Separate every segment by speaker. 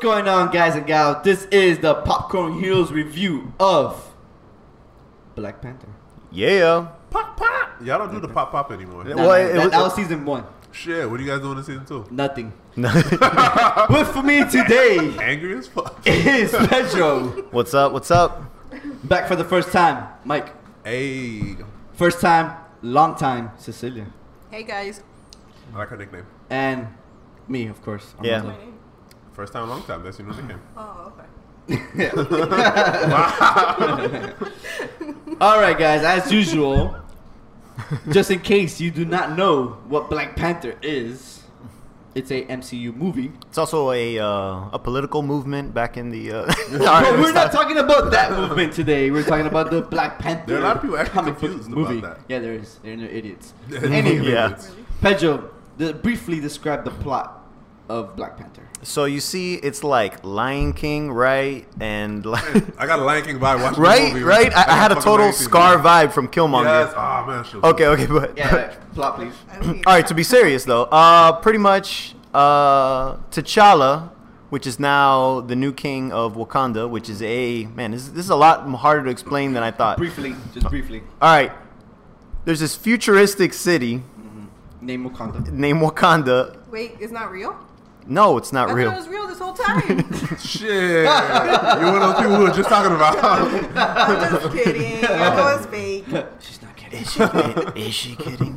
Speaker 1: going on, guys and gals? This is the Popcorn Heroes review of Black Panther.
Speaker 2: Yeah.
Speaker 3: Pop pop. Y'all don't do the pop pop anymore.
Speaker 2: Yeah.
Speaker 1: Nah,
Speaker 2: Well,
Speaker 1: nah,
Speaker 2: it
Speaker 1: that,
Speaker 2: was-
Speaker 1: that was season one.
Speaker 3: Shit, what are you guys doing in season two?
Speaker 1: Nothing.
Speaker 2: No.
Speaker 1: but for me today
Speaker 3: Angry as fuck.
Speaker 1: is Pedro.
Speaker 2: what's up? What's up?
Speaker 1: Back for the first time, Mike.
Speaker 3: hey,
Speaker 1: First time, long time, Cecilia.
Speaker 4: Hey guys.
Speaker 3: I like her nickname.
Speaker 1: And me, of course.
Speaker 2: Yeah.
Speaker 1: Armando.
Speaker 3: First time, long time. That's your new nickname.
Speaker 4: Oh, okay.
Speaker 1: All right, guys. As usual, just in case you do not know what Black Panther is, it's a MCU movie.
Speaker 2: It's also a uh, a political movement back in the. Uh,
Speaker 1: but we're not talking about that movement today. We're talking about the Black Panther.
Speaker 3: There are a lot of people actually
Speaker 1: comic book
Speaker 3: confused about
Speaker 1: movie.
Speaker 3: that.
Speaker 1: Yeah, there is. They're no idiots.
Speaker 2: Anyway. Yeah.
Speaker 1: Pedro, the, briefly describe the plot of Black Panther.
Speaker 2: So you see, it's like Lion King, right? And like,
Speaker 3: I got a Lion King vibe watching the
Speaker 2: right,
Speaker 3: movie.
Speaker 2: right. I, I had a
Speaker 3: Fucking
Speaker 2: total
Speaker 3: Lion King
Speaker 2: Scar
Speaker 3: movie.
Speaker 2: vibe from
Speaker 3: Yes.
Speaker 2: Killmonger.
Speaker 3: Ah man. shit.
Speaker 2: Okay, okay, but
Speaker 1: Yeah, plot please.
Speaker 4: I don't
Speaker 2: All right, to be serious though, uh, pretty much uh, T'Challa, which is now the new king of Wakanda, which is a man. This, this is a lot harder to explain than I thought. All
Speaker 1: Briefly, just briefly.
Speaker 2: right, there's this futuristic city
Speaker 1: Name Wakanda.
Speaker 2: named Wakanda.
Speaker 4: Wait, it's not real?
Speaker 2: No, it's not
Speaker 4: I
Speaker 2: real.
Speaker 4: thought it was real this whole time.
Speaker 3: Shit. you one of those people we were just talking about.
Speaker 4: I'm just kidding. I know it's fake.
Speaker 1: She's not kidding.
Speaker 2: Is she, is she kidding?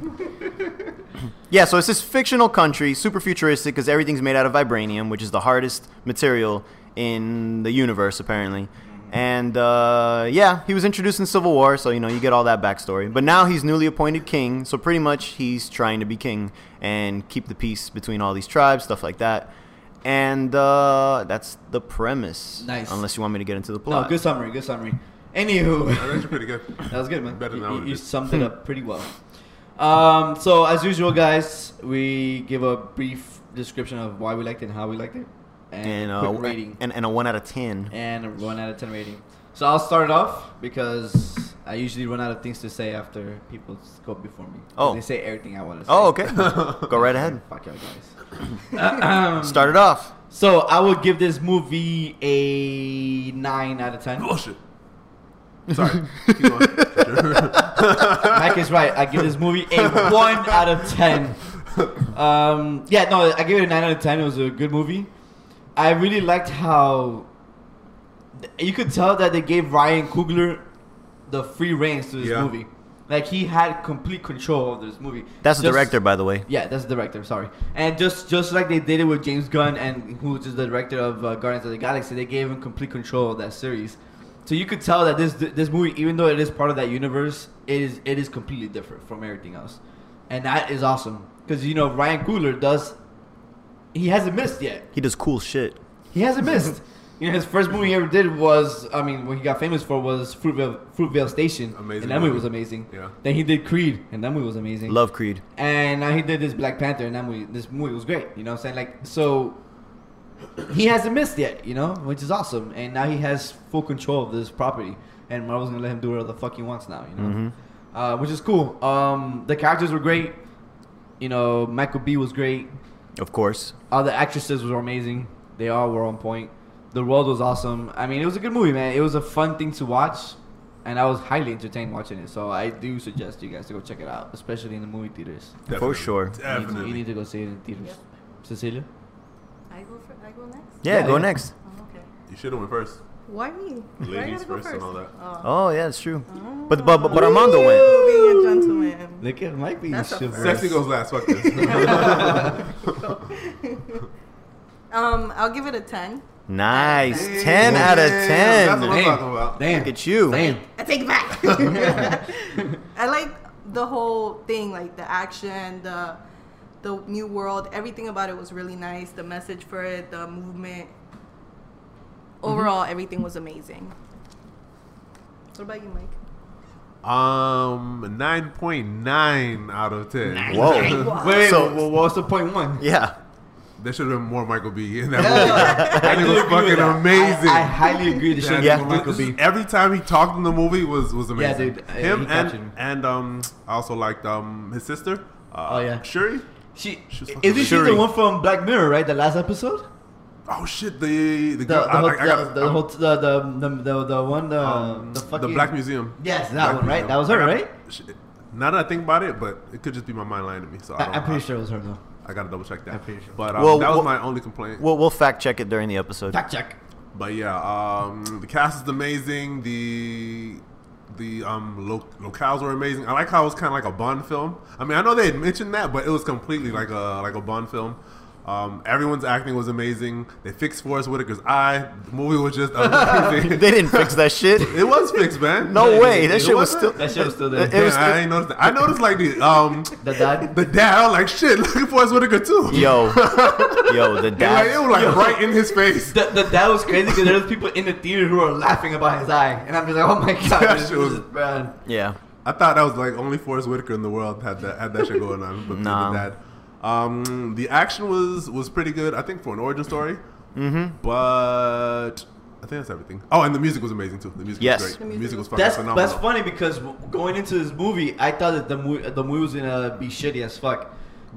Speaker 2: yeah, so it's this fictional country, super futuristic, because everything's made out of vibranium, which is the hardest material in the universe, apparently. And uh, yeah, he was introduced in Civil War, so you know you get all that backstory. But now he's newly appointed king, so pretty much he's trying to be king and keep the peace between all these tribes, stuff like that. And uh, that's the premise.
Speaker 1: Nice.
Speaker 2: Unless you want me to get into the plot.
Speaker 1: No, good summary. Good summary. Anywho.
Speaker 3: That's actually pretty good.
Speaker 1: That was good, man.
Speaker 3: Better than
Speaker 1: You-
Speaker 3: I
Speaker 1: you,
Speaker 3: would've
Speaker 1: you
Speaker 3: did.
Speaker 1: summed it up pretty well. Um, so as usual, guys, we give a brief description of why we liked it and how we liked it, and,
Speaker 2: And,
Speaker 1: a
Speaker 2: uh,
Speaker 1: quick rating
Speaker 2: and, and a one out of ten.
Speaker 1: and a one out of ten rating. So I'll start it off because I usually run out of things to say after people go before me. 'Cause
Speaker 2: Oh.
Speaker 1: they say everything I want to say.
Speaker 2: Oh, okay. Go right ahead.
Speaker 1: Fuck y'all guys.
Speaker 2: Start it off.
Speaker 1: So I would give this movie a nine out of ten.
Speaker 3: Bullshit. Sorry. Keep going.
Speaker 1: Mike is right. I give this movie a one out of ten. Um, yeah, no, I give it a nine out of ten. It was a good movie. I really liked how th- you could tell that they gave Ryan Coogler the free reins to this
Speaker 3: Yeah.
Speaker 1: movie. Like he had complete control of this movie.
Speaker 2: That's the
Speaker 1: Just-
Speaker 2: director, by the way.
Speaker 1: Yeah, that's the director. Sorry, and just just like they did it with James Gunn and who's just the director of uh, Guardians of the Galaxy, they gave him complete control of that series. So you could tell that this this movie, even though it is part of that universe, it is it is completely different from everything else, and that is awesome because you know Ryan Coogler does he hasn't missed yet.
Speaker 2: He does cool shit.
Speaker 1: He hasn't missed. you know, his first movie he ever did was, I mean, what he got famous for was Fruitvale, Fruitvale Station.
Speaker 3: Amazing
Speaker 1: And that movie
Speaker 3: movie.
Speaker 1: was amazing.
Speaker 3: Yeah.
Speaker 1: Then he did Creed, and that movie was amazing.
Speaker 2: Love Creed.
Speaker 1: And now he did this Black Panther, and that movie, this movie was great. You know what I'm saying? Like, so he hasn't missed yet, you know, which is awesome. And now he has full control of this property, and Marvel's gonna let him do whatever the fuck he wants now, you know, uh, which is cool. Um, the characters were great. You know, Michael B was great.
Speaker 2: Of course.
Speaker 1: All the actresses were amazing. They all were on point. The world was awesome. I mean, it was a good movie, man. It was a fun thing to watch, and I was highly entertained watching it. So I do suggest you guys to go check it out, especially in the movie theaters.
Speaker 2: For sure.
Speaker 1: You need to- You
Speaker 3: Definitely.
Speaker 1: need to go see it in theaters. Cecilia?
Speaker 4: I go, for, I go next?
Speaker 2: Yeah,
Speaker 1: Yeah,
Speaker 2: go
Speaker 1: yeah.
Speaker 2: next.
Speaker 4: Oh, okay.
Speaker 3: You should have went first.
Speaker 4: Why me? Why I
Speaker 3: Ladies
Speaker 4: gotta go
Speaker 3: first and all that.
Speaker 4: Oh.
Speaker 2: Oh yeah, it's true. But but but, but Armando went.
Speaker 4: Being a gentleman.
Speaker 1: Look at Mike being
Speaker 4: That's a
Speaker 1: chivalrous.
Speaker 3: Sexy goes last. Fuck this.
Speaker 4: Um, I'll give it a 10.
Speaker 2: Nice. Ten out of
Speaker 3: Damn, That's what
Speaker 2: ten.
Speaker 3: I'm
Speaker 1: Damn.
Speaker 3: talking about.
Speaker 1: Damn.
Speaker 2: Look at you.
Speaker 1: Damn.
Speaker 4: I take it back. I like the whole thing, like the action, the the new world, everything about it was really nice. The message for it, the movement.
Speaker 1: Mm-hmm.
Speaker 4: Overall, everything was amazing. What about you, Mike?
Speaker 3: Um, nine point nine out of ten.
Speaker 2: Whoa.
Speaker 1: Wait,
Speaker 2: So-
Speaker 1: so, what was the point one?
Speaker 2: Yeah.
Speaker 3: There should have been more Michael B. in that movie. that nigga was fucking amazing.
Speaker 1: I, I highly agree to show
Speaker 3: That
Speaker 2: Yeah.
Speaker 1: you
Speaker 3: nigga-
Speaker 1: Michael B.
Speaker 3: Every time he talked in the movie was was amazing.
Speaker 1: dude. Uh,
Speaker 3: Him
Speaker 1: he
Speaker 3: and
Speaker 1: captured me.
Speaker 3: and um, I also liked um his sister. Uh,
Speaker 1: Oh, yeah.
Speaker 3: Shuri.
Speaker 1: She,
Speaker 3: She was fucking
Speaker 1: isn't she
Speaker 2: Shuri.
Speaker 1: the one from Black Mirror, right? The last episode?
Speaker 3: Oh shit! The the,
Speaker 1: The, the,
Speaker 3: girl- I-
Speaker 1: whole-
Speaker 3: I- I got-
Speaker 1: the, the,
Speaker 3: I'm-
Speaker 1: whole- the, the, the, the, the one, the,
Speaker 3: um,
Speaker 1: the fucking.
Speaker 3: Black Museum.
Speaker 1: Yes, that
Speaker 3: Black
Speaker 1: one, right?
Speaker 3: Museum.
Speaker 1: That was her,
Speaker 3: I got-
Speaker 1: right?
Speaker 3: shit. Now that I think about it, but it could just be my mind lying to me. So I
Speaker 1: I,
Speaker 3: don't
Speaker 1: I'm
Speaker 3: I,
Speaker 1: pretty sure it was her, though.
Speaker 3: I gotta double check that.
Speaker 1: I'm pretty sure.
Speaker 3: But um,
Speaker 2: Well,
Speaker 3: that was
Speaker 2: well-
Speaker 3: my only complaint.
Speaker 2: We'll, we'll fact check it during the episode.
Speaker 1: Fact check.
Speaker 3: But yeah, um, the cast is amazing. The the um lo- locales were amazing. I like how it was kind of like a Bond film. I mean, I know they had mentioned that, but it was completely like a like a Bond film. Um, everyone's acting was amazing. They fixed Forrest Whitaker's eye. The movie was just
Speaker 2: they
Speaker 3: amazing.
Speaker 2: didn't fix that shit.
Speaker 3: it was fixed, man.
Speaker 2: No way. That
Speaker 1: It
Speaker 2: shit was still.
Speaker 3: wasn't.
Speaker 1: That shit was still there.
Speaker 2: It- it
Speaker 3: Damn,
Speaker 2: was-
Speaker 3: I ain't noticed that. I noticed like the um
Speaker 1: The dad.
Speaker 3: the dad. I was like, shit, look at Forrest Whitaker too.
Speaker 2: Yo, yo, the
Speaker 3: It was like, it
Speaker 2: dad.
Speaker 3: was like right in his face.
Speaker 1: The, the dad was crazy because there was people in the theater who were laughing about his eye, and I'm just like, oh my god,
Speaker 3: That
Speaker 1: this
Speaker 3: shit was-
Speaker 1: is bad.
Speaker 2: Yeah.
Speaker 3: I thought that was like only Forrest Whitaker in the world had that had that shit going on. But
Speaker 2: Nah.
Speaker 3: nah. that, um, the action was was pretty good. I think for an origin story. Mm-hmm. But I think that's everything. Oh, and the music was amazing too. The music
Speaker 2: Yes.
Speaker 3: was great.
Speaker 4: The
Speaker 3: The
Speaker 4: music
Speaker 3: music, was
Speaker 4: was-
Speaker 3: fucking
Speaker 1: That's
Speaker 3: phenomenal.
Speaker 1: that's funny because w- going into this movie, I thought that the movie the movie was gonna be shitty as fuck. Um,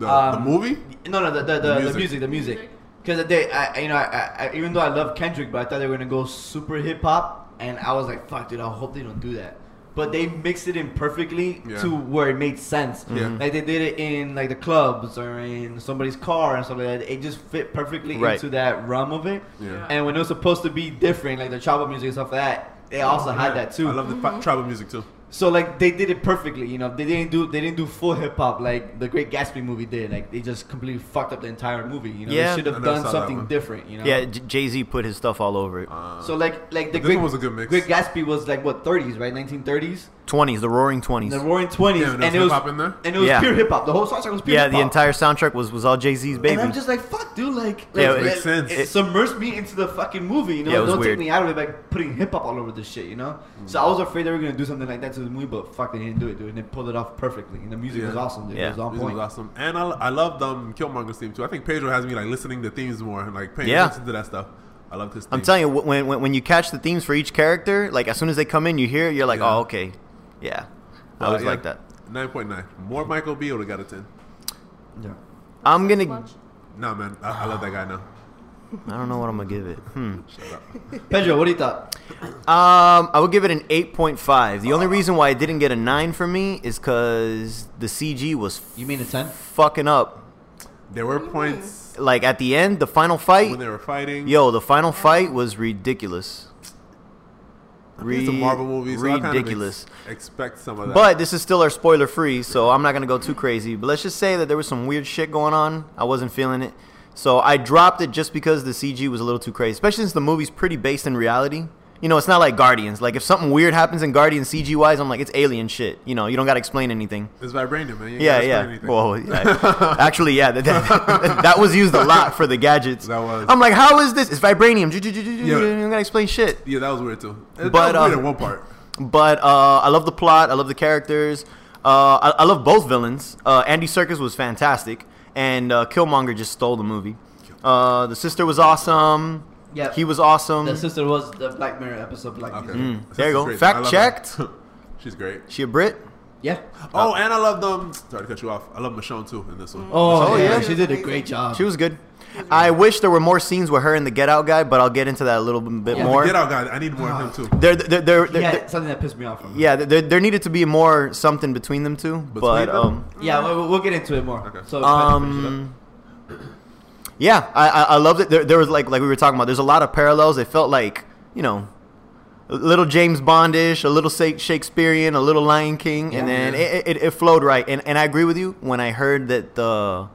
Speaker 3: The-
Speaker 2: Um,
Speaker 3: the movie?
Speaker 1: No, no, the the, the, the
Speaker 3: music.
Speaker 1: music, the music.
Speaker 4: Music.
Speaker 1: Because they, I, I- you know, I, I, I- even though I love Kendrick, but I thought they were gonna go super hip hop, and I was like, fuck, dude, I hope they don't do that. But they mixed it in perfectly
Speaker 3: Yeah.
Speaker 1: to where it made sense.
Speaker 3: Yeah. Mm-hmm.
Speaker 1: Like they did it in like the clubs or in somebody's car and something like that. It just fit perfectly
Speaker 2: Right.
Speaker 1: into that realm of it.
Speaker 3: Yeah.
Speaker 1: And when it was supposed to be different, like the tribal music and stuff like that, they also had that too.
Speaker 3: I love the fi- tribal music too.
Speaker 1: So like they did it perfectly, you know. They didn't do they didn't do full hip hop like the Great Gatsby movie did. Like they just completely fucked up the entire movie. You know,
Speaker 2: Yeah.
Speaker 1: they should
Speaker 3: I
Speaker 1: have
Speaker 3: never
Speaker 1: done
Speaker 3: saw that
Speaker 1: something
Speaker 3: one.
Speaker 1: different. You know.
Speaker 2: Yeah, Jay Z put his stuff all over it.
Speaker 1: So like like the
Speaker 3: This
Speaker 1: Great
Speaker 3: one was a good mix.
Speaker 1: Great Gatsby was like what 30s right 1930s
Speaker 2: 20s, the roaring 20s.
Speaker 1: the Roaring 20s
Speaker 3: Yeah, there was
Speaker 1: and it was
Speaker 3: hip-hop in there?
Speaker 1: and it was
Speaker 2: Yeah.
Speaker 1: pure hip hop. The whole soundtrack was pure.
Speaker 2: yeah,
Speaker 1: hip
Speaker 2: the
Speaker 1: hop.
Speaker 2: entire soundtrack was, was all Jay Z's baby.
Speaker 1: And I'm just like, fuck, dude, like,
Speaker 2: Yeah,
Speaker 1: like,
Speaker 2: it
Speaker 3: makes
Speaker 1: like,
Speaker 3: sense.
Speaker 1: It submersed me into the fucking movie, you know.
Speaker 2: Yeah, it was
Speaker 1: Don't
Speaker 2: weird.
Speaker 1: take me out of it by putting hip hop all over this shit, you know. So I was afraid they were gonna do something like that to the movie, but fuck, they didn't do it, dude, and they pulled it off perfectly. And the music
Speaker 3: Yeah.
Speaker 1: was awesome, dude.
Speaker 2: Yeah.
Speaker 1: It was on
Speaker 3: Music was
Speaker 1: point.
Speaker 3: awesome, and I, I loved um, Killmonger's theme too. I think Pedro has me like listening to themes more and like paying
Speaker 2: Yeah.
Speaker 3: attention to that stuff. I love his. Theme.
Speaker 2: I'm telling you, wh- when, when when you catch the themes for each character, like as soon as they come in, you hear, it, you're like,
Speaker 3: Yeah.
Speaker 2: oh, okay, yeah. I
Speaker 3: Uh,
Speaker 2: always
Speaker 3: yeah.
Speaker 2: like that.
Speaker 3: Nine point nine. More Michael B. would have got a ten.
Speaker 1: Yeah.
Speaker 2: I'm gonna.
Speaker 4: Much.
Speaker 3: Nah, man, I, I love that guy now.
Speaker 2: I don't know what I'm gonna give it. Hmm.
Speaker 1: Pedro, what do you thought?
Speaker 2: Um, I would give it an 8.5. The only reason why it didn't get a nine for me is because the CG was
Speaker 1: You mean a ten?
Speaker 2: fucking up.
Speaker 3: There were
Speaker 4: do you
Speaker 3: points
Speaker 2: Like at the end, the final fight.
Speaker 3: when they were fighting.
Speaker 2: Yo, the final fight was ridiculous.
Speaker 3: Re- it's a Marvel movie, so I kind of
Speaker 2: ridiculous.
Speaker 3: ex- expect some of that.
Speaker 2: But this is still our spoiler free, so I'm not gonna go too crazy. But let's just say that there was some weird shit going on. I wasn't feeling it, so I dropped it just because the CG was a little too crazy. Especially since the movie's pretty based in reality. You know, it's not like Guardians. Like if something weird happens in Guardians CG wise, I'm like it's alien shit. You know, you don't gotta explain anything.
Speaker 3: it's vibranium, man. You
Speaker 2: Yeah,
Speaker 3: can't
Speaker 2: yeah.
Speaker 3: explain anything.
Speaker 2: Well, yeah. actually, yeah. That, that, that was used a lot for the gadgets.
Speaker 3: That was.
Speaker 2: I'm like, how is this? It's vibranium. You
Speaker 3: Yeah.
Speaker 2: don't gotta explain shit.
Speaker 3: yeah, that was weird too. It-
Speaker 2: But,
Speaker 3: that was weird
Speaker 2: um,
Speaker 3: in one part.
Speaker 2: But uh, I love the plot. I love the characters. Uh, I, I love both villains. Uh, Andy Serkis was fantastic, and uh, Killmonger just stole the movie. Uh, the sister was awesome.
Speaker 1: Yeah.
Speaker 2: he was awesome.
Speaker 1: The sister was the Black Mirror episode, Black
Speaker 3: Okay.
Speaker 1: Mirror.
Speaker 3: This
Speaker 2: Mm, there you
Speaker 3: is
Speaker 2: go.
Speaker 3: great.
Speaker 2: Fact
Speaker 3: I love
Speaker 2: checked. Uh,
Speaker 3: her. She's great.
Speaker 2: She a Brit?
Speaker 1: Yeah.
Speaker 3: Oh, and I love them. Sorry to cut you off. I love Michonne too in this one.
Speaker 1: Oh,
Speaker 2: Oh,
Speaker 1: yeah.
Speaker 2: yeah.
Speaker 1: she did a great job.
Speaker 2: She was good. I wish there were more scenes with her and the Get Out guy, but I'll get into that a little bit
Speaker 1: Yeah, the
Speaker 2: more.
Speaker 3: Get out, guy. I need more of him too.
Speaker 2: There, there, there, there,
Speaker 1: yeah,
Speaker 2: there-
Speaker 1: something that pissed me off. From her.
Speaker 2: yeah, there, there needed to be more something between them two, but
Speaker 3: them?
Speaker 2: um,
Speaker 1: Yeah, we'll, we'll get into it more.
Speaker 3: Okay.
Speaker 1: So,
Speaker 2: Um, yeah, I, I, I loved it. There, there was like like we were talking about. There's a lot of parallels. It felt like you know, a little James Bondish, a little Sa- Shakespearean, a little Lion King, and
Speaker 1: Yeah.
Speaker 2: then it, it, it flowed right. And and I agree with you when I heard that the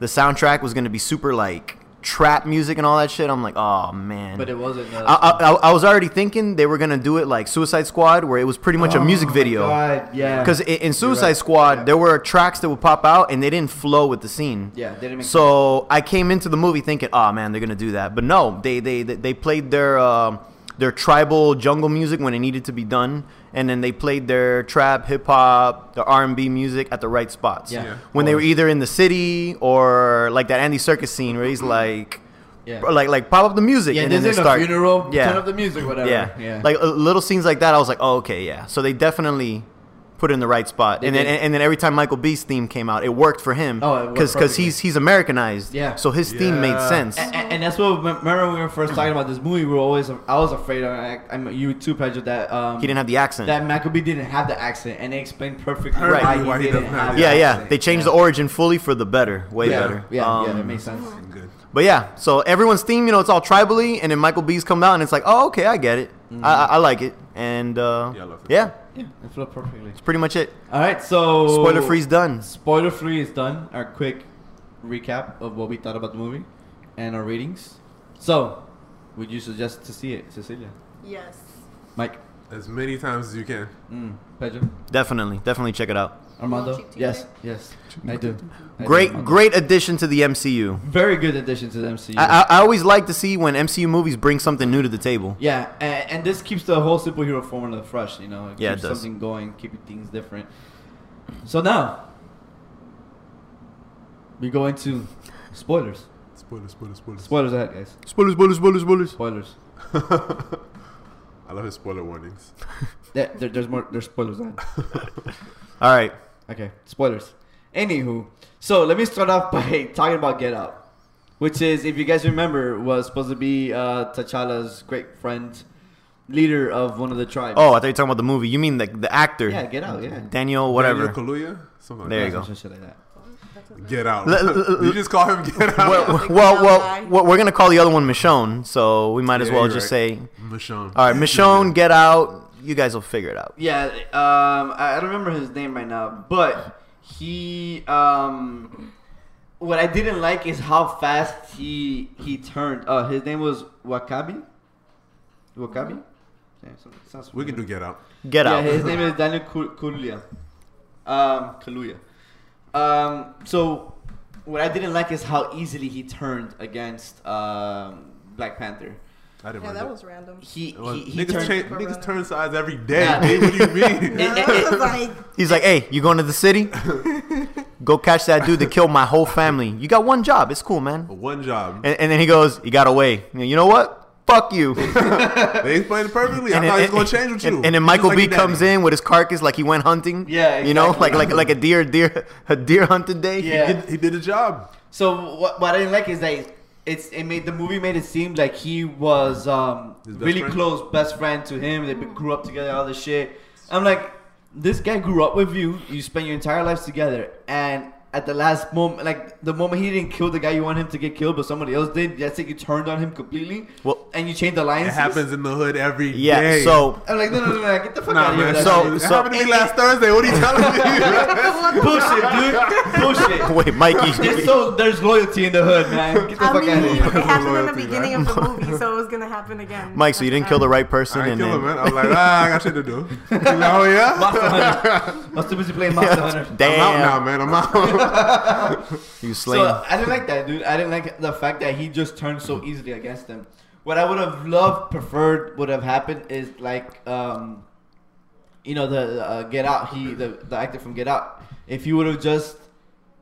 Speaker 2: the soundtrack was going to be super like trap music and all that shit. I'm like, oh man.
Speaker 1: but it wasn't. Uh,
Speaker 2: I, I, I- I was already thinking they were gonna do it like Suicide Squad, where it was pretty much a music
Speaker 1: Oh my
Speaker 2: video.
Speaker 1: God, yeah.
Speaker 2: Because in, in Suicide
Speaker 1: right.
Speaker 2: Squad,
Speaker 1: Yeah.
Speaker 2: there were tracks that would pop out and they didn't flow with the scene.
Speaker 1: Yeah, they didn't make
Speaker 2: So I came into the movie thinking, oh man, they're gonna do that. But no, they they they, they played their um, their tribal jungle music when it needed to be done, and then they played their trap, hip hop, their R and B music at the right spots.
Speaker 1: Yeah. Yeah.
Speaker 2: When they were either in the city or like that Andy Circus scene where he's like.
Speaker 1: Yeah.
Speaker 2: Like like pop up the music
Speaker 1: yeah,
Speaker 2: and
Speaker 1: this
Speaker 2: then they
Speaker 1: is
Speaker 2: start
Speaker 1: a funeral.
Speaker 2: yeah
Speaker 1: Turn up the music, whatever.
Speaker 2: yeah. Like uh, little scenes like that, I was like, oh, okay, yeah. So they definitely put it in the right spot.
Speaker 1: They
Speaker 2: and then
Speaker 1: did.
Speaker 2: and then every time Michael B's theme came out, it worked for him
Speaker 1: Oh, it worked
Speaker 2: because
Speaker 1: perfectly.
Speaker 2: he's he's Americanized.
Speaker 1: Yeah.
Speaker 2: So his theme made
Speaker 3: Yeah.
Speaker 2: sense.
Speaker 1: And, and that's what remember when we were first talking about this movie. We were always I was afraid. of- I, I mean, you too, Pedro. That um,
Speaker 2: He didn't have the accent.
Speaker 1: that Maccabee didn't have the accent, and they explained perfectly
Speaker 3: Right.
Speaker 1: why,
Speaker 3: Why
Speaker 1: he,
Speaker 3: he
Speaker 1: didn't
Speaker 3: doesn't have
Speaker 1: have.
Speaker 3: the
Speaker 2: yeah,
Speaker 1: the
Speaker 2: yeah.
Speaker 1: accent.
Speaker 2: They changed the origin fully for the better, way
Speaker 1: yeah.
Speaker 2: better.
Speaker 1: Yeah, yeah,
Speaker 2: Um,
Speaker 1: that makes sense.
Speaker 3: Good.
Speaker 2: But yeah, so everyone's theme, you know, it's all tribally, and then Michael B's come out, and it's like, oh, okay, I get it.
Speaker 1: Mm-hmm.
Speaker 2: I, I, I like it, and uh,
Speaker 3: Yeah, I love it.
Speaker 2: yeah,
Speaker 1: Yeah, it flowed perfectly.
Speaker 2: it's pretty much it.
Speaker 1: All right, so
Speaker 2: Spoiler free's done.
Speaker 1: Spoiler free is done. Our quick recap of what we thought about the movie and our ratings. So, would you suggest to see it, Cecilia,
Speaker 4: Yes.
Speaker 1: Mike,
Speaker 3: As many times as you can.
Speaker 1: mm, Pedro,
Speaker 2: Definitely, definitely check it out.
Speaker 1: Armando?
Speaker 4: cheek to
Speaker 1: Yes,
Speaker 4: cheek.
Speaker 1: yes, I do. I do,
Speaker 2: Great,
Speaker 1: Armando.
Speaker 2: great addition to the MCU.
Speaker 1: very good addition to the MCU.
Speaker 2: I, I, I always like to see when MCU movies bring something new to the table.
Speaker 1: Yeah, and, and this keeps the whole superhero formula fresh, you know. It
Speaker 2: Yeah, it
Speaker 1: keeps
Speaker 2: does.
Speaker 1: something going, keeping things different. So now we go into spoilers.
Speaker 3: Spoilers, spoilers, spoilers.
Speaker 1: Spoilers ahead, guys.
Speaker 2: Spoilers, spoilers, spoilers, spoilers.
Speaker 1: Spoilers.
Speaker 3: I love his spoiler warnings.
Speaker 1: There, there- there's more. There's spoilers ahead.
Speaker 2: All right,
Speaker 1: Okay, spoilers. Anywho, so let me start off by talking about Get Out, which is, if you guys remember, was supposed to be uh, T'Challa's great friend, leader of one of the tribes.
Speaker 2: Oh, I thought you were talking about the movie. You mean the the actor?
Speaker 1: Yeah, Get Out, yeah.
Speaker 2: Daniel, whatever.
Speaker 3: Daniel Kaluuya? Something like
Speaker 2: There you
Speaker 3: that.
Speaker 2: go.
Speaker 1: Some shit like that.
Speaker 3: Get out.
Speaker 2: L- l- l-
Speaker 3: you just call him Get Out.
Speaker 2: well,
Speaker 4: Like
Speaker 2: well,
Speaker 4: Mel
Speaker 2: well,
Speaker 4: Guy.
Speaker 2: well, we're gonna call the other one Michonne, so we might as
Speaker 3: Yeah,
Speaker 2: well
Speaker 3: you're
Speaker 2: just
Speaker 3: right.
Speaker 2: say,
Speaker 3: Michonne.
Speaker 2: all right, Michonne, get out. You guys will figure it out.
Speaker 1: Yeah, um, I I don't remember his name right now, but he. Um, what I didn't like is how fast he he turned. Uh, his name was Wakabi. Wakabi. Yeah, so- sounds
Speaker 3: We can do
Speaker 1: familiar.
Speaker 3: Get Out.
Speaker 2: Get
Speaker 1: yeah,
Speaker 2: out.
Speaker 1: his name is Daniel Kul- Kaluuya. Um, Kaluuya. Um, so what I didn't like is how easily he turned against um, Black Panther.
Speaker 3: I didn't
Speaker 4: Yeah,
Speaker 3: mind
Speaker 4: that
Speaker 3: it.
Speaker 4: was random.
Speaker 1: He
Speaker 3: It was-
Speaker 1: he, he
Speaker 3: niggas,
Speaker 1: turned.
Speaker 3: change-
Speaker 4: For
Speaker 3: niggas
Speaker 4: running.
Speaker 3: turn sides every day.
Speaker 1: Yeah.
Speaker 3: dude. what do you mean?
Speaker 1: It-
Speaker 4: I was like,
Speaker 2: He's like, hey, you going to the city? Go catch that dude that killed my whole family. You got one job. It's cool, man.
Speaker 3: One job.
Speaker 2: And, and then he goes, he got away. You know- You know what? Fuck you. And,
Speaker 3: They explained it perfectly. I thought he was going to change with you.
Speaker 2: and- and then
Speaker 3: Just
Speaker 2: Michael
Speaker 3: like
Speaker 2: B
Speaker 3: your daddy.
Speaker 2: comes in with his carcass like he went hunting.
Speaker 1: Yeah,
Speaker 2: You know, like
Speaker 1: exactly.
Speaker 2: like like a deer deer a deer hunting day.
Speaker 1: Yeah.
Speaker 3: He did, he did the job.
Speaker 1: So what, what I didn't like is that it's it made the movie made it seem like he was um,
Speaker 3: His best
Speaker 1: really
Speaker 3: friend?
Speaker 1: close best friend to him.
Speaker 4: Hmm.
Speaker 1: They grew up together, all this shit. I'm like, this guy grew up with you. You spent your entire lives together, and at the last moment, like the moment he didn't kill the guy you want him to get killed, but somebody else did. That's it. You turned on him completely,
Speaker 2: Well-
Speaker 1: and you changed the
Speaker 3: It
Speaker 1: lines.
Speaker 3: happens in the hood every day.
Speaker 2: Yeah. So
Speaker 1: I'm like, no, no, no, no get the fuck out
Speaker 3: Nah,
Speaker 1: of here.
Speaker 3: man.
Speaker 1: with that
Speaker 2: So-
Speaker 3: So,
Speaker 1: shit.
Speaker 3: this
Speaker 2: so-
Speaker 3: happened to me last Thursday. What are you telling me?
Speaker 1: bullshit, dude. Bullshit.
Speaker 2: wait, Mikey.
Speaker 1: It's so there's loyalty in the hood, man. Get the
Speaker 4: I
Speaker 1: fuck
Speaker 4: mean,
Speaker 1: out of
Speaker 4: it
Speaker 1: here.
Speaker 4: happened in the
Speaker 3: Loyalty, man.
Speaker 4: beginning of the movie, so it was gonna happen again.
Speaker 2: Mike, so you didn't kill the right person.
Speaker 3: I
Speaker 2: and
Speaker 3: ain't kill
Speaker 2: then-
Speaker 3: him, man. I was like, ah, I got shit to do. He's like, oh, yeah?
Speaker 1: Monster Hunter. I was too busy playing Monster Hunter.
Speaker 3: I'm out now,
Speaker 2: Damn,
Speaker 3: man. I'm out.
Speaker 2: you slain.
Speaker 1: So I didn't like that, dude. I didn't like the fact that he just turned so easily against them. What I would have loved, preferred, would have happened is like, um, you know, the uh, Get Out. He, the, the actor from Get Out. If he would have just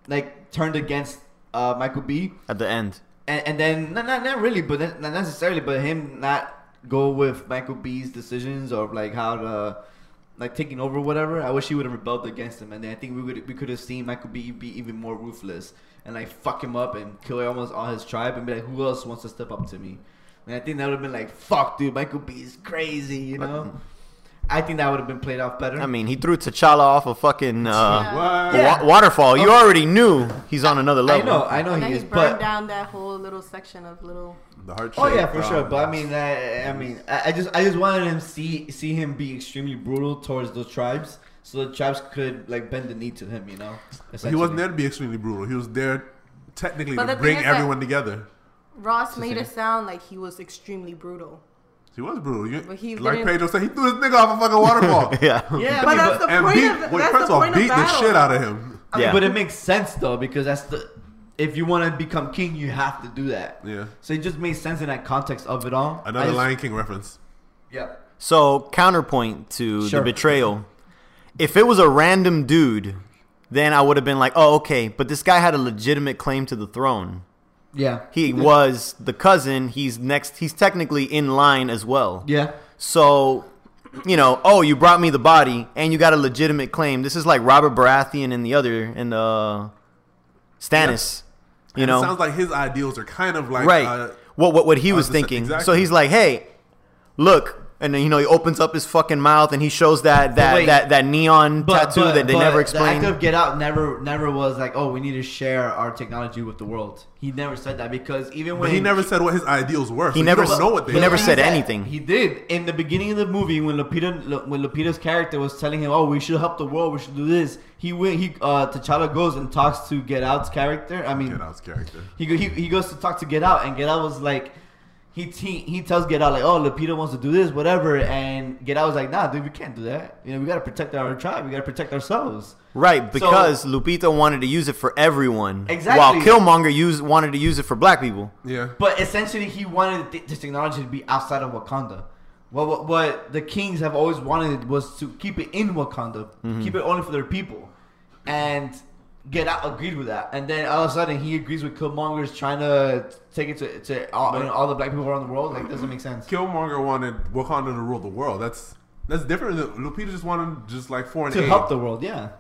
Speaker 1: like turned against uh, Michael B.
Speaker 2: At the end,
Speaker 1: and, and then not, not not really, but then, not necessarily, but him not go with Michael B's decisions or like how to like taking over whatever. I wish he would have rebelled against him, and then I think we would we could have seen Michael B be even more ruthless and like fuck him up and kill almost all his tribe and be like, who else wants to step up to me? And I think that would have been like, fuck, dude, Michael B is crazy, you know. I think that would have been played off better.
Speaker 2: I mean, he threw T'Challa off a fucking uh,
Speaker 3: What?
Speaker 1: Yeah. Oh.
Speaker 2: wa- waterfall. You already knew he's on another
Speaker 1: I
Speaker 2: level.
Speaker 1: know, I know
Speaker 4: And then
Speaker 1: he is,
Speaker 4: he burned
Speaker 1: but
Speaker 4: down that whole little section of little.
Speaker 3: The heart
Speaker 1: Oh
Speaker 3: shape,
Speaker 1: yeah, for
Speaker 3: um,
Speaker 1: sure. But I mean, I, I mean, I, I just, I just wanted him see, see him be extremely brutal towards those tribes, so the tribes could like bend the knee to him, you know.
Speaker 3: he wasn't
Speaker 1: essentially.
Speaker 3: there to be extremely brutal. He was there technically
Speaker 4: But
Speaker 3: to
Speaker 4: the thing
Speaker 3: bring
Speaker 4: is that-
Speaker 3: everyone together.
Speaker 4: Ross made
Speaker 1: thing.
Speaker 4: it sound like he was extremely brutal.
Speaker 3: He was brutal. You,
Speaker 4: But he
Speaker 3: like
Speaker 4: didn't-
Speaker 3: Pedro said, he threw this nigga off a fucking waterfall.
Speaker 2: Yeah.
Speaker 1: Yeah, I
Speaker 4: But
Speaker 1: mean,
Speaker 4: that's the
Speaker 1: but,
Speaker 3: and
Speaker 4: point
Speaker 3: beat,
Speaker 4: of the-
Speaker 3: wait,
Speaker 4: that's
Speaker 3: first
Speaker 4: the
Speaker 3: off,
Speaker 4: point of
Speaker 3: beat the
Speaker 4: battle.
Speaker 3: shit out of him.
Speaker 1: I mean,
Speaker 2: Yeah.
Speaker 1: but it makes sense though because that's the, if you want to become king, you have to do that.
Speaker 3: Yeah.
Speaker 1: So it just made sense in that context of it all. I
Speaker 3: Another
Speaker 1: just-
Speaker 3: Lion King reference.
Speaker 1: Yeah.
Speaker 2: So counterpoint to
Speaker 1: Sure.
Speaker 2: the betrayal. If it was a random dude, then I would have been like, oh okay. But this guy had a legitimate claim to the throne.
Speaker 1: Yeah.
Speaker 2: He was the cousin. He's next. He's technically in line as well.
Speaker 1: Yeah.
Speaker 2: So you know, oh, you brought me the body and you got a legitimate claim. This is like Robert Baratheon and the other and uh, Stannis. You
Speaker 3: And
Speaker 2: know,
Speaker 3: it sounds like his ideals are kind of like
Speaker 2: right?
Speaker 3: uh,
Speaker 2: what what what he
Speaker 3: I
Speaker 2: was
Speaker 3: was just-
Speaker 2: thinking. So
Speaker 3: exactly.
Speaker 2: he's like, hey, look. And then, you know he opens up his fucking mouth and he shows that that
Speaker 1: wait.
Speaker 2: that, that neon
Speaker 1: But-
Speaker 2: tattoo
Speaker 1: but-
Speaker 2: that they
Speaker 1: but
Speaker 2: never
Speaker 1: The act
Speaker 2: explained.
Speaker 1: of Get Out never never was like, oh, we need to share our technology with the world. He never said that because even when
Speaker 3: but he never said what his ideals were. so
Speaker 2: He
Speaker 3: you
Speaker 2: never
Speaker 3: don't
Speaker 2: s-
Speaker 3: know what they
Speaker 2: he
Speaker 3: are.
Speaker 2: never
Speaker 1: the
Speaker 2: said
Speaker 1: thing is that
Speaker 2: anything.
Speaker 1: He did in the beginning of the movie when Lupita when Lupita's character was telling him, "Oh, we should help the world. We should do this." He went. He uh, T'Challa goes and talks to Get Out's character. I mean,
Speaker 3: Get Out's character.
Speaker 1: he, go- he he goes to talk to Get Out, and Get Out was like, he he, he tells Get Out like, oh, Lupita wants to do this, whatever, and Get Out was like, nah, dude, we can't do that. You know, we gotta protect our tribe, we gotta protect ourselves.
Speaker 2: Right,
Speaker 1: So-
Speaker 2: because Lupita wanted to use it for everyone, while
Speaker 1: Exactly.
Speaker 2: Killmonger used wanted to use it for black people.
Speaker 3: Yeah.
Speaker 1: But essentially, he wanted th- this technology to be outside of Wakanda. What, what, what the kings have always wanted was to keep it in Wakanda, keep it only for their people. And Get Out agreed with that. And then all of a sudden, he agrees with Killmonger's trying to take it to, to all, you know, all the black people around the world. Like, doesn't make sense.
Speaker 3: Killmonger wanted Wakanda to rule the world. That's that's different. than- Lupita just wanted just like foreign
Speaker 1: To
Speaker 3: aid.
Speaker 1: help the world, yeah.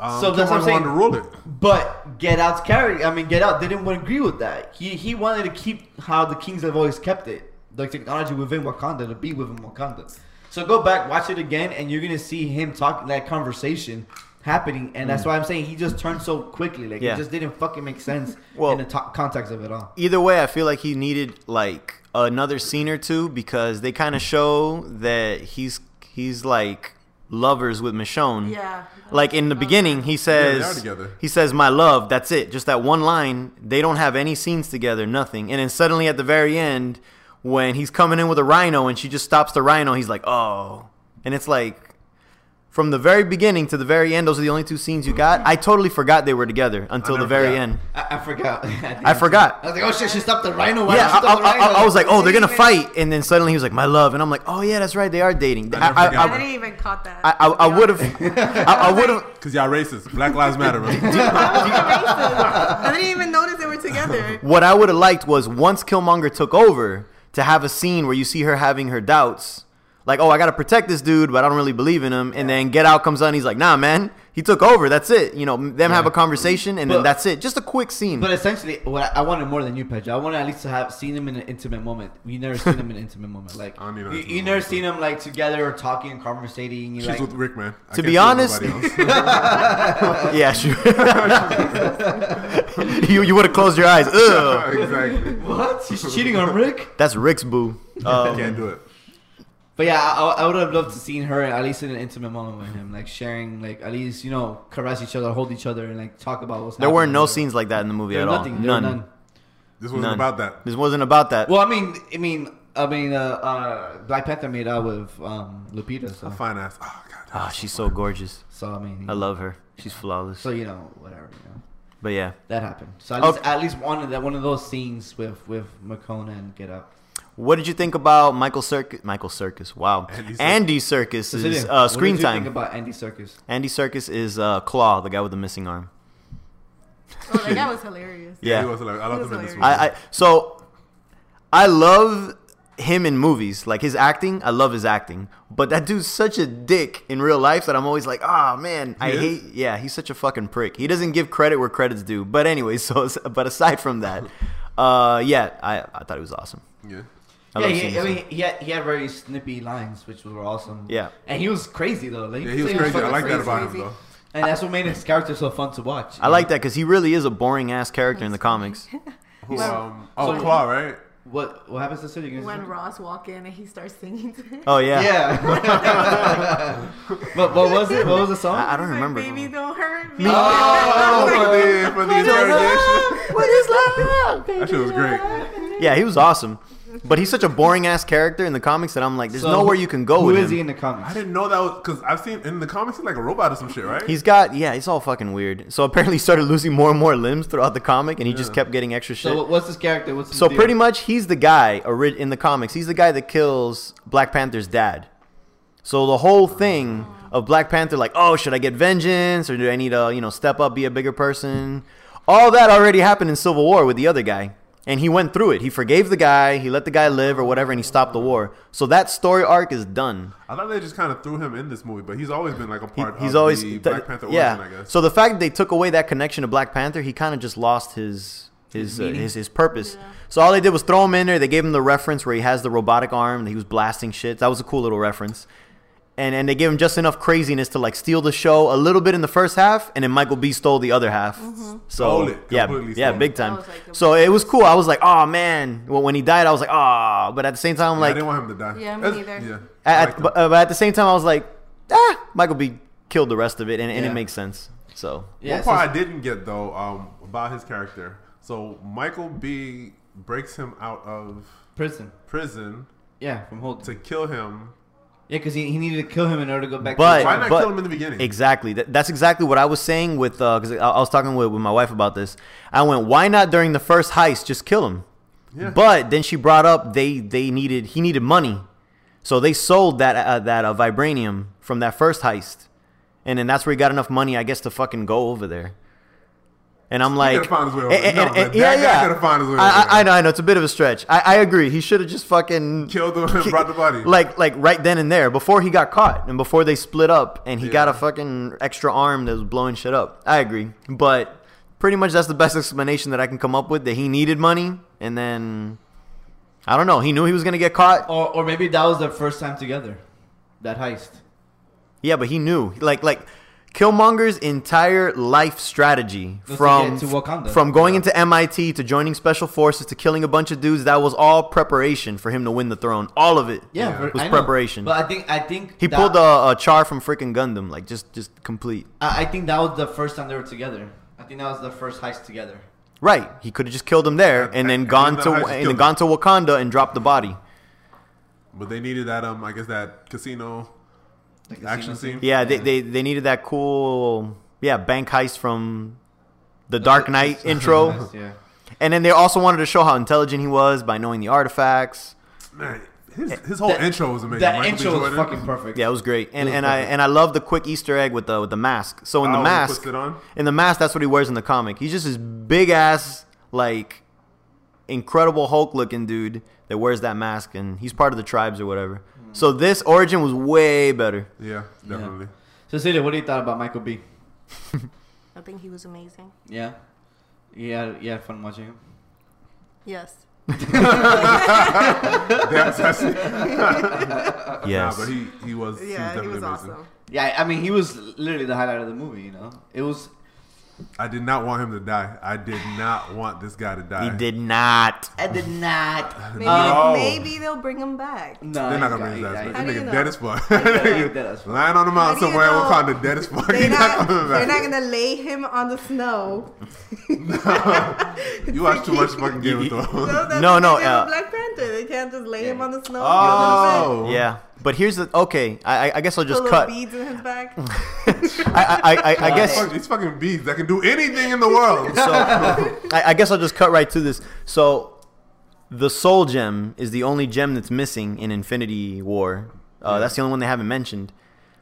Speaker 3: Um,
Speaker 1: So that's what I'm
Speaker 3: Killmonger
Speaker 1: saying.
Speaker 3: wanted to rule it.
Speaker 1: But Get Out's character, I mean, Get Out didn't want to agree with that. He he wanted to keep how the kings have always kept it, the technology within Wakanda to be within Wakanda. So go back, watch it again, and you're gonna see him talking that conversation happening, and that's why I'm saying he just turned so quickly. Like
Speaker 2: Mm. Yeah.
Speaker 1: it just didn't fucking make sense
Speaker 2: Well-
Speaker 1: in the to- context of it all.
Speaker 2: Either way, I feel like he needed like another scene or two because they kind of show that he's he's like lovers with Michonne.
Speaker 4: Yeah.
Speaker 2: Like in the beginning, he
Speaker 3: they
Speaker 2: says
Speaker 3: are together.
Speaker 2: he says my love. That's it. Just that one line. They don't have any scenes together. Nothing. And then suddenly at the very end, when he's coming in with a rhino and she just stops the rhino, he's like oh, and it's like. From the very beginning to the very end, those are the only two scenes you got. I totally forgot they were together until the
Speaker 3: never
Speaker 2: very
Speaker 3: forgot.
Speaker 2: end.
Speaker 1: I, I forgot.
Speaker 2: I forgot.
Speaker 1: I was like, oh shit, she stopped the rhino. Why
Speaker 2: yeah,
Speaker 1: she
Speaker 2: I,
Speaker 1: stop the
Speaker 2: I, I,
Speaker 1: rhino?
Speaker 2: I was like, oh, they're gonna
Speaker 4: Even-
Speaker 2: fight, and then suddenly he was like, my love, and I'm like, oh yeah, that's right, they are dating. I
Speaker 3: never
Speaker 4: I,
Speaker 3: forgot.
Speaker 2: I-
Speaker 4: didn't even caught that.
Speaker 2: I I would have, I would have.
Speaker 3: Cause y'all racist. Black Lives Matter. Man.
Speaker 4: I didn't even notice they were together.
Speaker 2: What I would have liked was once Killmonger took over to have a scene where you see her having her doubts, like, oh, I gotta protect this dude, but I don't really believe in him, and then Get Out comes on, he's like, nah, man, he took over, that's it. You know, them have a conversation, and then
Speaker 1: But-
Speaker 2: that's it, just a quick scene.
Speaker 1: But essentially, what I, I wanted more than you, Pedro. I wanted at least to have seen him in an intimate moment. You never seen him in an intimate moment. Like
Speaker 3: I don't need an
Speaker 1: you,
Speaker 3: intimate
Speaker 1: you never
Speaker 3: moment.
Speaker 1: seen him like together or talking and conversating. You
Speaker 3: She's
Speaker 1: like,
Speaker 3: with Rick, man. I
Speaker 2: To
Speaker 3: can't
Speaker 2: be
Speaker 3: see
Speaker 2: honest-
Speaker 3: nobody else. uh,
Speaker 2: yeah, sure. you you would have closed your eyes. Ugh.
Speaker 3: exactly.
Speaker 1: what? She's cheating on Rick?
Speaker 2: That's Rick's boo. Um,
Speaker 3: Can't do it.
Speaker 1: But yeah, I, I would have loved to seen her at least in an intimate moment with him, like sharing, like at least you know, caress each other, hold each other, and like talk about what's.
Speaker 2: There
Speaker 1: happening.
Speaker 2: weren't no scenes like that in the movie
Speaker 1: There
Speaker 2: at
Speaker 1: were
Speaker 2: all.
Speaker 1: nothing. There were
Speaker 2: none.
Speaker 1: none.
Speaker 3: This wasn't
Speaker 2: None.
Speaker 3: about that.
Speaker 2: This wasn't about that.
Speaker 1: Well, I mean, I mean, I mean, uh, uh, Black Panther made out with um, Lupita, so,
Speaker 3: Fine ass. Oh god.
Speaker 2: Ah, she's so gorgeous.
Speaker 1: so I mean,
Speaker 2: I love her. She's flawless.
Speaker 1: so you know, whatever, you know.
Speaker 2: But yeah.
Speaker 1: That happened. So at
Speaker 2: Okay.
Speaker 1: least, at least one of that one of those scenes with with Makona and Get Up.
Speaker 2: What did you think about Michael Circus? Michael Circus. Wow.
Speaker 3: Andy Serkis.
Speaker 2: Andy Circus is
Speaker 1: Cecilia,
Speaker 2: uh, screen
Speaker 1: what did you
Speaker 2: time.
Speaker 1: Think about Andy Circus.
Speaker 2: Andy Circus is uh, Claw, the guy with the missing arm.
Speaker 4: Oh, that guy was hilarious.
Speaker 2: Yeah.
Speaker 3: He was hilarious. I
Speaker 4: He
Speaker 3: love
Speaker 4: was
Speaker 3: him in this
Speaker 4: hilarious.
Speaker 3: movie.
Speaker 2: I, I so I love him in movies, like his acting. I love his acting, but that dude's such a dick in real life that I'm always like, ah man, I
Speaker 3: He is?
Speaker 2: hate. Yeah, he's such a fucking prick. He doesn't give credit where credit's due. But anyway, so but aside from that, uh, yeah, I I thought he was awesome.
Speaker 3: yeah.
Speaker 2: I
Speaker 1: yeah,
Speaker 2: love
Speaker 1: he,
Speaker 2: seeing
Speaker 1: I
Speaker 2: him.
Speaker 1: mean, he had he had very snippy lines, which were awesome.
Speaker 2: Yeah.
Speaker 1: and he was crazy though. Like,
Speaker 3: Yeah, he was
Speaker 1: he
Speaker 3: crazy. I
Speaker 1: fucking
Speaker 3: like that
Speaker 1: crazy.
Speaker 3: about him
Speaker 4: crazy.
Speaker 3: though.
Speaker 1: And that's what made his character so fun to watch.
Speaker 2: I like that because he really is a boring ass character in the comics.
Speaker 3: Who,
Speaker 4: Well,
Speaker 3: um, oh,
Speaker 1: so-
Speaker 3: Claw, right?
Speaker 1: What what happens to City? You
Speaker 4: When
Speaker 1: guys-
Speaker 4: Ross walked in and he starts singing to him.
Speaker 2: Oh yeah,
Speaker 1: Yeah. but what was it? What was the song?
Speaker 2: I, I don't
Speaker 4: He's like,
Speaker 2: remember.
Speaker 4: Baby, don't hurt me.
Speaker 1: Oh,
Speaker 3: for the, for the interrogation.
Speaker 2: what is love?
Speaker 3: That shit was great.
Speaker 2: Yeah, he was awesome, but he's such a boring ass character in the comics that I'm like, there's
Speaker 1: So
Speaker 2: nowhere
Speaker 1: who-
Speaker 2: you can go
Speaker 1: Who
Speaker 2: with
Speaker 1: is
Speaker 2: him.
Speaker 1: he in the comics?
Speaker 3: I didn't know that was because I've seen in the comics he's like a robot or some shit, right?
Speaker 2: He's got yeah, he's all fucking weird. So apparently, he started losing more and more limbs throughout the comic, and he just
Speaker 3: Yeah.
Speaker 2: kept getting extra shit.
Speaker 1: so what- what's his character? What's his
Speaker 2: So
Speaker 1: deal?
Speaker 2: pretty much, he's the guy ori- in the comics. He's the guy that kills Black Panther's dad. So the whole thing of Black Panther, like, oh, should I get vengeance or do I need to, you know, step up, be a bigger person? All that already happened in Civil War with the other guy. And he went through it. He forgave the guy, he let the guy live or whatever, and he stopped the war. So that story arc is done.
Speaker 3: I thought they just kind of threw him in this movie, but he's always been like a
Speaker 2: He-
Speaker 3: part
Speaker 2: he's
Speaker 3: of
Speaker 2: always
Speaker 3: the
Speaker 2: th-
Speaker 3: Black Panther
Speaker 2: yeah.
Speaker 3: origin, I guess.
Speaker 2: So the fact that they took away that connection to Black Panther, he kind of just lost his his uh, his, his purpose. So all they did was throw him in there. They gave him the reference where he has the robotic arm and he was blasting shit. That was a cool little reference. And and they gave him just enough craziness to like steal the show a little bit in the first half, and then Michael B stole the other half. So
Speaker 3: Stole it.
Speaker 2: yeah,
Speaker 3: Completely
Speaker 2: yeah,
Speaker 3: stole
Speaker 2: big
Speaker 3: it.
Speaker 2: time.
Speaker 4: Mm-hmm. That was, like, the
Speaker 2: so it was cool. I was like, oh man. Well, when he died, I was like, oh. But at the same time, I'm
Speaker 3: I
Speaker 2: like,
Speaker 3: didn't want him to die.
Speaker 4: Yeah, me
Speaker 3: That's-
Speaker 4: neither.
Speaker 3: Yeah.
Speaker 2: at,
Speaker 3: Like,
Speaker 2: at, but, uh, but at the same time, I was like, ah, Michael B killed the rest of it, and, and
Speaker 1: Yeah.
Speaker 2: it makes sense. So
Speaker 1: Yeah,
Speaker 3: One
Speaker 1: so-
Speaker 3: part I didn't get though um, about his character. So Michael B breaks him out of
Speaker 1: prison.
Speaker 3: prison
Speaker 1: Yeah, from Holt.
Speaker 3: to kill him.
Speaker 1: Yeah, because he, he needed to kill him in order to go back.
Speaker 2: But-
Speaker 1: to
Speaker 3: Why not
Speaker 2: but-
Speaker 3: kill him in the beginning?
Speaker 2: exactly, That- that's exactly what I was saying with because I, I was talking with, with my wife about this. I went, why not during the first heist just kill him?
Speaker 3: Yeah.
Speaker 2: But then she brought up they they needed he needed money, so they sold that uh, that uh, vibranium from that first heist, and then that's where he got enough money, I guess, to fucking go over there. And I'm like, eh,
Speaker 3: could've found his way over
Speaker 2: and- and-
Speaker 3: there. No,
Speaker 2: and-
Speaker 3: but
Speaker 2: yeah,
Speaker 3: that guy
Speaker 2: yeah.
Speaker 3: could've found his way
Speaker 2: I,
Speaker 3: over
Speaker 2: I, I
Speaker 3: there.
Speaker 2: know, I know, it's a bit of a stretch. I, I agree. He should have just fucking
Speaker 3: Killed him and brought the body.
Speaker 2: like like right then and there before he got caught and before they split up and he got a
Speaker 3: Yeah.
Speaker 2: fucking extra arm that was blowing shit up. I agree, but pretty much that's the best explanation that I can come up with that he needed money and then I don't know. He knew he was gonna get caught.
Speaker 1: Or, or maybe that was their first time together. That heist.
Speaker 2: Yeah, but he knew like like. Killmonger's entire life strategy
Speaker 1: to
Speaker 2: from
Speaker 1: get to Wakanda.
Speaker 2: from going into MIT to joining special forces to killing a bunch of dudes that was all preparation for him to win the throne. All of it
Speaker 1: Yeah,
Speaker 3: Yeah.
Speaker 1: but
Speaker 2: was
Speaker 1: I know.
Speaker 2: preparation.
Speaker 1: But I think I think
Speaker 2: He
Speaker 1: that-
Speaker 2: pulled a, a char from freaking Gundam, like just just complete.
Speaker 1: I, I think that was the first time they were together. I think that was the first heist together.
Speaker 2: Right, he could have just killed him there and then
Speaker 3: And
Speaker 2: gone
Speaker 3: then
Speaker 2: to
Speaker 3: how just
Speaker 2: and
Speaker 3: killed
Speaker 2: then
Speaker 3: him.
Speaker 2: gone to Wakanda and dropped the body.
Speaker 3: but they needed that um I guess that casino
Speaker 1: The casino
Speaker 3: action scene.
Speaker 2: Yeah, they, they they needed that cool yeah bank heist from the Dark Knight intro,
Speaker 1: Heist, yeah.
Speaker 2: and then they also wanted to show how intelligent he was by knowing the artifacts.
Speaker 3: Man, his, his whole intro was amazing.
Speaker 1: That
Speaker 3: Michael B.
Speaker 1: intro was
Speaker 3: Jordan.
Speaker 1: fucking perfect.
Speaker 2: Yeah, it was great, and
Speaker 1: was
Speaker 2: and I
Speaker 1: perfect.
Speaker 2: and I love the quick Easter egg with the with the mask. So in the
Speaker 3: Oh, when he
Speaker 2: mask,
Speaker 3: puts it on?
Speaker 2: in the mask, that's what he wears in the comic. He's just this big ass like incredible Hulk looking dude that wears that mask, and he's part of the tribes or whatever. So this origin was way better.
Speaker 3: Yeah, definitely.
Speaker 1: So Celia, what do you thought about Michael B?
Speaker 4: I think he was amazing.
Speaker 1: Yeah. Yeah, yeah, fun watching him.
Speaker 4: Yes.
Speaker 3: That's, that's, nah,
Speaker 2: Yes,
Speaker 3: Uh, but he he was he was
Speaker 4: Yeah,
Speaker 3: definitely
Speaker 4: he was
Speaker 3: amazing.
Speaker 4: awesome.
Speaker 1: Yeah, I mean he was literally the highlight of the movie. You know, it was
Speaker 3: I did not want him to die. I did not want this guy to die.
Speaker 2: he did not.
Speaker 1: I did not.
Speaker 4: Maybe,
Speaker 2: Oh.
Speaker 3: No.
Speaker 4: maybe they'll bring him back.
Speaker 1: No,
Speaker 3: They're not
Speaker 1: he
Speaker 3: gonna bring his
Speaker 1: got-
Speaker 3: ass
Speaker 1: he
Speaker 3: back.
Speaker 4: How
Speaker 1: got-
Speaker 4: do
Speaker 3: That
Speaker 4: you
Speaker 3: nigga
Speaker 4: know?
Speaker 3: dead as fuck.
Speaker 1: do you know?
Speaker 3: Lying on the mountain
Speaker 4: How do you
Speaker 3: somewhere in
Speaker 4: know?
Speaker 3: Wakanda, dead as fuck.
Speaker 4: They're
Speaker 3: He
Speaker 4: not,
Speaker 3: not coming
Speaker 4: they're
Speaker 3: back.
Speaker 4: not gonna lay him on the snow.
Speaker 3: You watch too much fucking Game of Thrones.
Speaker 4: that's
Speaker 2: No,
Speaker 4: what
Speaker 2: no,
Speaker 4: they did with
Speaker 2: uh,
Speaker 4: Black Panther. They can't just lay him on the snow.
Speaker 3: Oh,
Speaker 2: Yeah, but here's the okay. I I- I guess I'll
Speaker 4: Put
Speaker 2: just
Speaker 4: little
Speaker 2: cut. I
Speaker 4: beads in his back.
Speaker 2: I I, I, I guess.
Speaker 3: Fuck these fucking beads that can do anything in the world.
Speaker 2: So I, I guess I'll just cut right to this. So the soul gem is the only gem that's missing in Infinity War. Uh, That's the only one they haven't mentioned.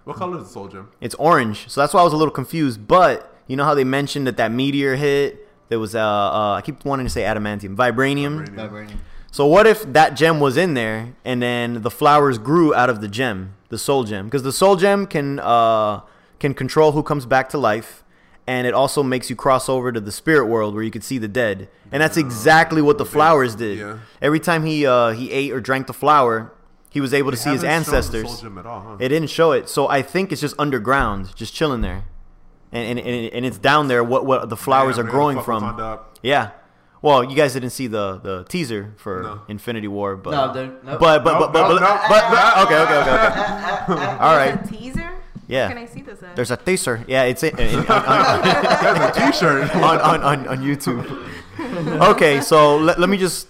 Speaker 3: what color is the soul gem?
Speaker 2: It's orange, so that's why I was a little confused. But you know how they mentioned that that meteor hit. There was uh, uh I keep wanting to say adamantium, vibranium.
Speaker 3: Vibranium.
Speaker 1: Vibranium.
Speaker 2: So what if that gem was in there and then the flowers grew out of the gem, the soul gem? Because the soul gem can uh, can control who comes back to life, and it also makes you cross over to the spirit world where you could see the dead. And that's exactly what the flowers did.
Speaker 3: Oh, Yeah.
Speaker 2: Every time he uh, he ate or drank the flower, he was able to see his
Speaker 3: Haven't shown the
Speaker 2: ancestors.
Speaker 3: soul gem at all, huh?
Speaker 2: It didn't show it, so I think it's just underground, just chilling there, and and, and, and it's down there. What what the flowers
Speaker 3: Damn,
Speaker 2: are
Speaker 3: man,
Speaker 2: growing
Speaker 3: fuck
Speaker 2: from?
Speaker 3: Wakanda up.
Speaker 2: Yeah. Well, you guys didn't see the, the teaser for
Speaker 3: No.
Speaker 2: Infinity War, but
Speaker 1: No, they're- no.
Speaker 2: but but
Speaker 3: No,
Speaker 2: but, but,
Speaker 3: no,
Speaker 2: but,
Speaker 3: no.
Speaker 2: but- but- okay okay okay okay. All right,
Speaker 4: A teaser?
Speaker 2: Yeah.
Speaker 4: Can I see this? uh, At?
Speaker 2: there's a teaser. Yeah, it's in, in, on, on,
Speaker 3: That's a T-shirt.
Speaker 2: on, on, on, on YouTube. Okay, so let, let me just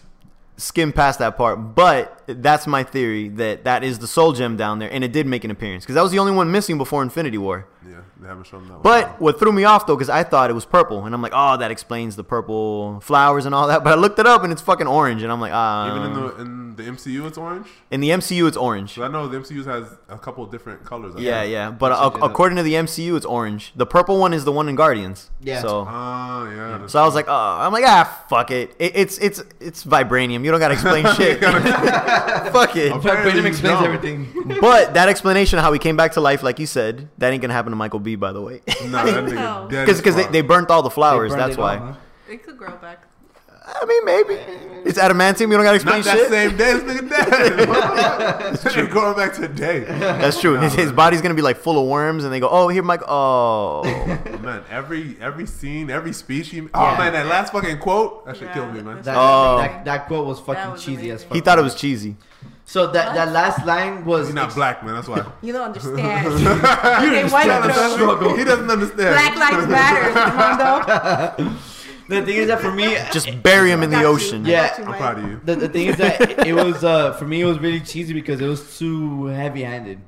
Speaker 2: skim past that part. But that's my theory that that is the soul gem down there, and it did make an appearance because that was the only one missing before Infinity War.
Speaker 3: Yeah, they haven't shown that. one.
Speaker 2: But what threw me off though, because I thought it was purple, and I'm like, oh, that explains the purple flowers and all that. But I looked it up, and it's fucking orange, and I'm like, ah.
Speaker 3: even in the in the MCU, it's orange.
Speaker 2: in the MCU, it's orange.
Speaker 3: 'Cause I know the MCU has a couple of different colors. I
Speaker 2: Yeah,
Speaker 3: think.
Speaker 2: yeah. But
Speaker 1: Let's
Speaker 2: ac-
Speaker 1: change it up.
Speaker 2: according to the MCU, it's orange. The purple one is the one in Guardians.
Speaker 1: Yeah.
Speaker 2: So.
Speaker 3: Ah, yeah. that's-
Speaker 2: So I was like, oh, I'm like, ah, fuck it. it it's it's it's vibranium. You don't gotta explain shit. fuck it.
Speaker 1: But Venom explains
Speaker 3: no.
Speaker 1: everything.
Speaker 2: But that explanation of how he came back to life, like you said, that ain't gonna happen to Michael B. By the way,
Speaker 3: nah, that nigga
Speaker 4: No.
Speaker 3: dead
Speaker 2: because
Speaker 3: as
Speaker 2: they,
Speaker 3: fuck.
Speaker 2: they burnt all the flowers.
Speaker 1: They burned
Speaker 2: That's
Speaker 1: it
Speaker 2: why.
Speaker 1: all, huh?
Speaker 4: It could grow back.
Speaker 2: I mean, maybe it's adamantium. You don't gotta explain
Speaker 3: not that
Speaker 2: shit.
Speaker 3: same day. This nigga dead. This nigga going back today.
Speaker 2: That's true. His, his body's gonna be like full of worms, and they go, oh, here, Mike. Oh,
Speaker 3: Man, every every scene, every speech. He, oh
Speaker 1: Yeah.
Speaker 3: man, that last fucking quote. That should
Speaker 4: Yeah,
Speaker 3: kill me, man.
Speaker 1: That,
Speaker 2: Oh.
Speaker 1: that, that quote was fucking
Speaker 4: was
Speaker 1: cheesy as
Speaker 4: amazing.
Speaker 1: fuck.
Speaker 2: he thought it was cheesy.
Speaker 1: So that, that last line was
Speaker 3: He's not black, man. That's why.
Speaker 4: You don't understand. okay, white
Speaker 1: understand.
Speaker 4: girl.
Speaker 1: struggle.
Speaker 3: He doesn't understand.
Speaker 4: Black lives matter, Mondo.
Speaker 1: The thing is that for me,
Speaker 2: Just bury him in the ocean.
Speaker 1: Yeah.
Speaker 3: I'm proud of you.
Speaker 1: the, the thing is that it was uh, for me it was really cheesy because it was too heavy-handed,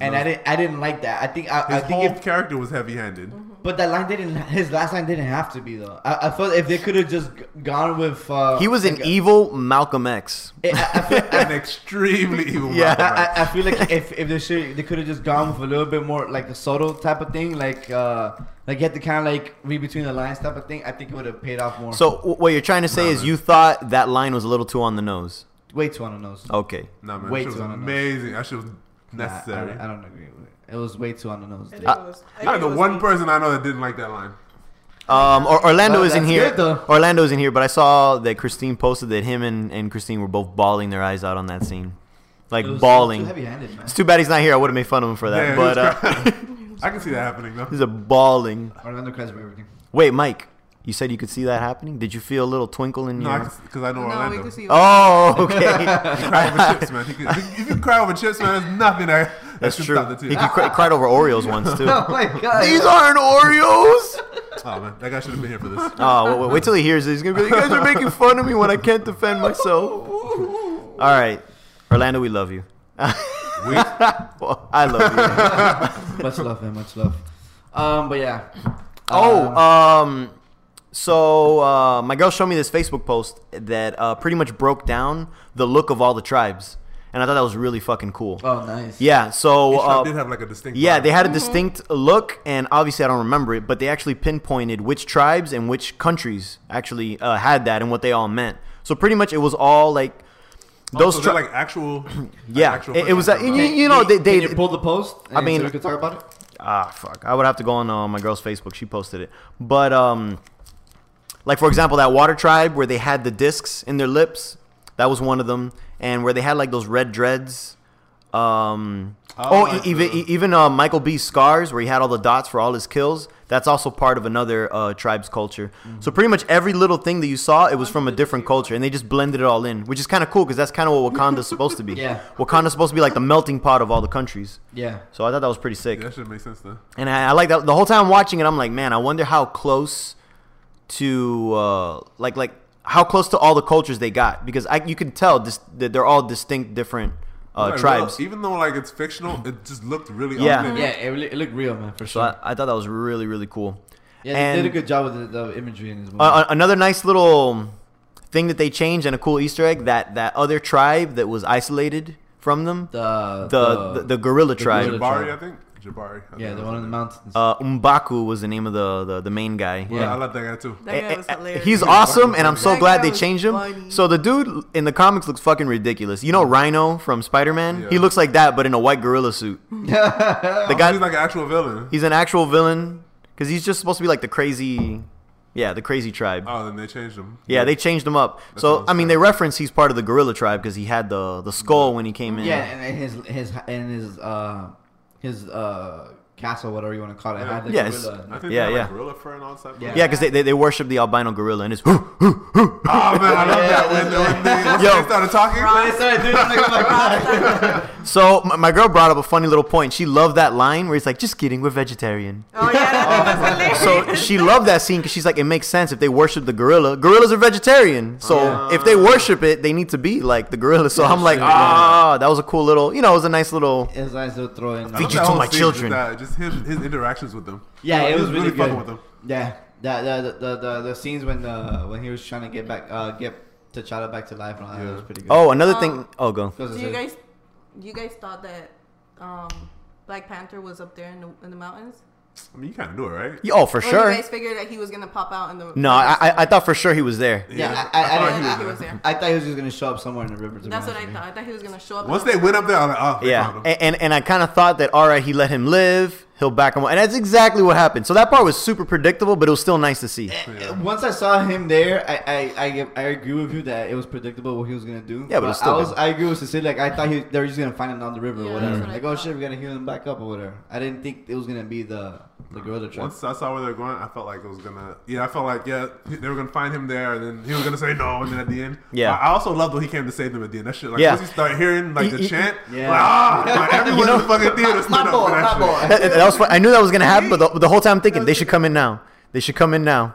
Speaker 1: and I didn't I didn't like that. I think I, I
Speaker 3: His
Speaker 1: think
Speaker 3: whole
Speaker 1: if
Speaker 3: character was heavy-handed.
Speaker 4: Mm-hmm.
Speaker 1: But that line didn't. His last line didn't have to be though. I, I felt if they could have just g- gone with. Uh,
Speaker 2: He was an e-
Speaker 1: like a-
Speaker 2: evil Malcolm X.
Speaker 1: I, I, feel,
Speaker 3: An extremely evil.
Speaker 2: Yeah,
Speaker 3: Malcolm
Speaker 1: I,
Speaker 3: X.
Speaker 1: I- I feel like if, if they should, they could have just gone with a little bit more like a subtle type of thing, like uh, like you had to kind of like read between the lines type of thing. I think it would have paid off more.
Speaker 2: So w- what you're trying to say is you thought that line was a little too on the nose.
Speaker 1: way too on the nose.
Speaker 2: Okay.
Speaker 3: Nah, man,
Speaker 1: Way
Speaker 3: that shit
Speaker 1: too
Speaker 3: was
Speaker 1: on the nose.
Speaker 3: amazing. That shit was
Speaker 1: Nah, I,
Speaker 3: necessary.
Speaker 1: don't- I don't agree with it. It was way too on the nose. dude.
Speaker 2: Uh,
Speaker 3: You're the one person I know that didn't like that line.
Speaker 2: Um, or, Orlando
Speaker 1: Well,
Speaker 2: is in
Speaker 1: that's
Speaker 2: here.
Speaker 1: good, though.
Speaker 2: Orlando is in here, but I saw that Christine posted that him and, and Christine were both bawling their eyes out on that scene, like
Speaker 1: It was
Speaker 2: bawling.
Speaker 1: Too heavy-handed, man.
Speaker 2: It's too bad he's not here. I would have made fun of him for that.
Speaker 3: Yeah,
Speaker 2: but
Speaker 3: he was
Speaker 2: uh,
Speaker 3: crying. I can see that happening though.
Speaker 2: he's a bawling.
Speaker 1: Orlando cries for everything.
Speaker 2: Wait, Mike, you said you could see that happening. Did you feel a little twinkle in
Speaker 3: No,
Speaker 2: your?
Speaker 3: because I know
Speaker 4: No, we
Speaker 3: Orlando.
Speaker 4: could see.
Speaker 2: Oh, okay.
Speaker 3: You cry over chips, man. You could, if you cry over chips, man, there's nothing that, that
Speaker 2: That's
Speaker 3: should
Speaker 2: true.
Speaker 3: stop the
Speaker 2: He
Speaker 3: tears.
Speaker 2: could cry, cried over Oreos once too.
Speaker 1: Oh my god!
Speaker 2: These aren't Oreos.
Speaker 3: Oh man, that guy should have been here for this.
Speaker 2: Oh, wait, wait, wait till he hears this. He's gonna be like, "You guys are making fun of me when I Uh, can't defend myself." All right, Orlando, we love you.
Speaker 3: We,
Speaker 2: Well, I love you.
Speaker 1: much love, man. Much love. Um, but yeah.
Speaker 2: Oh,
Speaker 1: Um,
Speaker 2: um, so uh, my girl showed me this Facebook post that uh, pretty much broke down the look of all the tribes, and I thought that was really fucking cool.
Speaker 1: Oh, nice.
Speaker 2: Yeah, so
Speaker 3: each tribe
Speaker 2: uh,
Speaker 3: did have like a distinct.
Speaker 2: yeah,
Speaker 3: vibe.
Speaker 2: they had a distinct look, and obviously I don't remember it, but they actually pinpointed which tribes and which countries actually uh, had that and what they all meant. So pretty much it was all like those
Speaker 3: Oh, so
Speaker 2: tribes.
Speaker 3: they're like actual. like
Speaker 2: Yeah,
Speaker 3: actual
Speaker 2: it- it was
Speaker 3: countries,
Speaker 2: like-
Speaker 3: huh?
Speaker 2: you- know, they- they-
Speaker 1: can you pull the post. And
Speaker 2: I mean-
Speaker 1: so we could talk about it.
Speaker 2: Ah, fuck. I would have to go on uh, my girl's Facebook. She posted it. But, um, like, for example, that water tribe where they had the discs in their lips, that was one of them. And where they had, like, those red dreads. Um,
Speaker 3: Oh,
Speaker 2: oh,
Speaker 3: like
Speaker 2: e- even,
Speaker 3: the-
Speaker 2: e- even uh, Michael B. Scars, where he had all the dots for all his kills. That's also part of another uh, tribe's culture. So, pretty much every little thing that you saw, it was from a different culture. And they just blended it all in, which is kind of cool because that's kind of what Wakanda's supposed to be.
Speaker 1: Yeah.
Speaker 2: Wakanda's supposed to be like the melting pot of all the countries.
Speaker 1: Yeah.
Speaker 2: So, I thought that was pretty sick.
Speaker 3: Yeah, that should make sense though.
Speaker 2: And I, I like that the whole time I'm watching it, I'm like, man, I wonder how close to uh, like like how close to all the cultures they got because I you can tell dis- that they're all distinct different uh,
Speaker 3: Like,
Speaker 2: tribes.
Speaker 3: real- even though like it's fictional, it just looked really.
Speaker 2: Yeah.
Speaker 1: Yeah,
Speaker 3: authentic.
Speaker 1: it, really, it looked real, man, for
Speaker 2: Mhm. So
Speaker 1: sure.
Speaker 2: I, I thought that was really really cool.
Speaker 1: yeah,
Speaker 2: and-
Speaker 1: they did a good job with the, the imagery in his movie.
Speaker 2: Uh, another nice little thing that they changed and a cool Easter egg that that other tribe that was isolated from them,
Speaker 1: the, uh,
Speaker 2: the the, the gorilla
Speaker 1: the
Speaker 2: tribe.
Speaker 1: gorilla
Speaker 3: Jabari, I think Jabari. I
Speaker 1: yeah,
Speaker 3: think
Speaker 1: the
Speaker 3: that's
Speaker 1: one in
Speaker 3: it.
Speaker 1: the mountains.
Speaker 2: Uh, Umbaku was the name of the the, the main guy.
Speaker 1: Yeah.
Speaker 3: Yeah, I love that guy too.
Speaker 4: That guy was
Speaker 2: Eh, eh, eh,
Speaker 4: hilarious.
Speaker 2: He's awesome, and I'm so
Speaker 4: That
Speaker 2: glad
Speaker 4: guy
Speaker 2: they
Speaker 4: was
Speaker 2: changed him.
Speaker 4: funny.
Speaker 2: So the dude in the comics looks fucking ridiculous. You know Rhino from Spider-Man? He
Speaker 3: Yeah.
Speaker 2: looks like that, but in a white gorilla suit. the
Speaker 3: He's
Speaker 2: guy,
Speaker 3: like an actual villain.
Speaker 2: he's an actual villain because he's just supposed to be like the crazy, yeah, the crazy tribe.
Speaker 3: Oh, then they changed him.
Speaker 2: yeah, they changed him up. So
Speaker 3: sounds
Speaker 2: I mean, they reference he's part of the gorilla tribe because he had the the skull when he came in.
Speaker 1: yeah, and, and his his and his uh his uh castle, whatever you want to call it. it
Speaker 3: Yeah.
Speaker 1: had the
Speaker 2: Yeah, it's-
Speaker 3: I
Speaker 1: gorilla.
Speaker 3: think
Speaker 2: Yeah,
Speaker 3: yeah, they had,
Speaker 2: yeah.
Speaker 3: Like gorilla fur and all that stuff.
Speaker 1: Yeah.
Speaker 2: Yeah, because they, they, they worship the albino gorilla and it's hoo, hoo, hoo.
Speaker 3: Oh man, I love
Speaker 1: Yeah,
Speaker 3: that when,
Speaker 1: that's-
Speaker 3: when they, once
Speaker 2: Yo.
Speaker 3: they started talking.
Speaker 1: When I started doing this, like, I'm like,
Speaker 2: So my, my girl brought up a funny little point. She loved that line where he's like, "Just kidding, we're vegetarian."
Speaker 4: Oh yeah, that thing was hilarious.
Speaker 2: So she loved that scene because she's like, it makes sense if they worship the gorilla. Gorillas are vegetarian, so
Speaker 1: Yeah.
Speaker 2: if they worship it, they need to be like the gorilla. So
Speaker 1: Ah. Yeah,
Speaker 2: I'm like,
Speaker 1: sure, yeah.
Speaker 2: ah, that was a cool little, you know, it was a nice little.
Speaker 1: it's nice to throw in.
Speaker 3: I
Speaker 2: Feed
Speaker 3: love
Speaker 2: you
Speaker 3: that
Speaker 2: to
Speaker 3: whole
Speaker 2: my
Speaker 3: scene, just
Speaker 2: children.
Speaker 3: that- Just his his interactions with them.
Speaker 1: Yeah, it
Speaker 3: He
Speaker 1: was
Speaker 3: was
Speaker 1: really,
Speaker 3: really
Speaker 1: good.
Speaker 3: fucking with them.
Speaker 1: Yeah, that the the, the the the scenes when uh when he was trying to get back uh get T'Challa back to life and all that
Speaker 3: Yeah.
Speaker 1: that was pretty good.
Speaker 2: Oh, another
Speaker 4: Um,
Speaker 2: thing. Oh, go.
Speaker 1: Because
Speaker 4: Do
Speaker 1: it's
Speaker 4: you
Speaker 1: a-
Speaker 4: guys, you guys thought that um, Black Panther was up there in the, in the mountains?
Speaker 3: I mean, you kind of knew it, right?
Speaker 2: Yeah, Oh, for
Speaker 4: Or
Speaker 2: sure.
Speaker 4: You guys figured that he was gonna pop out in the.
Speaker 2: No, I, I I thought for sure he was there.
Speaker 1: yeah, I,
Speaker 3: Yeah.
Speaker 1: I,
Speaker 3: I
Speaker 1: I,
Speaker 3: thought
Speaker 1: didn't-
Speaker 4: he
Speaker 1: I-
Speaker 4: was there.
Speaker 1: I thought he was just gonna show up somewhere in the river. To be
Speaker 4: That's what I
Speaker 1: honest with
Speaker 4: thought. I thought he was gonna show up.
Speaker 3: Once
Speaker 4: and-
Speaker 3: they went up there, I was like, oh, they
Speaker 2: Yeah,
Speaker 3: found him.
Speaker 2: and and, and I kind of thought that all right, he let him live, he'll back him up, and that's exactly what happened. So that part was super predictable, but it was still nice to see.
Speaker 1: you. Uh, Once I saw him there, I I, I, I agree with you that it was predictable what he was gonna do.
Speaker 2: Yeah, but it's still
Speaker 1: I was
Speaker 2: good.
Speaker 1: I agree with Cecilia. Like I thought he, they were just gonna find him down the river
Speaker 4: Yeah,
Speaker 1: or
Speaker 4: that's
Speaker 1: whatever.
Speaker 4: what I
Speaker 1: Like oh
Speaker 4: thought.
Speaker 1: shit, we're gonna heal him back up or whatever. I didn't think it was gonna be the the gorilla trap.
Speaker 3: Once I saw where they were going, I felt like it was gonna. Yeah, I felt like yeah, they were gonna find him there, and then he was gonna say no, and then at the end,
Speaker 2: Yeah.
Speaker 3: I, I also loved when he came to save them at the end. That shit, like
Speaker 2: Yeah.
Speaker 3: once you start hearing like
Speaker 2: Y-
Speaker 3: the
Speaker 2: y-
Speaker 3: chant,
Speaker 1: Yeah.
Speaker 3: yeah, like, ah, like, everyone in the fucking theater stood
Speaker 1: My
Speaker 3: up
Speaker 1: boy,
Speaker 3: for that
Speaker 1: my
Speaker 3: shit.
Speaker 1: boy.
Speaker 2: that, that was fun. I knew that was gonna happen, but the, the whole time I'm thinking they should come in now. They should come in now.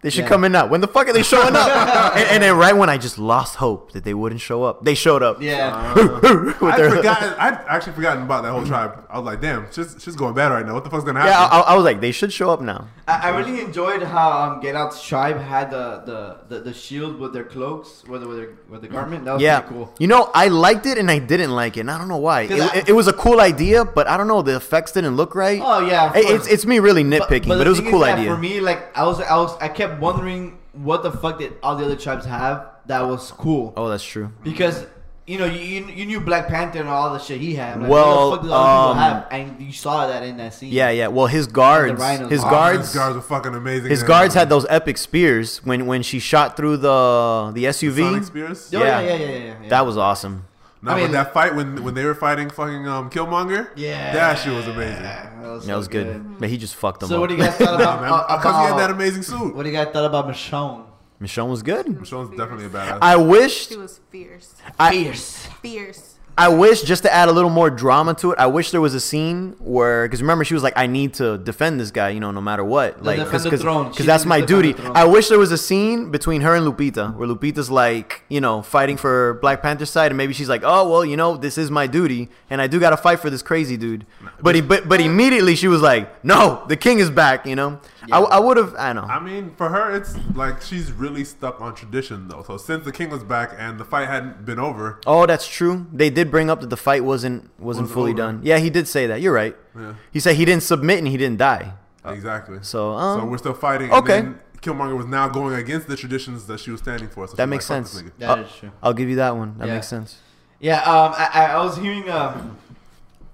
Speaker 2: They should
Speaker 1: Yeah.
Speaker 2: come in now. When the fuck are they showing up? and, and then right when I just lost hope that they wouldn't show up, they showed up.
Speaker 1: Yeah.
Speaker 2: With
Speaker 3: I
Speaker 2: their-
Speaker 3: forgot. I actually forgotten about that whole tribe. I was like, damn, she's she's going bad right now. What the fuck's gonna happen?
Speaker 2: yeah, I, I was like, they should show up now.
Speaker 1: I, I really enjoyed how um, Get Out's tribe had the, the, the, the shield with their cloaks, with, with, their, with the garment. That was
Speaker 2: yeah,
Speaker 1: pretty cool.
Speaker 2: you know, I liked it and I didn't like it. And I don't know why. It,
Speaker 1: 'Cause I-
Speaker 2: it, it was a cool idea, but I don't know. The effects didn't look right.
Speaker 1: Oh, yeah, of
Speaker 2: It-
Speaker 1: course.
Speaker 2: it's it's me really nitpicking, but,
Speaker 1: the
Speaker 2: it was a
Speaker 1: thing
Speaker 2: cool
Speaker 1: is that
Speaker 2: idea.
Speaker 1: For me, like I was, I was, I kept wondering what the fuck did all the other tribes have that was cool
Speaker 2: oh, that's true.
Speaker 1: because. You know, you, you you knew Black Panther and all the shit he had. Like,
Speaker 2: Well,
Speaker 1: what the fuck did all these
Speaker 2: um,
Speaker 1: people have? And you saw that in that scene.
Speaker 2: Yeah, yeah. Well, his guards,
Speaker 1: rhinos.
Speaker 2: his
Speaker 1: Oh,
Speaker 3: Ah,
Speaker 2: guards,
Speaker 3: his guards were fucking amazing.
Speaker 2: His
Speaker 3: man.
Speaker 2: guards had those epic spears when when she shot through the the
Speaker 3: Sonic
Speaker 2: SUV.
Speaker 3: Spears.
Speaker 1: Oh,
Speaker 2: Yeah.
Speaker 1: yeah, yeah, yeah, yeah, yeah.
Speaker 2: That was awesome.
Speaker 3: Now
Speaker 1: I mean-
Speaker 3: with that fight when when they were fighting fucking um, Killmonger.
Speaker 1: yeah.
Speaker 3: that shit was amazing.
Speaker 2: That was good. But he just fucked them
Speaker 1: So
Speaker 2: up.
Speaker 1: what do you guys thought
Speaker 3: Nah,
Speaker 1: about,
Speaker 3: man,
Speaker 1: uh,
Speaker 3: because he had that
Speaker 1: about
Speaker 3: amazing suit.
Speaker 1: what do you guys thought about Michonne?
Speaker 2: Michonne was good.
Speaker 3: Sean's definitely a badass.
Speaker 2: I wished
Speaker 4: She was fierce,
Speaker 2: I Uh,
Speaker 1: Fierce.
Speaker 4: fierce.
Speaker 2: I wish just to add a little more drama to it. I wish there was a scene where because remember she was like I need to defend this guy, you know, no matter what, like
Speaker 1: defend the
Speaker 2: because
Speaker 1: throne. She
Speaker 2: that's
Speaker 1: needs to
Speaker 2: my
Speaker 1: defend
Speaker 2: duty.
Speaker 1: the throne.
Speaker 2: I wish there was a scene between her and Lupita where Lupita's like you know fighting for Black Panther's side, and maybe she's like, oh well, you know, this is my duty, and I do gotta fight for this crazy dude. But he, but but immediately she was like, no, the king is back, you know. I, I would have I don't know.
Speaker 3: I mean, for her, it's like she's really stuck on tradition, though. So since the king was back and the fight hadn't been over,
Speaker 2: Oh, that's true. They did bring up that the fight wasn't wasn't
Speaker 3: Wasn't
Speaker 2: fully
Speaker 3: over.
Speaker 2: done. Yeah, he did say that. You're right.
Speaker 3: yeah,
Speaker 2: He said he didn't submit and he didn't die.
Speaker 3: exactly.
Speaker 2: Uh, So,
Speaker 3: so
Speaker 2: um,
Speaker 3: we're still fighting.
Speaker 2: okay.
Speaker 3: And then Killmonger was now going against the traditions that she was standing for. So
Speaker 2: That
Speaker 3: she's
Speaker 2: makes
Speaker 3: like, "Fuck
Speaker 2: sense.
Speaker 3: this nigga."
Speaker 1: That
Speaker 2: Uh,
Speaker 1: is true.
Speaker 2: I'll give you that one. That
Speaker 1: Yeah.
Speaker 2: makes sense.
Speaker 1: Yeah, um, I, I- I was hearing um,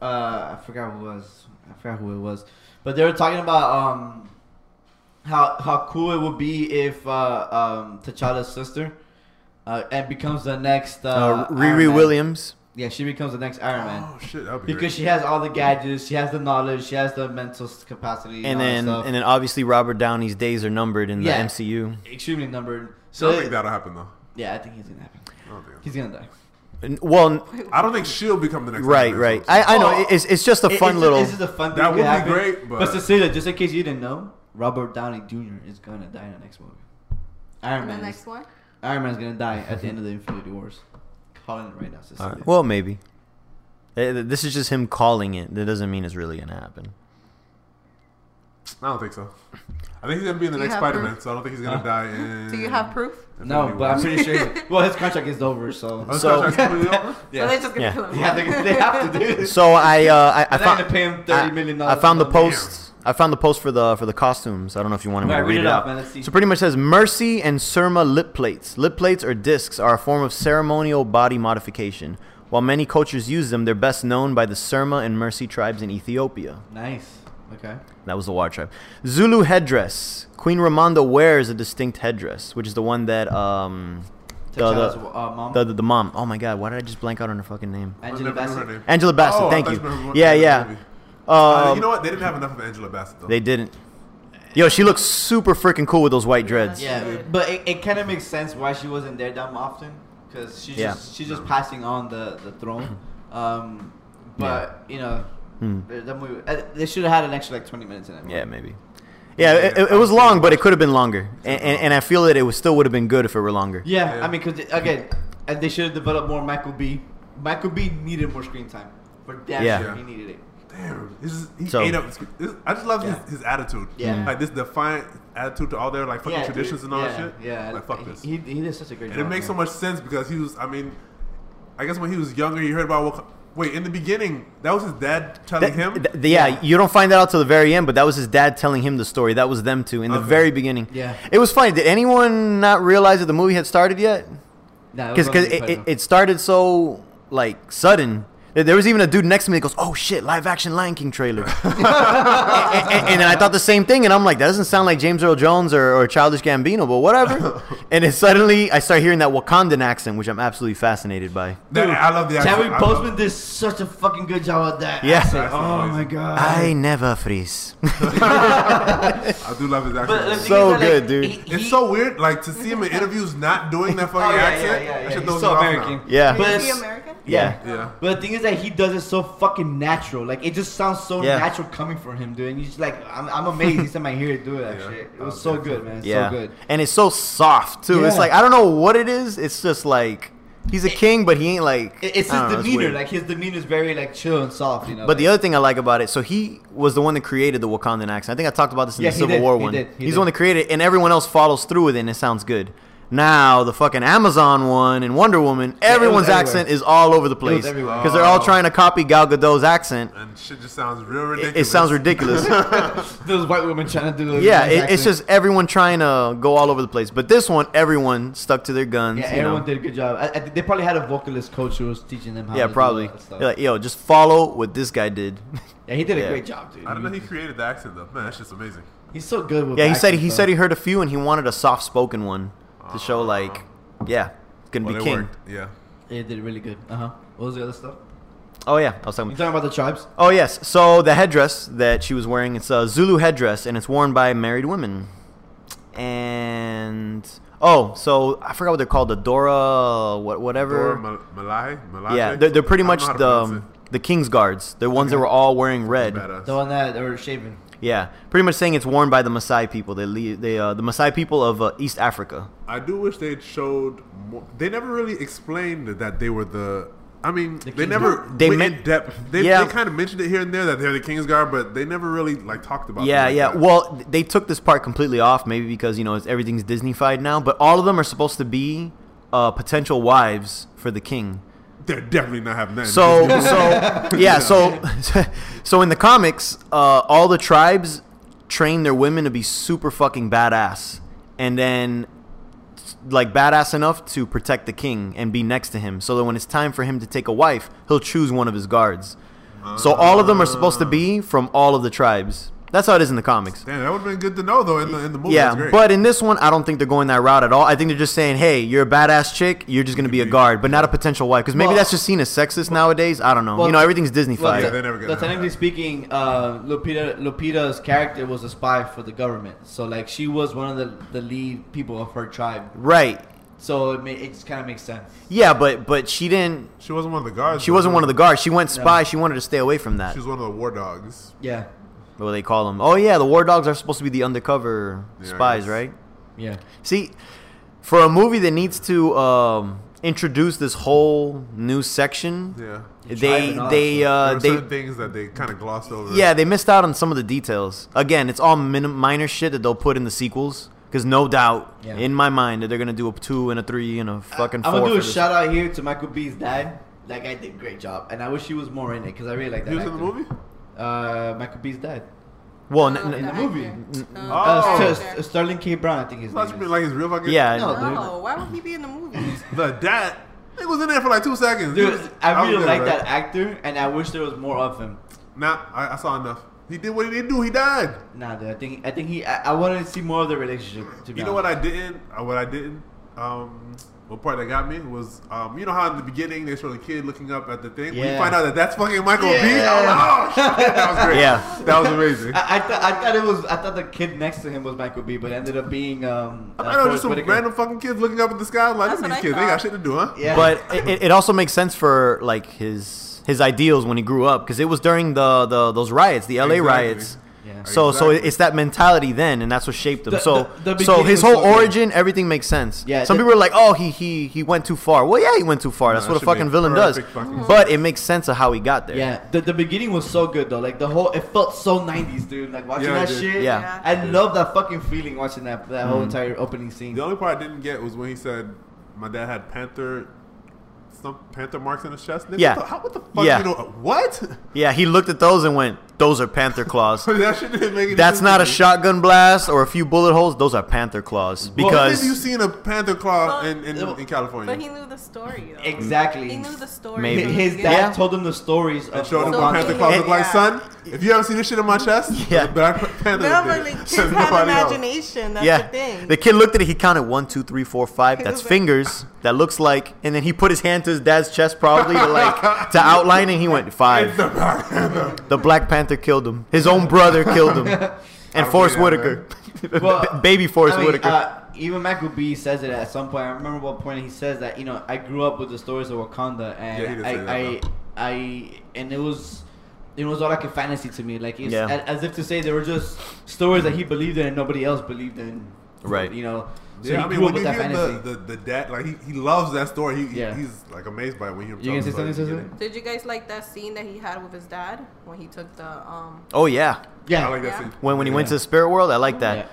Speaker 1: uh, I forgot who it was, I forgot who it was, but they were talking about um, how how cool it would be if uh, um, T'Challa's sister, uh, and becomes the next uh,
Speaker 2: Uh,
Speaker 1: Iron
Speaker 2: Riri
Speaker 1: Man.
Speaker 2: Williams.
Speaker 1: Yeah, she becomes the next Iron Man.
Speaker 3: Oh shit, that'd be
Speaker 1: Because
Speaker 3: great.
Speaker 1: she has all the gadgets, she has the knowledge, she has the mental s- capacity, and,
Speaker 2: And
Speaker 1: all
Speaker 2: then
Speaker 1: that stuff.
Speaker 2: and then obviously Robert Downey's days are numbered in
Speaker 1: Yeah.
Speaker 2: the MCU.
Speaker 1: extremely numbered.
Speaker 3: I
Speaker 1: So
Speaker 3: don't think that'll happen though.
Speaker 1: yeah, I think he's gonna happen.
Speaker 3: I don't think.
Speaker 1: He's gonna die.
Speaker 2: And- Well, n-
Speaker 3: I don't think she'll become the next.
Speaker 2: right,
Speaker 3: Iron Man,
Speaker 2: right.
Speaker 3: so-
Speaker 2: I, I know
Speaker 1: Oh.
Speaker 2: it- it's, it's just a
Speaker 1: It-
Speaker 2: fun
Speaker 1: it's-
Speaker 2: little.
Speaker 1: This is a fun thing.
Speaker 3: That
Speaker 1: could
Speaker 3: would be
Speaker 1: happen.
Speaker 3: great, but-
Speaker 1: but Cecilia, just in case you didn't know, Robert Downey Jr. is gonna die in the next movie. Iron
Speaker 4: And the
Speaker 1: Man.
Speaker 4: next
Speaker 1: Is,
Speaker 4: one,
Speaker 1: Iron Man's gonna die at the end of the Infinity Wars. Calling it right now,
Speaker 2: All
Speaker 1: Cecilia.
Speaker 2: right. Well, maybe. Eh, th- This is just him calling it. That doesn't mean it's really gonna happen.
Speaker 3: I don't think so. I think he's gonna be in the
Speaker 4: Do you
Speaker 3: next
Speaker 4: have
Speaker 3: Spider Man,
Speaker 4: proof?
Speaker 3: so I don't think he's gonna
Speaker 1: Huh?
Speaker 3: die. In
Speaker 4: do you have proof?
Speaker 1: no, but I'm pretty sure. he's- Well, his contract is over, so
Speaker 3: Oh, his
Speaker 2: So-
Speaker 3: contract's completely over?
Speaker 4: So they're
Speaker 1: yeah,
Speaker 4: just gonna
Speaker 2: Yeah.
Speaker 4: kill him.
Speaker 1: yeah, they, they have to do this.
Speaker 2: So I, uh, I, I
Speaker 1: And they're gonna
Speaker 2: found.
Speaker 1: pay him
Speaker 2: I,
Speaker 1: thirty million
Speaker 2: I
Speaker 1: dollars.
Speaker 2: found the post. I found the post for the for the costumes. I don't know if you want me
Speaker 1: All
Speaker 2: to
Speaker 1: right,
Speaker 2: read it
Speaker 1: off,
Speaker 2: out.
Speaker 1: man. Let's see.
Speaker 2: So pretty much says mercy and surma lip plates. Lip plates or discs are a form of ceremonial body modification. While many cultures use them, they're best known by the Surma and Mercy tribes in Ethiopia.
Speaker 1: nice. Okay.
Speaker 2: That was the War tribe. Zulu headdress. Queen Ramonda wears a distinct headdress, which is the one that um the
Speaker 1: T'Challa's,
Speaker 2: the,
Speaker 1: uh, mom.
Speaker 2: the, the, the mom. Oh my god, why did I just blank out on her fucking name?
Speaker 1: Angela
Speaker 3: I never knew her
Speaker 1: Bassett.
Speaker 3: name.
Speaker 2: Angela Bassett.
Speaker 3: Oh, I
Speaker 2: thank
Speaker 3: thought
Speaker 2: you.
Speaker 3: you meant-
Speaker 2: Yeah,
Speaker 3: meant
Speaker 2: yeah.
Speaker 3: movie. Uh,
Speaker 2: Um,
Speaker 3: you know what? They didn't have enough of Angela Bassett though.
Speaker 2: they didn't. Yo, she looks super freaking cool with those white dreads.
Speaker 1: Yeah, but it, it kind of makes sense why she wasn't there that often because she's
Speaker 2: Yeah.
Speaker 1: just, she's just passing on the the throne. Um, but you know,
Speaker 3: Hmm.
Speaker 1: th- that movie uh, they should have had an extra like twenty minutes in it.
Speaker 2: Yeah, maybe. Yeah, it, it, it was long, but it could have been longer, and, and, and I feel that it was still would have been good if it were longer.
Speaker 1: yeah.
Speaker 3: Yeah.
Speaker 1: I mean, because again, and they should have developed more Michael B. Michael B. needed more screen time. For damn
Speaker 2: Yeah.
Speaker 1: sure,
Speaker 3: Yeah.
Speaker 1: he needed it.
Speaker 3: Damn, this is, he
Speaker 2: So-
Speaker 3: ate up. This, I just love
Speaker 1: Yeah.
Speaker 3: his, his attitude.
Speaker 1: Yeah.
Speaker 3: like this defiant attitude to all their like fucking
Speaker 1: yeah, dude,
Speaker 3: traditions and all
Speaker 1: yeah,
Speaker 3: that shit.
Speaker 1: Yeah,
Speaker 3: like fuck
Speaker 1: he,
Speaker 3: this.
Speaker 1: He, he did such a great
Speaker 3: and it
Speaker 1: job,
Speaker 3: makes so
Speaker 1: man.
Speaker 3: much sense because he was. I mean, I guess when he was younger, you heard about what. Wait, in the beginning, that was his dad telling
Speaker 2: That-
Speaker 3: him.
Speaker 2: th- yeah, you don't find that out till the very end, but that was his dad telling him the story. That was them two in the
Speaker 3: Okay.
Speaker 2: very beginning.
Speaker 1: Yeah.
Speaker 2: It was funny. Did anyone not realize that the movie had started yet?
Speaker 1: Nah, it was one
Speaker 2: Because
Speaker 1: of the
Speaker 2: it, it,
Speaker 1: best ones.
Speaker 2: it started so, like, sudden. There- There was even a dude next to me that goes, oh shit, live action Lion King trailer. and, and- and- and then I thought the same thing, and I'm like, that doesn't sound like James Earl Jones or, or Childish Gambino, but whatever. and then suddenly I start hearing that Wakandan accent, which I'm absolutely fascinated by.
Speaker 3: That- I love the accent.
Speaker 1: Chadwick
Speaker 3: I love-
Speaker 1: Boseman did such a fucking good job at that.
Speaker 2: Yeah.
Speaker 1: accent.
Speaker 3: That's
Speaker 1: Oh
Speaker 3: amazing.
Speaker 1: my god.
Speaker 2: I never freeze.
Speaker 3: I do love his
Speaker 1: But the
Speaker 3: accent.
Speaker 1: thing
Speaker 2: So
Speaker 1: is that,
Speaker 2: good,
Speaker 1: like,
Speaker 2: dude.
Speaker 1: he-
Speaker 3: it's
Speaker 1: he-
Speaker 3: so weird, like to see him in interviews not doing that
Speaker 1: Oh, yeah,
Speaker 3: fucking
Speaker 1: yeah,
Speaker 3: accent.
Speaker 1: yeah, yeah.
Speaker 3: That shit
Speaker 1: He's
Speaker 3: throws
Speaker 1: so
Speaker 3: me off now.
Speaker 1: American.
Speaker 2: yeah.
Speaker 1: But
Speaker 4: Is he
Speaker 1: it's-
Speaker 4: American?
Speaker 2: yeah.
Speaker 3: Yeah.
Speaker 1: But the thing is that he does it so fucking natural. Like it just sounds so
Speaker 2: Yeah.
Speaker 1: natural coming from him, dude. And you just like, I'm, I'm amazed. Each time I hear it do that
Speaker 3: Yeah.
Speaker 1: shit, it was so good, man.
Speaker 2: Oh, Yeah.
Speaker 1: So good.
Speaker 2: And it's so soft too. It's
Speaker 1: Yeah.
Speaker 2: like I don't know what it is. It's just like he's a king, but he ain't like
Speaker 1: It, it's his
Speaker 2: I don't know, it's
Speaker 1: demeanor.
Speaker 2: weird.
Speaker 1: like his demeanor is very like chill and soft, you know.
Speaker 2: but the
Speaker 1: like-
Speaker 2: other thing I like about it, so he was the one that created the Wakandan accent. I think I talked about this in
Speaker 1: Yeah,
Speaker 2: the
Speaker 1: he
Speaker 2: Civil
Speaker 1: did,
Speaker 2: War
Speaker 1: he
Speaker 2: one.
Speaker 1: did, he
Speaker 2: He's the one
Speaker 1: did.
Speaker 2: that created, it, and everyone else follows through with it, and it sounds good. Now the fucking Amazon one and Wonder Woman, everyone's
Speaker 1: everywhere.
Speaker 2: accent is all over the place
Speaker 1: everywhere.
Speaker 2: because they're all
Speaker 3: Oh.
Speaker 2: trying to copy Gal Gadot's accent.
Speaker 3: And shit just sounds real ridiculous.
Speaker 2: It, it sounds ridiculous.
Speaker 1: those white women trying to do the
Speaker 2: yeah,
Speaker 1: nice
Speaker 2: it, it's
Speaker 1: accent.
Speaker 2: just everyone trying to go all over the place. But this one, everyone stuck to their guns.
Speaker 1: yeah.
Speaker 2: you know.
Speaker 1: Everyone did a good job. I, I, think they probably had a vocalist coach who was teaching them how.
Speaker 2: Yeah,
Speaker 1: to
Speaker 2: probably.
Speaker 1: Do all that stuff.
Speaker 2: You're like, yo, just follow what this guy did.
Speaker 1: yeah, he did a
Speaker 2: yeah.
Speaker 1: great job, dude.
Speaker 3: I don't know. He created the accent though. Man, that's just amazing.
Speaker 1: He's so good with.
Speaker 2: yeah, he said he
Speaker 1: accents,
Speaker 2: said he
Speaker 1: though.
Speaker 2: heard a few and he wanted a soft spoken one to show like, yeah, gonna
Speaker 3: Ah. Well,
Speaker 2: be
Speaker 3: it
Speaker 2: king.
Speaker 3: worked. Yeah.
Speaker 1: Yeah, he did really good. Uh huh. What was the other stuff?
Speaker 2: Oh yeah, I was talking.
Speaker 1: You
Speaker 2: About,
Speaker 1: talking about the tribes?
Speaker 2: oh yes, so the headdress that she was wearing it's a Zulu headdress and it's worn by married women. And oh, so I forgot what they're called. The Dora, what whatever.
Speaker 3: Dora Mal- Malai. Malai.
Speaker 2: yeah, they're, they're pretty
Speaker 3: I don't
Speaker 2: much
Speaker 3: know how to
Speaker 2: the um,
Speaker 3: pronounce
Speaker 2: the king's guards. They're ones that were all wearing
Speaker 3: it.
Speaker 2: red.
Speaker 3: Badass.
Speaker 1: The one that or shaven.
Speaker 2: Yeah, pretty much saying it's worn by the Maasai people. They lead, they uh, the Maasai people of uh, East Africa.
Speaker 3: I do wish they showed. More, they never really explained that they were the. I mean, they
Speaker 1: King's
Speaker 3: never
Speaker 2: They
Speaker 3: they went
Speaker 2: men-
Speaker 3: in depth. They,
Speaker 2: Yeah.
Speaker 3: they kind of mentioned it here and there that they're the King's Guard, but they never really like talked about.
Speaker 2: Yeah,
Speaker 3: them like
Speaker 2: yeah.
Speaker 3: that.
Speaker 2: Well, th- they took this part completely off, maybe because you know it's, everything's Disneyfied now. But all of them are supposed to be uh, potential wives for the king.
Speaker 3: they're definitely not having that. in
Speaker 2: So,
Speaker 3: Disney.
Speaker 2: so yeah, so so in the comics, uh, all the tribes train their women to be super fucking badass, and then like badass enough to protect the king and be next to him, so that when it's time for him to take a wife, he'll choose one of his guards. So all of them are supposed to be from all of the tribes. That's how it is in the comics.
Speaker 3: Damn, that would have been good to know though in the in the movie. That's
Speaker 2: Yeah,
Speaker 3: great.
Speaker 2: but in this one, I don't think they're going that route at all. I think they're just saying, "Hey, you're a badass chick. You're just gonna be a guard, but not a potential wife." Because maybe
Speaker 1: Well-
Speaker 2: that's just seen as sexist nowadays. I don't know.
Speaker 1: Well,
Speaker 2: you know, everything's Disney
Speaker 1: Well,
Speaker 3: Yeah,
Speaker 2: fied.
Speaker 3: they never get
Speaker 1: well,
Speaker 3: that.
Speaker 1: technically speaking, uh, Lupita Lupita's character was a spy for the government, so like she was one of the, the lead people of her tribe.
Speaker 2: right?
Speaker 1: So it, ma- it just kind of makes sense.
Speaker 2: Yeah, but but she didn't.
Speaker 3: she wasn't one of the guards.
Speaker 2: She wasn't one of the guards. She went
Speaker 1: No.
Speaker 2: spy. She wanted to stay away from that.
Speaker 3: She was one of the war dogs.
Speaker 1: Yeah,
Speaker 2: What do they call them? Oh yeah, the war dogs are supposed to be the undercover
Speaker 3: Yeah, I
Speaker 2: spies,
Speaker 3: guess.
Speaker 2: right?
Speaker 1: yeah.
Speaker 2: See, for a movie that needs to um, introduce this whole new section,
Speaker 3: Yeah.
Speaker 2: they
Speaker 1: Tribe and all
Speaker 2: they
Speaker 1: that
Speaker 2: uh,
Speaker 3: there were
Speaker 2: they
Speaker 3: certain things that they kind of glossed over.
Speaker 2: Yeah, they missed out on some of the details. Again, it's all min- minor shit that they'll put in the sequels. Because no doubt,
Speaker 1: Yeah.
Speaker 2: in my mind, that they're gonna do a two and a three and a fucking
Speaker 1: Uh, I'm
Speaker 2: 4
Speaker 1: gonna do
Speaker 2: for
Speaker 1: a
Speaker 2: this.
Speaker 1: shout out here to Michael B's dad. That guy did a great job, and I wish he was more in it because I really like that.
Speaker 3: He was in the
Speaker 1: actor.
Speaker 3: movie.
Speaker 1: Uh, Michael B's dad.
Speaker 2: Well, n-
Speaker 4: No,
Speaker 2: n-
Speaker 1: the
Speaker 4: actor.
Speaker 1: movie.
Speaker 4: No,
Speaker 3: Oh.
Speaker 1: Uh,
Speaker 4: the
Speaker 1: Ster-
Speaker 3: Oh.
Speaker 1: Ster-
Speaker 4: actor.
Speaker 1: Sterling K. Brown, I think his
Speaker 3: Thought you
Speaker 1: name
Speaker 3: mean
Speaker 1: is.
Speaker 3: like his real fucking
Speaker 2: yeah,
Speaker 1: No, dude.
Speaker 4: No, why would he be in the movie?
Speaker 3: The dad. He was in there for like two seconds. He
Speaker 1: Dude,
Speaker 3: was-
Speaker 1: I
Speaker 3: was
Speaker 1: really
Speaker 3: there,
Speaker 1: like
Speaker 3: right?
Speaker 1: that actor, and I wish there was more of him.
Speaker 3: Nah, I, I saw enough. He did what he did do. He died.
Speaker 1: Nah, dude, I think I think he. I, I wanted to see more of the relationship. To be
Speaker 3: You know what
Speaker 1: honest.
Speaker 3: I didn't? uh, What I didn't? Um, What part that got me was, um, you know how in the beginning they show the kid looking up at the thing. When you
Speaker 1: Yeah.
Speaker 3: find out that that's fucking Michael B.
Speaker 1: Yeah.
Speaker 3: I was like, oh, shit, that was great.
Speaker 2: Yeah.
Speaker 3: that was amazing.
Speaker 1: I, I, th- I thought it was I thought the kid next to him was Michael B, but it ended up being um.
Speaker 3: I know
Speaker 1: Forrest
Speaker 3: just some
Speaker 1: Whitaker.
Speaker 3: random fucking kids looking up at the sky. Like
Speaker 4: That's
Speaker 3: look at
Speaker 4: what
Speaker 3: these
Speaker 4: I
Speaker 3: kids, they got
Speaker 4: thought.
Speaker 3: shit to do, huh?
Speaker 1: Yeah.
Speaker 2: But it, it- it also makes sense for like his his ideals when he grew up because it was during the, the those riots, the LA
Speaker 3: Exactly.
Speaker 2: riots.
Speaker 1: yeah.
Speaker 2: So so
Speaker 3: Exactly.
Speaker 2: it's that mentality then, and that's what shaped him.
Speaker 1: The-
Speaker 2: so
Speaker 1: the- the
Speaker 2: so
Speaker 1: beginning was
Speaker 2: his whole
Speaker 1: so good.
Speaker 2: origin, everything makes sense.
Speaker 1: Yeah,
Speaker 2: Some
Speaker 1: the-
Speaker 2: people are like, oh, he he he went too far. Well, yeah, he went too far. That's
Speaker 3: that
Speaker 2: what a
Speaker 3: should
Speaker 2: fucking
Speaker 3: make
Speaker 2: villain does.
Speaker 3: perfect fucking sense.
Speaker 2: But it makes sense of how he got there.
Speaker 1: Yeah, the, the beginning was so good though. Like the whole, it felt so '90s, dude. Like watching
Speaker 3: Yeah, it
Speaker 1: that
Speaker 3: did.
Speaker 1: shit.
Speaker 2: Yeah. Mm.
Speaker 4: Yeah.
Speaker 1: I love that fucking feeling watching that that whole entire opening scene.
Speaker 3: The only part I didn't get was when he said my dad had panther, some panther marks in his chest. Nigga,
Speaker 2: Yeah.
Speaker 3: what the, how, what the fuck?
Speaker 2: Yeah.
Speaker 3: You know what?
Speaker 2: Yeah, he looked at those and went, those are panther claws.
Speaker 3: that shit didn't make any sense
Speaker 2: That's
Speaker 3: to
Speaker 2: not a
Speaker 3: me.
Speaker 2: shotgun blast or a few bullet holes. Those are panther claws
Speaker 3: When have you
Speaker 2: because
Speaker 3: seen a panther claw
Speaker 4: Well,
Speaker 3: in, in,
Speaker 1: it-
Speaker 3: in California?
Speaker 4: But he knew the story. Though.
Speaker 1: Exactly.
Speaker 4: He knew the story.
Speaker 2: Maybe.
Speaker 4: from the
Speaker 1: His
Speaker 4: beginning.
Speaker 1: dad
Speaker 2: Yeah.
Speaker 1: told him the stories of
Speaker 3: Showed him
Speaker 4: So
Speaker 3: the panther
Speaker 4: mean.
Speaker 3: claws. looked like
Speaker 4: Yeah.
Speaker 3: son. If you haven't seen this shit on my chest,
Speaker 2: Yeah.
Speaker 3: the black panther.
Speaker 4: Remember,
Speaker 3: did it.
Speaker 4: like, kids
Speaker 3: Said
Speaker 4: have
Speaker 3: nobody else.
Speaker 4: imagination. That's
Speaker 2: yeah,
Speaker 4: the thing.
Speaker 2: the kid looked at it. He counted one, two, three, four, five.
Speaker 4: He
Speaker 2: That's
Speaker 4: was like-
Speaker 2: fingers. That looks like, and then he put his hand to his dad's chest probably to like to outline, and he went
Speaker 3: It's
Speaker 2: five.
Speaker 3: the Black Panther.
Speaker 2: The Black Panther killed him. His own brother killed him, and
Speaker 3: I'll
Speaker 2: Forrest
Speaker 3: do that,
Speaker 2: Whitaker,
Speaker 1: Well,
Speaker 2: B- baby Forrest
Speaker 1: I mean,
Speaker 2: Whitaker.
Speaker 1: Uh, even Michael B says it at some point. I remember one point he says that you know I grew up with the stories of Wakanda,
Speaker 3: Yeah, he
Speaker 1: and
Speaker 3: did say
Speaker 1: I,
Speaker 3: that,
Speaker 1: I, I, and it was. It was all like a fantasy to me, like it's,
Speaker 2: Yeah.
Speaker 1: a- as if to say there were just stories that he believed in and nobody else believed in.
Speaker 2: Right.
Speaker 1: You know. So
Speaker 3: Yeah,
Speaker 1: he
Speaker 3: I mean,
Speaker 1: grew up
Speaker 3: when
Speaker 1: with
Speaker 3: you
Speaker 1: that
Speaker 3: hear
Speaker 1: fantasy.
Speaker 3: the, the, the dad, like he, he loves that story. He, he-
Speaker 1: Yeah.
Speaker 3: he's like amazed by it when you hear him.
Speaker 1: you gonna say
Speaker 3: tell the
Speaker 1: something,
Speaker 3: story.
Speaker 1: sister?
Speaker 4: Did you guys like that scene that he had with his dad when he took the um?
Speaker 2: oh yeah,
Speaker 1: Yeah.
Speaker 3: I like that
Speaker 4: Yeah.
Speaker 3: scene.
Speaker 2: when when he went
Speaker 1: Yeah.
Speaker 2: to the spirit world, I like that.
Speaker 1: Yeah.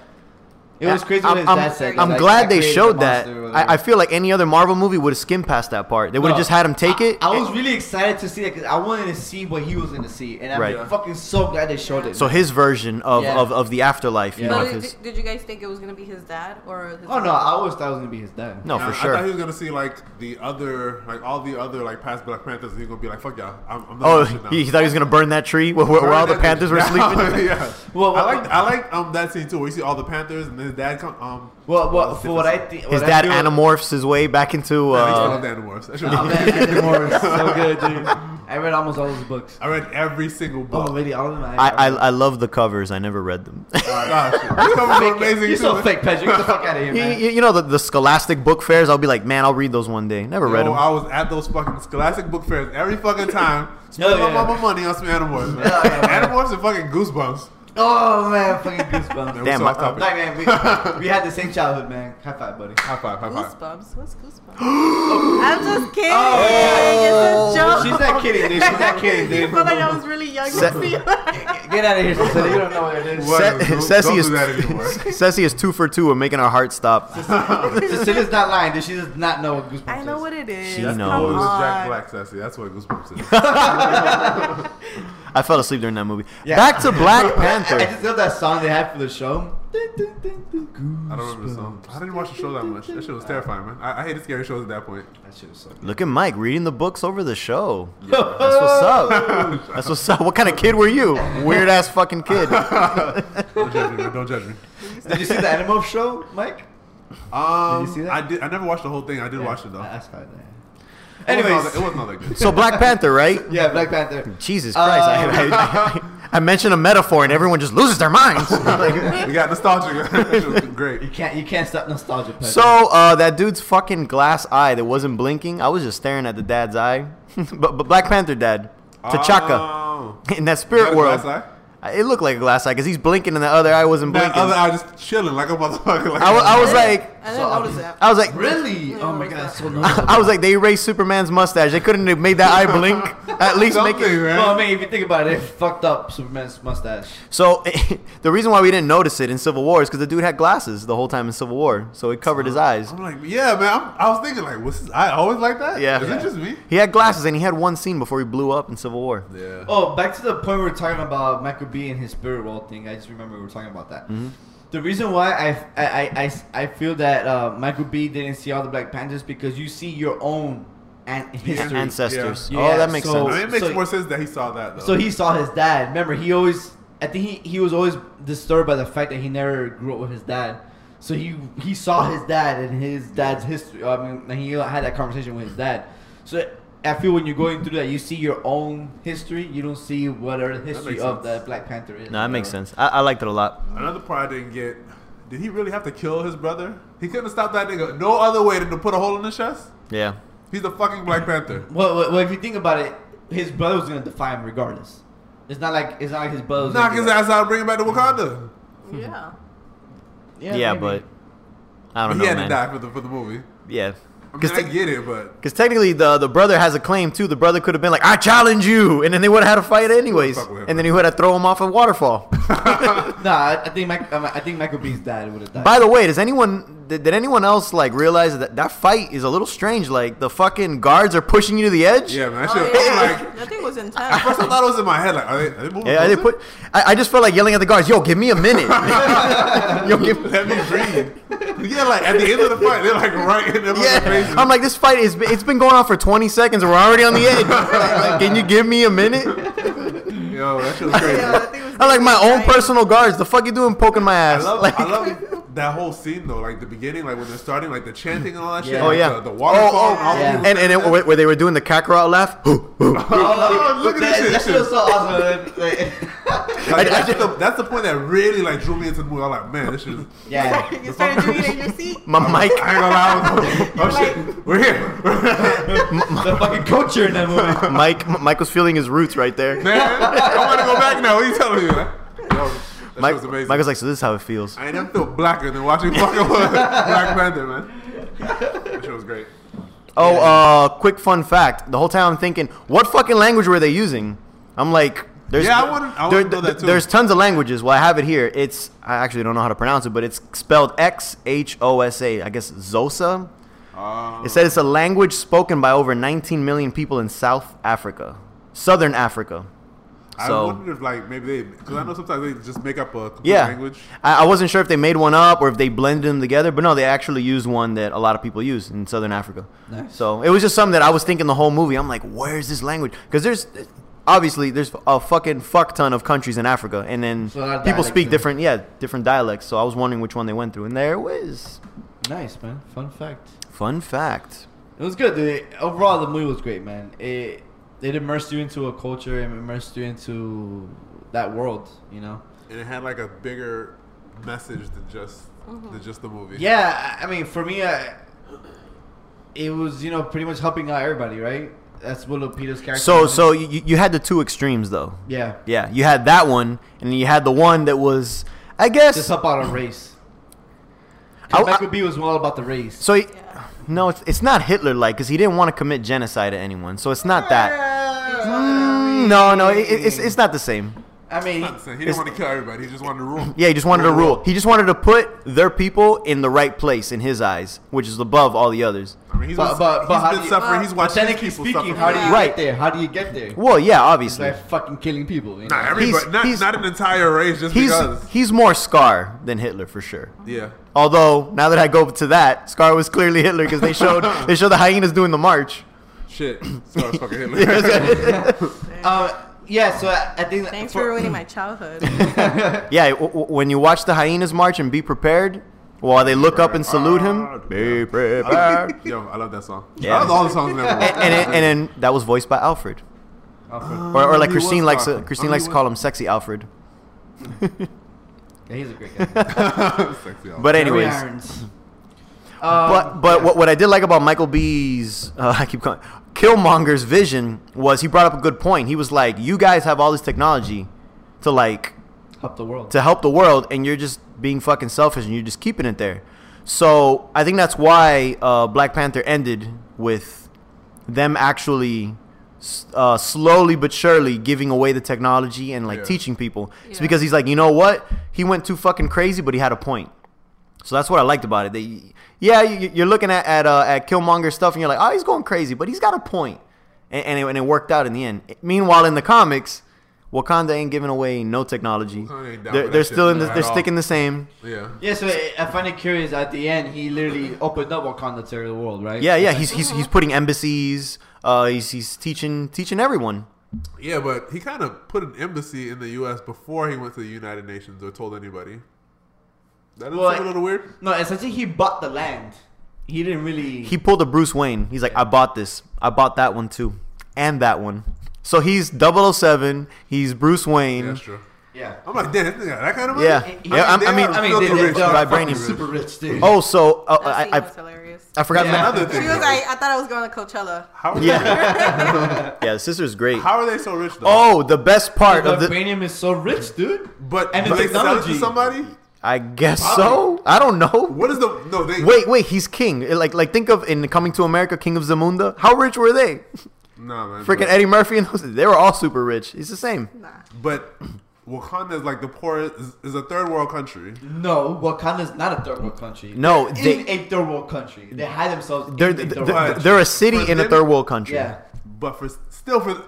Speaker 1: It was crazy.
Speaker 2: I'm,
Speaker 1: what his
Speaker 2: I'm-
Speaker 1: dad said,
Speaker 2: I'm
Speaker 1: like, I
Speaker 2: glad they
Speaker 1: created a
Speaker 2: showed that.
Speaker 1: monster or
Speaker 2: I, I feel like any other Marvel movie would have skimmed past that part. They would have
Speaker 1: No,
Speaker 2: just had him take
Speaker 1: I-
Speaker 2: it.
Speaker 1: I was
Speaker 2: and-
Speaker 1: really excited to see that because I wanted to see what he was going to see, and I'm
Speaker 2: Right.
Speaker 1: fucking so glad they showed it.
Speaker 2: so his version of,
Speaker 1: Yeah.
Speaker 2: of, of the afterlife, you
Speaker 1: Yeah.
Speaker 2: know,
Speaker 4: But
Speaker 2: of his,
Speaker 4: did, did you guys think it was gonna be his dad or? His
Speaker 1: oh no, I always thought it was going to be his dad.
Speaker 2: no,
Speaker 3: I-
Speaker 2: Oh, for
Speaker 3: I thought he
Speaker 2: sure.
Speaker 3: was gonna see like the other, like all the other like past Black Panthers, and he's gonna be like, "Fuck yeah, I'm, I'm not
Speaker 2: Oh,
Speaker 3: doing shit now."
Speaker 2: he, he thought he was gonna burn that tree where, where, where all the Panthers were sleeping.
Speaker 3: yeah.
Speaker 1: Well, uh,
Speaker 3: I
Speaker 1: well,
Speaker 3: like I like um that scene too, where you see all the Panthers and his dad come. Um,
Speaker 1: Well, well,
Speaker 3: let's see
Speaker 1: for what
Speaker 3: this-
Speaker 1: I think,
Speaker 2: His dad anamorphs his way back into.
Speaker 3: Yeah, I
Speaker 2: Uh,
Speaker 3: love the Animorphs. That shit
Speaker 1: Oh,
Speaker 3: was-
Speaker 1: man, Andy Morris, so good, dude. I read almost all his books.
Speaker 3: I read every single book.
Speaker 1: Oh, really? All of them.
Speaker 2: I, I I love the covers. I never read them.
Speaker 3: Nah, shit. These covers were
Speaker 1: Fake-
Speaker 3: amazing
Speaker 1: You're so
Speaker 3: too.
Speaker 1: fake, Pedro. Get the fuck out of here,
Speaker 2: you,
Speaker 1: man.
Speaker 2: you, you know the, the Scholastic book fairs. I'll be like, man, I'll read those one day. Never read
Speaker 3: Yo,
Speaker 2: them.
Speaker 3: I was at those fucking Scholastic book fairs every fucking time.
Speaker 1: Hell
Speaker 3: Spending my
Speaker 1: yeah.
Speaker 3: mama money on some Animorphs. Man.
Speaker 1: Hell yeah, Oh, man.
Speaker 3: Animorphs and fucking Goosebumps.
Speaker 1: Oh man, fucking goosebumps.
Speaker 2: Damn,
Speaker 3: Damn, off
Speaker 2: I-
Speaker 1: Like,
Speaker 3: topic.
Speaker 1: man, we, we had the same childhood, man. High five, buddy.
Speaker 3: high five, high five.
Speaker 4: Goosebumps. What's goosebumps? I'm just kidding.
Speaker 1: Oh.
Speaker 4: it's a joke.
Speaker 1: She's not kidding, dude. She's not kidding,
Speaker 4: You
Speaker 1: dude.
Speaker 4: felt like I was really young.
Speaker 2: Set-
Speaker 4: to see
Speaker 1: Get- Get out of here, sister. You don't know what it is.
Speaker 3: What?
Speaker 2: Se-
Speaker 3: Don't- don't
Speaker 2: Ceci
Speaker 3: do
Speaker 2: is
Speaker 3: that anymore.
Speaker 2: Ceci is two for two. We're making our heart stop.
Speaker 1: Cecilia's not lying, dude. She does not know what goosebumps
Speaker 4: I know
Speaker 1: is.
Speaker 4: what it is.
Speaker 2: She
Speaker 4: Come
Speaker 2: knows.
Speaker 3: Oh, it was Jack
Speaker 4: on.
Speaker 3: Black, Sassy. That's what Goosebumps is.
Speaker 2: I fell asleep during that movie.
Speaker 1: Yeah.
Speaker 2: Back to Black Panther.
Speaker 1: I just love that song they had for the show. Dun, dun, dun, dun,
Speaker 3: I don't remember the song. I didn't watch the show that much. That shit was terrifying, man. I, I hated scary shows at that point.
Speaker 1: goosebumps. That shit was so good.
Speaker 2: Look at Mike reading the books over the show. That's what's up. That's what's up. What kind of kid were you? Weird ass fucking kid.
Speaker 3: Don't judge me, man. Don't judge me.
Speaker 1: Did you see the Animal Show, Mike?
Speaker 3: Um,
Speaker 1: Did you see that?
Speaker 3: I did. I never watched the whole thing. I did watch it though.
Speaker 2: Uh,
Speaker 1: That's fine. yeah.
Speaker 3: It wasn't all that-
Speaker 1: Anyways,
Speaker 3: it wasn't all that good.
Speaker 2: So Black Panther, right?
Speaker 1: yeah, Black Panther.
Speaker 2: Jesus Christ! I, I, I, I mentioned a metaphor and everyone just loses their minds. Like-
Speaker 3: We got nostalgic. that shit was great.
Speaker 1: You can't, you can't stop nostalgia. Pedro.
Speaker 2: so uh, that dude's fucking glass eye that wasn't blinking. I was just staring at the dad's eye. but, but Black Panther dad, T'Chaka,
Speaker 3: Oh.
Speaker 2: in that
Speaker 3: You had
Speaker 2: spirit
Speaker 3: a
Speaker 2: world,
Speaker 3: glass eye?
Speaker 2: it looked like a glass eye because he's blinking and the other eye wasn't
Speaker 3: That
Speaker 2: blinking.
Speaker 3: other eye just chilling like a motherfucker. Like
Speaker 2: I wa- I was like-
Speaker 4: I didn't notice that.
Speaker 2: I was like,
Speaker 1: really?
Speaker 4: Yeah,
Speaker 1: Oh my
Speaker 4: it was
Speaker 1: god,
Speaker 4: that.
Speaker 1: that's so
Speaker 2: I
Speaker 1: nostalgic.
Speaker 2: was like, they erased Superman's mustache. They couldn't have made that eye blink. At least make
Speaker 3: something,
Speaker 2: it.
Speaker 3: man.
Speaker 1: Well, I mean, if you think about it, it fucked up Superman's mustache.
Speaker 2: So the reason why we didn't notice it in Civil War is because the dude had glasses the whole time in Civil War, so it covered his eyes.
Speaker 3: I'm like, yeah, man. I'm, I was thinking, like, was his eye always like that?
Speaker 2: Yeah.
Speaker 3: Is
Speaker 2: Yeah.
Speaker 3: it just me?
Speaker 2: He had glasses, and he had one scene before he blew up in Civil War.
Speaker 3: Yeah.
Speaker 1: Oh, back to the point we were talking about Michael B and his spirit world thing. I just remember we were talking about that.
Speaker 2: Mm-hmm.
Speaker 1: The reason why I, I, I- I, I feel that uh, Michael B didn't see all the Black Panthers because you see your own an- history.
Speaker 2: Ancestors.
Speaker 1: Yeah.
Speaker 2: Oh,
Speaker 1: Yeah,
Speaker 2: that makes
Speaker 1: so-
Speaker 3: I mean,
Speaker 2: sense.
Speaker 3: it makes
Speaker 1: so-
Speaker 3: more sense that he saw that though.
Speaker 1: So he saw his dad. Remember, he always, I think he, he was always disturbed by the fact that he never grew up with his dad. So he he saw his dad and his dad's history. I mean, and he had that conversation with his dad. So I feel when you're going through that, you see your own history. You don't see what are the history
Speaker 3: makes
Speaker 1: of
Speaker 3: sense.
Speaker 1: the Black Panther is.
Speaker 2: No, that makes
Speaker 1: you know?
Speaker 2: sense. I, I liked it a lot.
Speaker 3: Another part I didn't get. Did he really have to kill his brother? He couldn't have stopped that nigga. No other way than to put a hole in his chest.
Speaker 2: Yeah.
Speaker 3: He's the fucking Black Panther.
Speaker 1: Well, well, well, if you think about it, his brother was gonna defy him regardless. It's not like it's not like his brother. was
Speaker 3: Knock
Speaker 1: gonna do
Speaker 3: his
Speaker 1: that.
Speaker 3: ass out and bring him back to Wakanda.
Speaker 4: Yeah.
Speaker 2: Yeah, but I
Speaker 3: He
Speaker 2: don't know,
Speaker 3: had
Speaker 2: man.
Speaker 3: to die for the, for the movie.
Speaker 2: Yeah.
Speaker 3: I mean,
Speaker 2: Because
Speaker 3: I get it, but
Speaker 2: technically the the brother has a claim too. The brother could have been like, "I challenge you," and then they would have had a fight anyways.
Speaker 3: Fuck with him.
Speaker 2: And then he would have thrown him off a waterfall.
Speaker 1: Nah, I, I think Mike, um, I think Michael B's dad would have died.
Speaker 2: By the way, does anyone did, did anyone else like realize that that fight is a little strange? Like the fucking guards are pushing you to the edge.
Speaker 3: yeah, man, I should.
Speaker 4: Oh,
Speaker 3: I'm
Speaker 4: yeah.
Speaker 3: like,
Speaker 4: that thing was
Speaker 3: at first
Speaker 4: intense.
Speaker 3: I thought it was in my head. Like, are they, are they moving?
Speaker 2: Yeah, they
Speaker 3: closer?
Speaker 2: put. I, I just felt like yelling at the guards. Yo, give me a minute. Yo, give.
Speaker 3: Let me breathe. yeah, like at the end of the fight, they're like right in the
Speaker 2: Yeah, I'm like this fight is. It's been going on for 20 seconds, and we're already on the edge. Like, can you give me a minute?
Speaker 3: yo, that shit was crazy.
Speaker 4: yeah, that thing was
Speaker 2: I'm like my own
Speaker 4: intense.
Speaker 2: personal guards. The fuck you doing poking my
Speaker 3: I
Speaker 2: ass?
Speaker 3: love,
Speaker 2: Like-
Speaker 3: I love that whole scene though, like the beginning, like when they're starting, like the chanting and all that shit.
Speaker 1: Yeah.
Speaker 2: Oh
Speaker 3: like,
Speaker 2: yeah,
Speaker 3: the, the waterfall.
Speaker 2: Oh,
Speaker 3: and all
Speaker 1: yeah.
Speaker 3: the-
Speaker 2: and and it, where where they were doing the Kakarot laugh.
Speaker 3: Oh, look at
Speaker 1: that,
Speaker 3: this
Speaker 1: that
Speaker 3: shit.
Speaker 1: shit was so awesome. Like-
Speaker 3: Like,
Speaker 2: I- I
Speaker 3: that's,
Speaker 2: just-
Speaker 3: the, that's the point that really like drew me into the movie. I'm like, man, this shit. Is,
Speaker 1: yeah.
Speaker 4: you started doing it in your seat.
Speaker 2: My mic,
Speaker 3: I ain't gonna lie. I was- oh shit, we're here,
Speaker 1: the fucking culture in that movie.
Speaker 2: Mike, Mike was feeling his roots right there.
Speaker 3: man. I want to go back now. What are you telling me? man? Yo, that shit
Speaker 2: Mike,
Speaker 3: was amazing.
Speaker 2: Mike was like, so this is how it feels.
Speaker 3: I ain't never feel blacker than watching fucking Black Panther, man. That shit was great.
Speaker 2: Oh, uh, quick fun fact. The whole time I'm thinking, what fucking language were they using? I'm like, there's
Speaker 3: Yeah, I wouldn't- I wouldn't know that too.
Speaker 2: There's tons of languages. Well, I have it here. It's I actually don't know how to pronounce it, but it's spelled X H O S A. I guess Xhosa.
Speaker 3: Um,
Speaker 2: It said it's a language spoken by over 19 million people in South Africa, Southern Africa.
Speaker 3: I
Speaker 2: so-
Speaker 3: wonder if like maybe they because I know sometimes they just make up a complete
Speaker 2: Yeah,
Speaker 3: language.
Speaker 2: I, I wasn't sure if they made one up or if they blended them together, but no, they actually used one that a lot of people use in Southern Africa.
Speaker 1: Nice.
Speaker 2: So it was just something that I was thinking the whole movie. I'm like, where's this language? Because there's obviously there's a fucking fuck ton of countries in Africa, and then
Speaker 1: So a lot of
Speaker 2: people speak
Speaker 1: dialects,
Speaker 2: different, yeah, different dialects. So I was wondering which one they went through, and there it was.
Speaker 1: Nice man. Fun fact.
Speaker 2: Fun fact.
Speaker 1: It was good, dude. Overall, the movie was great, man. It it immersed you into a culture and immersed you into that world, you know.
Speaker 3: and it had like a bigger message than just than just the movie.
Speaker 1: Yeah, I I mean, for me, I, it was you know pretty much helping out everybody, right? That's what Lupita's character.
Speaker 2: So
Speaker 1: was.
Speaker 2: so you, you had the two extremes though.
Speaker 1: yeah,
Speaker 2: Yeah, you had that one, and you had the one that was, I guess.
Speaker 1: just help out on race.
Speaker 2: I- I-
Speaker 1: And Michael B was all about the race.
Speaker 2: So, no, it's, it's not Hitler like because he didn't want to commit genocide to anyone. So it's not that. Mm, no, no, it, it- it's, it's not the same.
Speaker 1: I mean,
Speaker 3: Not saying- he didn't want to kill everybody. He just wanted to rule.
Speaker 2: Yeah, he just wanted to rule. He just wanted to put their people in the right place in his eyes, which is above all the others.
Speaker 3: I mean, he's
Speaker 1: But-
Speaker 3: been,
Speaker 1: but- but
Speaker 3: he's
Speaker 1: how
Speaker 3: been
Speaker 1: do you-
Speaker 3: suffering.
Speaker 4: but
Speaker 3: he's watching
Speaker 1: technically
Speaker 3: people
Speaker 1: speaking,
Speaker 3: suffer.
Speaker 1: how do you
Speaker 2: Right.
Speaker 1: get there? How do you get there?
Speaker 2: Well, yeah, obviously.
Speaker 1: By fucking killing people. You know?
Speaker 3: not everybody,
Speaker 2: He's-
Speaker 3: not,
Speaker 2: he's-
Speaker 3: not an entire race, just
Speaker 2: He's
Speaker 3: because.
Speaker 2: he's more Scar than Hitler for sure.
Speaker 3: Yeah,
Speaker 2: Although now that I go to that, Scar was clearly Hitler because they showed they showed the hyenas doing the march.
Speaker 3: shit. So I was fucking Hitler.
Speaker 1: Uh, yeah, so I, I think
Speaker 4: Thanks for ruining my childhood.
Speaker 2: Yeah, w- w- when you watch the hyenas march and be prepared, while they look up and salute
Speaker 3: Ah,
Speaker 2: him, be prepared.
Speaker 3: Yo, I love that song.
Speaker 2: Yeah.
Speaker 3: I love all the songs in that movie.
Speaker 2: and, and, then- and then that was voiced by Alfred,
Speaker 1: Alfred.
Speaker 2: or, or like
Speaker 3: He was
Speaker 2: Christine likes to,
Speaker 3: Alfred.
Speaker 2: Christine
Speaker 3: Oh,
Speaker 2: likes
Speaker 3: he
Speaker 2: to
Speaker 3: was-
Speaker 2: call him sexy Alfred.
Speaker 1: Yeah, he's a great guy.
Speaker 3: Sexy Alfred.
Speaker 2: But
Speaker 1: Jeremy
Speaker 2: anyways,
Speaker 1: Irons.
Speaker 2: but
Speaker 1: Um,
Speaker 2: but what, what I did like about Michael B's, uh, I keep calling Killmonger's vision was he brought up a good point. He was like, you guys have all this technology to like
Speaker 1: help the world.
Speaker 2: to help the world, and you're just being fucking selfish, and you're just keeping it there. So I think that's why uh, Black Panther ended with them actually s- uh, slowly but surely giving away the technology and like
Speaker 3: Yeah.
Speaker 2: teaching people. It's
Speaker 4: Yeah.
Speaker 2: because he's like, you know what? He went too fucking crazy, but he had a point. So that's what I liked about it. They, yeah, you, you're looking at at, uh, at Killmonger stuff, and you're like, oh, he's going crazy, but he's got a point, and and it, and it worked out in the end. Meanwhile, in the comics, Wakanda ain't giving away no technology.
Speaker 3: Wakanda ain't down
Speaker 2: They're,
Speaker 3: for
Speaker 2: they're
Speaker 3: that
Speaker 2: still
Speaker 3: shit
Speaker 2: in the,
Speaker 3: at
Speaker 2: they're
Speaker 3: all.
Speaker 2: sticking the same.
Speaker 3: yeah.
Speaker 1: Yeah, so I I find it curious. At the end, he literally opened up Wakanda to the world, right?
Speaker 2: Yeah, yeah. He's he's, he's putting embassies. Uh, he's he's teaching teaching everyone.
Speaker 3: Yeah, but he kind of put an embassy in the U.S. before he went to the United Nations or told anybody. That doesn't
Speaker 1: Well,
Speaker 3: seem a little weird.
Speaker 1: No, essentially he bought the land. He didn't really.
Speaker 2: He pulled a Bruce Wayne. He's like, I bought this. I bought that one too. And that one. So he's 007. He's Bruce
Speaker 3: Yeah,
Speaker 2: Wayne.
Speaker 3: that's true.
Speaker 1: yeah.
Speaker 3: I'm like, damn, this nigga got that kind of money.
Speaker 2: Yeah.
Speaker 1: He-
Speaker 2: yeah
Speaker 3: they
Speaker 2: I, I mean,
Speaker 3: are-
Speaker 1: I mean,
Speaker 3: filthy
Speaker 1: they, they,
Speaker 3: rich.
Speaker 1: they are fucking
Speaker 2: Vibranium.
Speaker 1: super rich, dude.
Speaker 2: Oh, so uh,
Speaker 4: That scene
Speaker 2: I, I,
Speaker 4: was hilarious.
Speaker 2: I forgot
Speaker 1: Yeah.
Speaker 2: that.
Speaker 3: Another
Speaker 4: She
Speaker 3: thing.
Speaker 4: was
Speaker 3: though.
Speaker 4: like, I thought I was going to Coachella.
Speaker 3: how,
Speaker 2: Yeah. yeah, the sister's great.
Speaker 3: how are they so rich though?
Speaker 2: Oh, the best part of the.
Speaker 1: vibranium is so rich, dude.
Speaker 3: but
Speaker 1: and
Speaker 3: and
Speaker 1: the
Speaker 3: do they sell it to
Speaker 1: technology.
Speaker 3: somebody?
Speaker 2: I guess so. I don't know.
Speaker 3: What is the no? They
Speaker 2: Wait, wait, he's king. Like, like think of in Coming to America, King of Zamunda. How rich were they?
Speaker 3: Nah, man.
Speaker 2: Freaking
Speaker 3: but-
Speaker 2: Eddie Murphy and those. They were all super rich. It's the same.
Speaker 4: Nah.
Speaker 3: But Wakanda is like the poorest is, is a third world country.
Speaker 1: No, Wakanda's not a third world country.
Speaker 2: No, they-
Speaker 1: in a third world country, they hide themselves.
Speaker 2: They're,
Speaker 1: in a third
Speaker 2: they're,
Speaker 1: world
Speaker 3: right.
Speaker 2: they're,
Speaker 1: country.
Speaker 2: they're a city
Speaker 3: But
Speaker 2: in a
Speaker 3: then-
Speaker 2: third world country.
Speaker 1: yeah.
Speaker 3: But for still for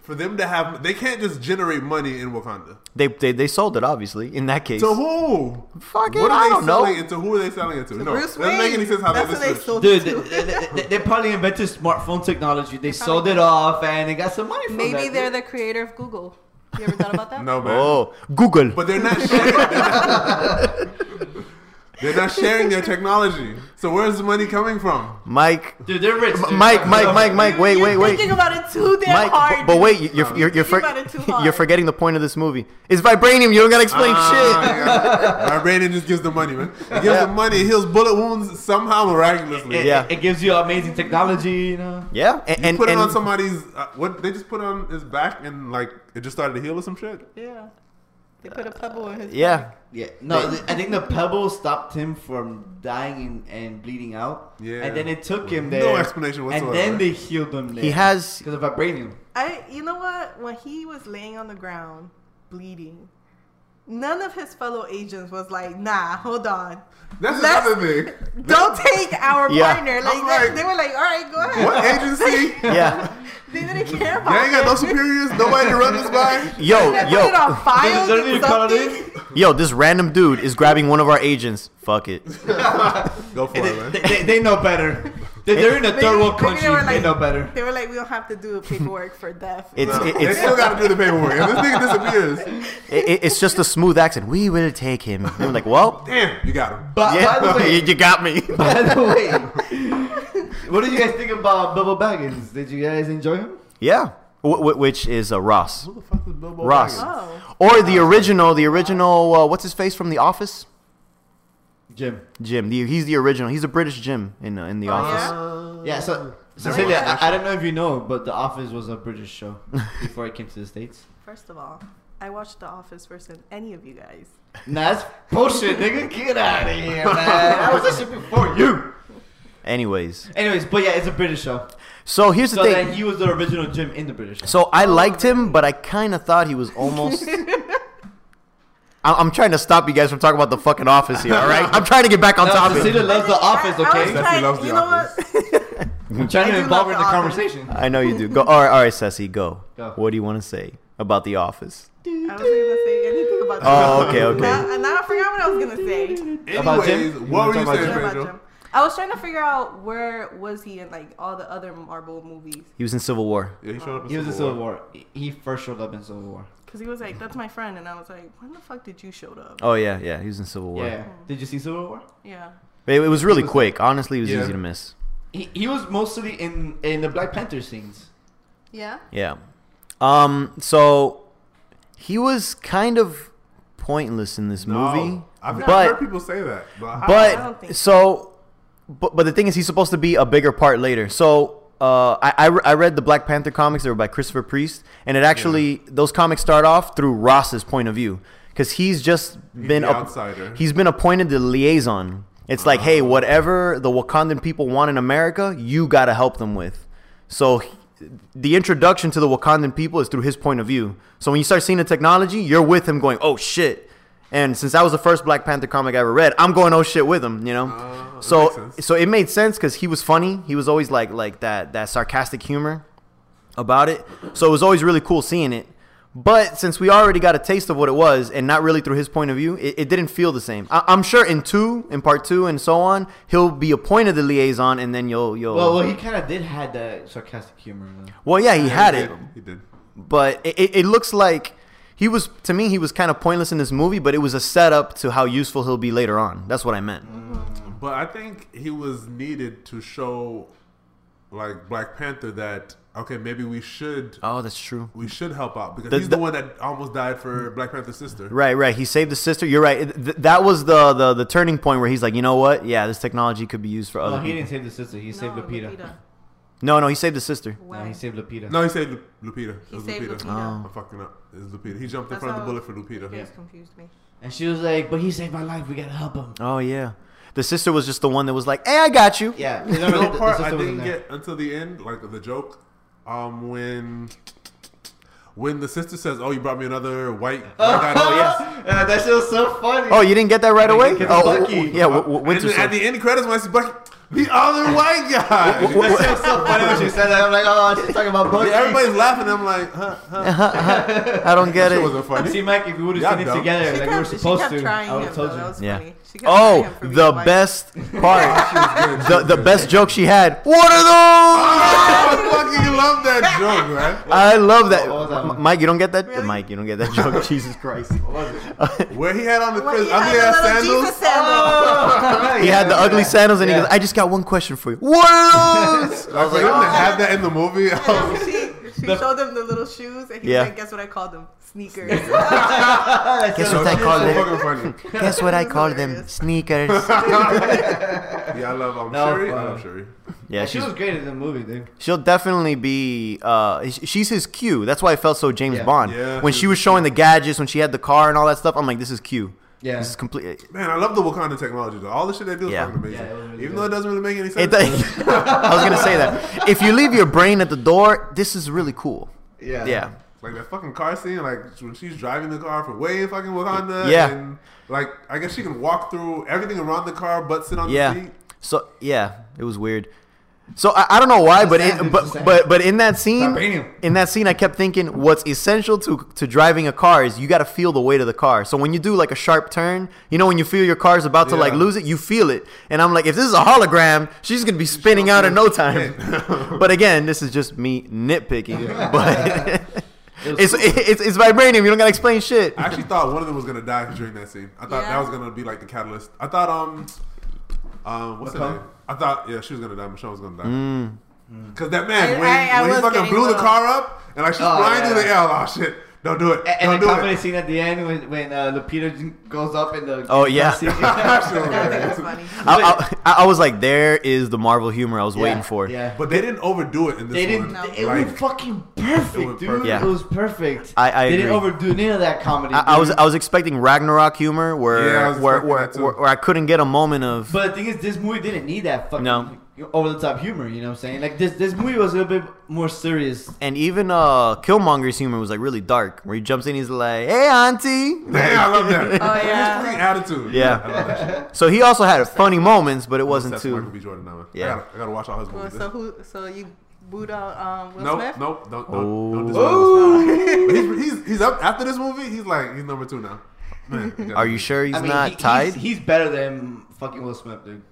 Speaker 3: for them to have they can't just generate money in Wakanda.
Speaker 2: They, they they sold it obviously. In that case,
Speaker 3: To who?
Speaker 2: Fucking,
Speaker 3: what are
Speaker 2: I
Speaker 3: they
Speaker 2: don't know.
Speaker 3: selling it to? Who are they selling it to? no,
Speaker 4: Bruce
Speaker 3: doesn't make any
Speaker 4: Wayne.
Speaker 3: sense how
Speaker 4: That's
Speaker 3: they
Speaker 4: what they
Speaker 3: listen.
Speaker 4: sold
Speaker 1: Dude, they, they, they- they probably invented smartphone technology. They sold it off and they got some money from
Speaker 4: Maybe
Speaker 1: that,
Speaker 4: they're
Speaker 1: dude.
Speaker 4: the creator of Google. You ever thought about that?
Speaker 3: No man.
Speaker 2: oh, Google.
Speaker 3: But they're not sharing. They're not- they're not sharing their technology. So where's the money coming from?
Speaker 2: Mike,
Speaker 1: Dude, they're rich.
Speaker 2: M-
Speaker 1: dude.
Speaker 2: Mike, Mike, Mike, Mike.
Speaker 4: You're-
Speaker 2: Wait,
Speaker 4: you're
Speaker 2: wait, wait.
Speaker 4: Thinking about it too damn
Speaker 2: Mike.
Speaker 4: hard.
Speaker 2: But, but wait, you- you're you're you're,
Speaker 4: Think
Speaker 2: for,
Speaker 4: about it too
Speaker 2: you're
Speaker 4: hard.
Speaker 2: forgetting the point of this movie. It's vibranium. You don't gotta explain shit.
Speaker 3: Ah, yeah. Vibranium just gives the money, man. It gives
Speaker 2: Yeah.
Speaker 3: the money. It heals bullet wounds somehow miraculously.
Speaker 1: It,
Speaker 2: Yeah.
Speaker 1: it gives you amazing technology, you know.
Speaker 2: Yeah, and and,
Speaker 3: put it
Speaker 2: and-
Speaker 3: on somebody's uh, what they just put it on his back and like it just started to heal or some shit.
Speaker 4: Yeah. They put a pebble in his.
Speaker 2: yeah,
Speaker 1: Yeah, no, th- I think the pebble stopped him from dying and, and bleeding out.
Speaker 3: Yeah.
Speaker 1: and then it took him
Speaker 3: No
Speaker 1: there.
Speaker 3: explanation whatsoever.
Speaker 1: And then they healed him. There
Speaker 2: he has.
Speaker 1: because of vibranium.
Speaker 4: I. You know what? When he was laying on the ground, bleeding, none of his fellow agents was like, "Nah, hold on,
Speaker 3: That's
Speaker 4: That's-
Speaker 3: another thing.
Speaker 4: don't take our
Speaker 2: Yeah.
Speaker 4: partner." Like,
Speaker 3: I'm
Speaker 4: they-
Speaker 3: like-
Speaker 4: they were like, "All right, go ahead."
Speaker 3: What agency? They
Speaker 2: Yeah,
Speaker 4: They didn't care about.
Speaker 3: ain't got no
Speaker 4: it.
Speaker 3: superiors. Nobody to run this by.
Speaker 2: yo,
Speaker 4: They put it
Speaker 2: yo,
Speaker 4: on file.
Speaker 1: Don't you call it in?
Speaker 4: something.
Speaker 2: yo. This random dude is grabbing one of our agents. Fuck it.
Speaker 3: Go for
Speaker 1: They,
Speaker 3: it,
Speaker 1: they-
Speaker 3: man.
Speaker 1: they- they know better. They, they're in a third world
Speaker 4: maybe they
Speaker 1: country. They,
Speaker 4: were like-
Speaker 1: know better.
Speaker 4: They were like, "We don't have to do paperwork for death."
Speaker 2: It's
Speaker 3: No,
Speaker 2: it,
Speaker 3: they
Speaker 2: it's
Speaker 3: still got to do the paperwork. If this nigga disappears,
Speaker 2: it, it- it's just a smooth accent. We will take him. And I'm like, well,
Speaker 3: damn, you got him.
Speaker 1: But
Speaker 2: yeah,
Speaker 1: by the way,
Speaker 2: you, you got me.
Speaker 1: by the way, what did you guys think about Bilbo Baggins? Did you guys enjoy him?
Speaker 2: yeah, w- w- which is uh, Ross.
Speaker 3: Who the fuck is Bilbo
Speaker 2: Ross.
Speaker 3: Baggins?
Speaker 4: oh,
Speaker 2: Or the original, the original, uh, what's his face from The Office?
Speaker 1: Jim.
Speaker 2: Jim. The, he's the original. He's a British Jim in uh, in The
Speaker 4: Oh,
Speaker 2: Office.
Speaker 4: yeah?
Speaker 1: Yeah,
Speaker 4: Uh,
Speaker 1: so Cecilia, I, I don't know if you know, but The Office was a British show before it came to the States.
Speaker 4: first of all, I watched The Office first than any of you guys.
Speaker 1: Nah, that's bullshit, nigga. Get out of here, man. I was that shit before you.
Speaker 2: Anyways,
Speaker 1: Anyways, but yeah, it's a British show.
Speaker 2: so here's the
Speaker 1: So
Speaker 2: thing.
Speaker 1: then he was the original Jim in the British show.
Speaker 2: so I liked him, but I kind of thought he was almost. I- I'm trying to stop you guys from talking about the fucking office here, all right? I'm trying to get back on
Speaker 1: No, Cecilia
Speaker 2: topic.
Speaker 1: loves The Office,
Speaker 4: I- I was
Speaker 1: okay?
Speaker 3: Cecilia
Speaker 4: like,
Speaker 3: loves The
Speaker 4: you know
Speaker 3: Office.
Speaker 4: what?
Speaker 1: I'm trying
Speaker 4: I
Speaker 1: to
Speaker 4: do
Speaker 1: involve her in the
Speaker 4: love The Office.
Speaker 1: conversation.
Speaker 2: I know you do. Go. All right, all right, Ceci, go.
Speaker 1: Go.
Speaker 2: What do you want to say about the office?
Speaker 4: I wasn't gonna say anything about
Speaker 2: Oh,
Speaker 4: that.
Speaker 2: okay, okay.
Speaker 4: Now, and now I forgot what I was gonna say. Forgot
Speaker 1: About Jim?
Speaker 3: Anyways,
Speaker 1: You
Speaker 3: what
Speaker 1: wanna
Speaker 3: were you
Speaker 1: talk about
Speaker 3: saying,
Speaker 1: Jim?
Speaker 4: about
Speaker 3: Pedro?
Speaker 4: Jim. I was trying to figure out where was he in like all the other Marvel movies
Speaker 2: He was in Civil War.
Speaker 3: Yeah, he showed up.
Speaker 1: He was in Civil War. He- He first showed up in Civil War.
Speaker 4: because he was like, "That's my friend," and I was like, "When the fuck did you show up?"
Speaker 2: Oh yeah, yeah, he was in Civil War.
Speaker 1: Yeah. Did you see Civil War?
Speaker 4: Yeah.
Speaker 2: It, it was really quick. Honestly, it was
Speaker 3: Yeah.
Speaker 2: easy to miss.
Speaker 1: He, he was mostly in in the Black Panther scenes.
Speaker 4: Yeah.
Speaker 2: Yeah. Um. So he was kind of pointless in this
Speaker 3: No.
Speaker 2: movie,
Speaker 3: I've I've heard
Speaker 2: but
Speaker 3: people say that, but how-
Speaker 4: I
Speaker 2: but
Speaker 4: don't think
Speaker 2: so, but but the thing is, he's supposed to be a bigger part later. So. Uh, I, I, re- I read the Black Panther comics. They were by Christopher Priest, and it actually those comics start off through Ross's point of view because he's just been
Speaker 3: the
Speaker 2: a-
Speaker 3: outsider.
Speaker 2: He's been appointed the liaison. It's like, hey, whatever the Wakandan people want in America, you got to help them with. So he- the introduction to the Wakandan people is through his point of view. So when you start seeing the technology, you're with him going, oh shit. And since that was the first Black Panther comic I ever read, I'm going oh shit with him, you know.
Speaker 3: Ah, that makes
Speaker 2: so
Speaker 3: sense.
Speaker 2: so it made sense because he was funny. He was always like like that that sarcastic humor about it. So it was always really cool seeing it. But since we already got a taste of what it was, and not really through his point of view, it, it didn't feel the same. I, I'm sure in two, in part two, and so on, he'll be appointed the liaison, and then you'll you'll.
Speaker 1: Well,
Speaker 2: Well,
Speaker 1: well, he kind of did had that sarcastic humor. Though.
Speaker 2: yeah, he had
Speaker 3: he
Speaker 2: it,
Speaker 3: did. He did.
Speaker 2: but it, it, it looks like he was to me he was kind of pointless in this movie, but it was a setup to how useful he'll be later on. That's what I meant.
Speaker 3: But I think he was needed to show, like Black Panther, that okay, maybe we should
Speaker 2: Oh, that's true.
Speaker 3: we should help out because
Speaker 2: The-
Speaker 3: he's
Speaker 2: the-
Speaker 3: the one that almost died for Black Panther's sister.
Speaker 2: Right, right. He saved his sister. You're right. Th- th- that was the, the the turning point where he's like, you know what? Yeah, this technology could be used for
Speaker 1: No,
Speaker 2: other.
Speaker 1: he
Speaker 2: people.
Speaker 1: didn't save the sister. He saved
Speaker 4: No,
Speaker 1: Lupita.
Speaker 2: No, no, he saved his sister.
Speaker 1: No,
Speaker 4: When?
Speaker 1: he saved Lupita.
Speaker 3: No, he saved Lu- Lupita. It
Speaker 4: He
Speaker 3: was
Speaker 4: saved
Speaker 3: Lupita.
Speaker 4: Lupita.
Speaker 2: Oh.
Speaker 3: I'm fucking up. It's Lupita. He jumped in
Speaker 4: That's
Speaker 3: front of the
Speaker 4: how
Speaker 3: bullet for Lupita.
Speaker 4: You guys confused me.
Speaker 1: And she was like, "But he saved my life. We gotta help him."
Speaker 2: Oh yeah, the sister was just the one that was like, "Hey, I got you."
Speaker 1: Yeah.
Speaker 3: The
Speaker 1: Remember, the-
Speaker 3: middle
Speaker 1: the
Speaker 3: part I
Speaker 1: sister was in
Speaker 3: didn't
Speaker 1: there.
Speaker 3: get until the end, like the joke, um, when when the sister says, "Oh, you brought me another white." white guy."
Speaker 1: Oh yes, yeah, that shit was so funny.
Speaker 2: Oh, you didn't get that right away.
Speaker 1: Because
Speaker 2: Oh,
Speaker 1: Bucky-
Speaker 2: w- w- yeah. W- w-
Speaker 3: And
Speaker 2: Winter
Speaker 3: then at
Speaker 2: Soldier.
Speaker 3: the end credits, when I see Bucky, the other white guy.
Speaker 1: That shit was so funny when she said that. I'm like, oh, she's talking about Bucky.
Speaker 3: Yeah, everybody's laughing. I'm like, huh, huh.
Speaker 2: I don't get
Speaker 3: That
Speaker 2: it.
Speaker 3: wasn't funny.
Speaker 1: See, Mike, if we would have
Speaker 3: Y'all
Speaker 1: seen it
Speaker 3: dumb.
Speaker 1: together,
Speaker 4: She
Speaker 1: like we were
Speaker 4: kept, she
Speaker 1: supposed
Speaker 4: kept
Speaker 1: to,
Speaker 4: trying
Speaker 1: I would
Speaker 4: him,
Speaker 1: have
Speaker 4: though.
Speaker 1: told
Speaker 4: That
Speaker 1: you.
Speaker 4: was
Speaker 2: Yeah.
Speaker 4: funny. She kept trying
Speaker 2: Oh,
Speaker 4: him for
Speaker 2: the
Speaker 4: being white.
Speaker 2: best part.
Speaker 3: She
Speaker 2: the
Speaker 3: was good.
Speaker 2: the best joke she had. What are those?
Speaker 3: I fucking love that joke, man.
Speaker 2: I love that.
Speaker 1: What was that
Speaker 2: M-
Speaker 1: one?
Speaker 2: Mike, you don't get that.
Speaker 4: Really?
Speaker 2: Mike, you don't get that joke. Jesus Christ.
Speaker 3: Where he had on the
Speaker 4: When
Speaker 3: ugly
Speaker 4: he had the
Speaker 3: ass sandals.
Speaker 4: little Jesus
Speaker 1: Oh!
Speaker 4: sandals.
Speaker 2: He had the ugly sandals, and he
Speaker 1: Yeah.
Speaker 2: goes, "I just got one question for you. What are those?"
Speaker 3: I was like, I didn't have that in the movie. I was
Speaker 4: she she
Speaker 1: The-
Speaker 4: showed him the little shoes, and he's
Speaker 2: Yeah.
Speaker 4: like, "Guess what I called them? Sneakers."
Speaker 2: Guess
Speaker 3: so
Speaker 2: what I
Speaker 3: shit,
Speaker 2: call
Speaker 3: so
Speaker 2: it?
Speaker 3: fucking funny.
Speaker 2: Guess what I call them?
Speaker 4: Hilarious.
Speaker 2: Sneakers.
Speaker 3: Yeah, I love um,
Speaker 1: That was
Speaker 3: Shuri. I
Speaker 1: fun.
Speaker 3: love Shuri.
Speaker 2: Yeah,
Speaker 1: she
Speaker 2: she's
Speaker 1: was great in the movie, dude.
Speaker 2: she'll definitely be. Uh, sh- she's his Q. That's why I felt so James
Speaker 1: Yeah.
Speaker 2: Bond
Speaker 3: Yeah.
Speaker 2: when she was showing the gadgets, when she had the car and all that stuff. I'm like, this is Q.
Speaker 1: Yeah.
Speaker 2: This is complete.
Speaker 3: Man, I love the Wakanda technology. Though. All the shit they do is
Speaker 2: Yeah.
Speaker 3: fucking amazing.
Speaker 1: Yeah, it was really
Speaker 3: Even
Speaker 1: good.
Speaker 3: though it doesn't really make any
Speaker 2: It,
Speaker 3: sense.
Speaker 2: I was gonna say that if you leave your brain at the door, this is really cool.
Speaker 1: Yeah.
Speaker 2: Yeah.
Speaker 3: like that fucking car scene, like when she's driving the car from way in fucking Wakanda.
Speaker 2: Yeah.
Speaker 3: And, like I guess she can walk through everything around the car, but sit on the
Speaker 2: Yeah.
Speaker 3: seat.
Speaker 2: So yeah, it was weird. So I, I don't know why, but
Speaker 1: Just
Speaker 2: it,
Speaker 1: sand,
Speaker 2: but
Speaker 1: just sand.
Speaker 2: but but in that scene,
Speaker 1: Vibranium.
Speaker 2: in that scene, I kept thinking what's essential to to driving a car is you got to feel the weight of the car. So when you do like a sharp turn, you know when you feel your car's about to like
Speaker 3: Yeah.
Speaker 2: lose it, you feel it. And I'm like, if this is a hologram, she's gonna be spinning out in no time. but again, this is just me nitpicking. But
Speaker 1: It
Speaker 2: it's,
Speaker 1: was-
Speaker 2: it's it's vibranium. You don't gotta explain shit.
Speaker 3: I actually thought one of them was gonna die during that scene. I thought
Speaker 4: Yeah.
Speaker 3: that was gonna be like the catalyst. I thought um um what's her
Speaker 1: Macomb?
Speaker 3: name? I thought yeah she was gonna die. Michelle was gonna die.
Speaker 2: Mm.
Speaker 3: Cause that
Speaker 4: I-
Speaker 3: man when,
Speaker 4: I- I
Speaker 3: when
Speaker 4: was
Speaker 3: he fucking
Speaker 4: getting
Speaker 3: blew the
Speaker 4: low.
Speaker 3: car up and like she's
Speaker 1: Oh,
Speaker 3: flying through the
Speaker 1: yeah.
Speaker 3: air. I was, Oh shit! Don't do it!
Speaker 1: A- And
Speaker 3: Don't
Speaker 1: the
Speaker 3: do
Speaker 1: comedy
Speaker 3: it!
Speaker 1: scene at the end when when uh, Lupita goes up in the
Speaker 2: Oh, yeah.
Speaker 4: I think it's funny.
Speaker 2: I, I, I was like, there is the Marvel humor I was waiting for.
Speaker 1: Yeah.
Speaker 3: But they didn't overdo it in this
Speaker 1: They didn't.
Speaker 3: one.
Speaker 4: No.
Speaker 1: It
Speaker 3: Like,
Speaker 1: was fucking
Speaker 3: It was
Speaker 1: perfect, dude.
Speaker 3: perfect.
Speaker 2: Yeah.
Speaker 1: It was perfect.
Speaker 2: I- I
Speaker 1: they didn't
Speaker 2: agree.
Speaker 1: overdo any of that comedy.
Speaker 2: I, I was
Speaker 1: dude.
Speaker 2: I was expecting Ragnarok humor where
Speaker 3: Yeah, I was
Speaker 2: where,
Speaker 3: expecting
Speaker 2: where,
Speaker 3: that too.
Speaker 2: where where I couldn't get a moment of
Speaker 1: But the thing is, this movie didn't need that fucking
Speaker 2: No.
Speaker 1: over the top humor. You know what I'm saying? Like this, this movie was a little bit more serious.
Speaker 2: and even uh Killmonger's humor was like really dark where he jumps in he's like hey auntie
Speaker 3: man, I love that.
Speaker 4: Oh, yeah.
Speaker 3: His freaking attitude.
Speaker 2: Yeah.
Speaker 3: I love that shit.
Speaker 2: so he also had funny moments but it wasn't
Speaker 3: That's Michael
Speaker 2: too
Speaker 3: B. Jordan now.
Speaker 2: Yeah.
Speaker 3: Yeah. I gotta, I gotta watch all his
Speaker 4: Well,
Speaker 3: movies.
Speaker 4: so who? So you booed out um, Will
Speaker 3: nope,
Speaker 4: Smith?
Speaker 3: nope, don't,
Speaker 2: Oh.
Speaker 3: don't, don't
Speaker 1: Ooh.
Speaker 3: disrespect Will Smith. He's, he's, he's up after this movie. He's like he's number two now. Man, I got-
Speaker 2: are you sure he's
Speaker 1: I mean,
Speaker 2: not
Speaker 1: he- he's-
Speaker 2: tied
Speaker 1: He's, better than fucking Will Smith, dude.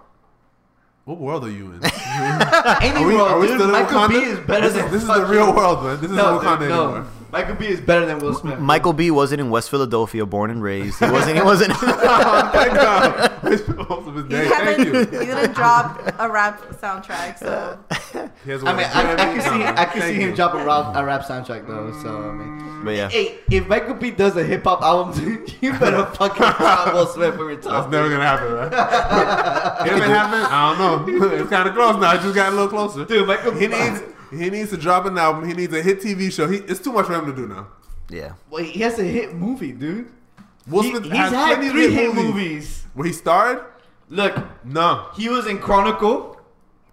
Speaker 3: What world are you in?
Speaker 1: Any
Speaker 3: Are Oh, we,
Speaker 1: world,
Speaker 3: are we
Speaker 1: dude,
Speaker 3: still in
Speaker 1: Michael
Speaker 3: Wakanda?
Speaker 1: B is better
Speaker 3: this,
Speaker 1: than
Speaker 3: is- this is the
Speaker 1: fucking-
Speaker 3: real world, man. This is
Speaker 1: No,
Speaker 3: no, Wakanda
Speaker 1: dude, no.
Speaker 3: anymore.
Speaker 1: Michael B is better than Will Smith.
Speaker 2: Michael B wasn't in West Philadelphia born and raised he wasn't he wasn't
Speaker 3: Oh, Thank God. It's most of his
Speaker 4: You
Speaker 3: day. Thank
Speaker 4: haven't.
Speaker 3: you.
Speaker 4: You didn't drop a rap soundtrack, so
Speaker 3: He has
Speaker 1: I
Speaker 3: one
Speaker 1: mean,
Speaker 3: of the
Speaker 1: I, I can
Speaker 3: Grammys.
Speaker 1: see I can
Speaker 3: Thank
Speaker 1: see him
Speaker 3: you.
Speaker 1: drop a rap, a rap soundtrack though. So I mean,
Speaker 2: but yeah
Speaker 1: hey, if Michael B does a hip hop album, dude, you better fucking drop Will Smith for your
Speaker 3: That's
Speaker 1: top.
Speaker 3: never gonna happen, right? if it happened, I don't know. It's kind of close now. It just got a little closer.
Speaker 1: Dude, Michael
Speaker 3: he
Speaker 1: B.
Speaker 3: needs he needs to drop an album. He needs a hit TV show. He, it's too much for him to do now.
Speaker 2: yeah
Speaker 1: Well, he has a hit movie, dude.
Speaker 3: Will
Speaker 1: He-
Speaker 3: Smith
Speaker 1: he's
Speaker 3: has
Speaker 1: had
Speaker 3: plenty of
Speaker 1: three
Speaker 3: hit
Speaker 1: hit
Speaker 3: movies.
Speaker 1: movies.
Speaker 3: Where he starred?
Speaker 1: Look,
Speaker 3: No.
Speaker 1: he was in Chronicle,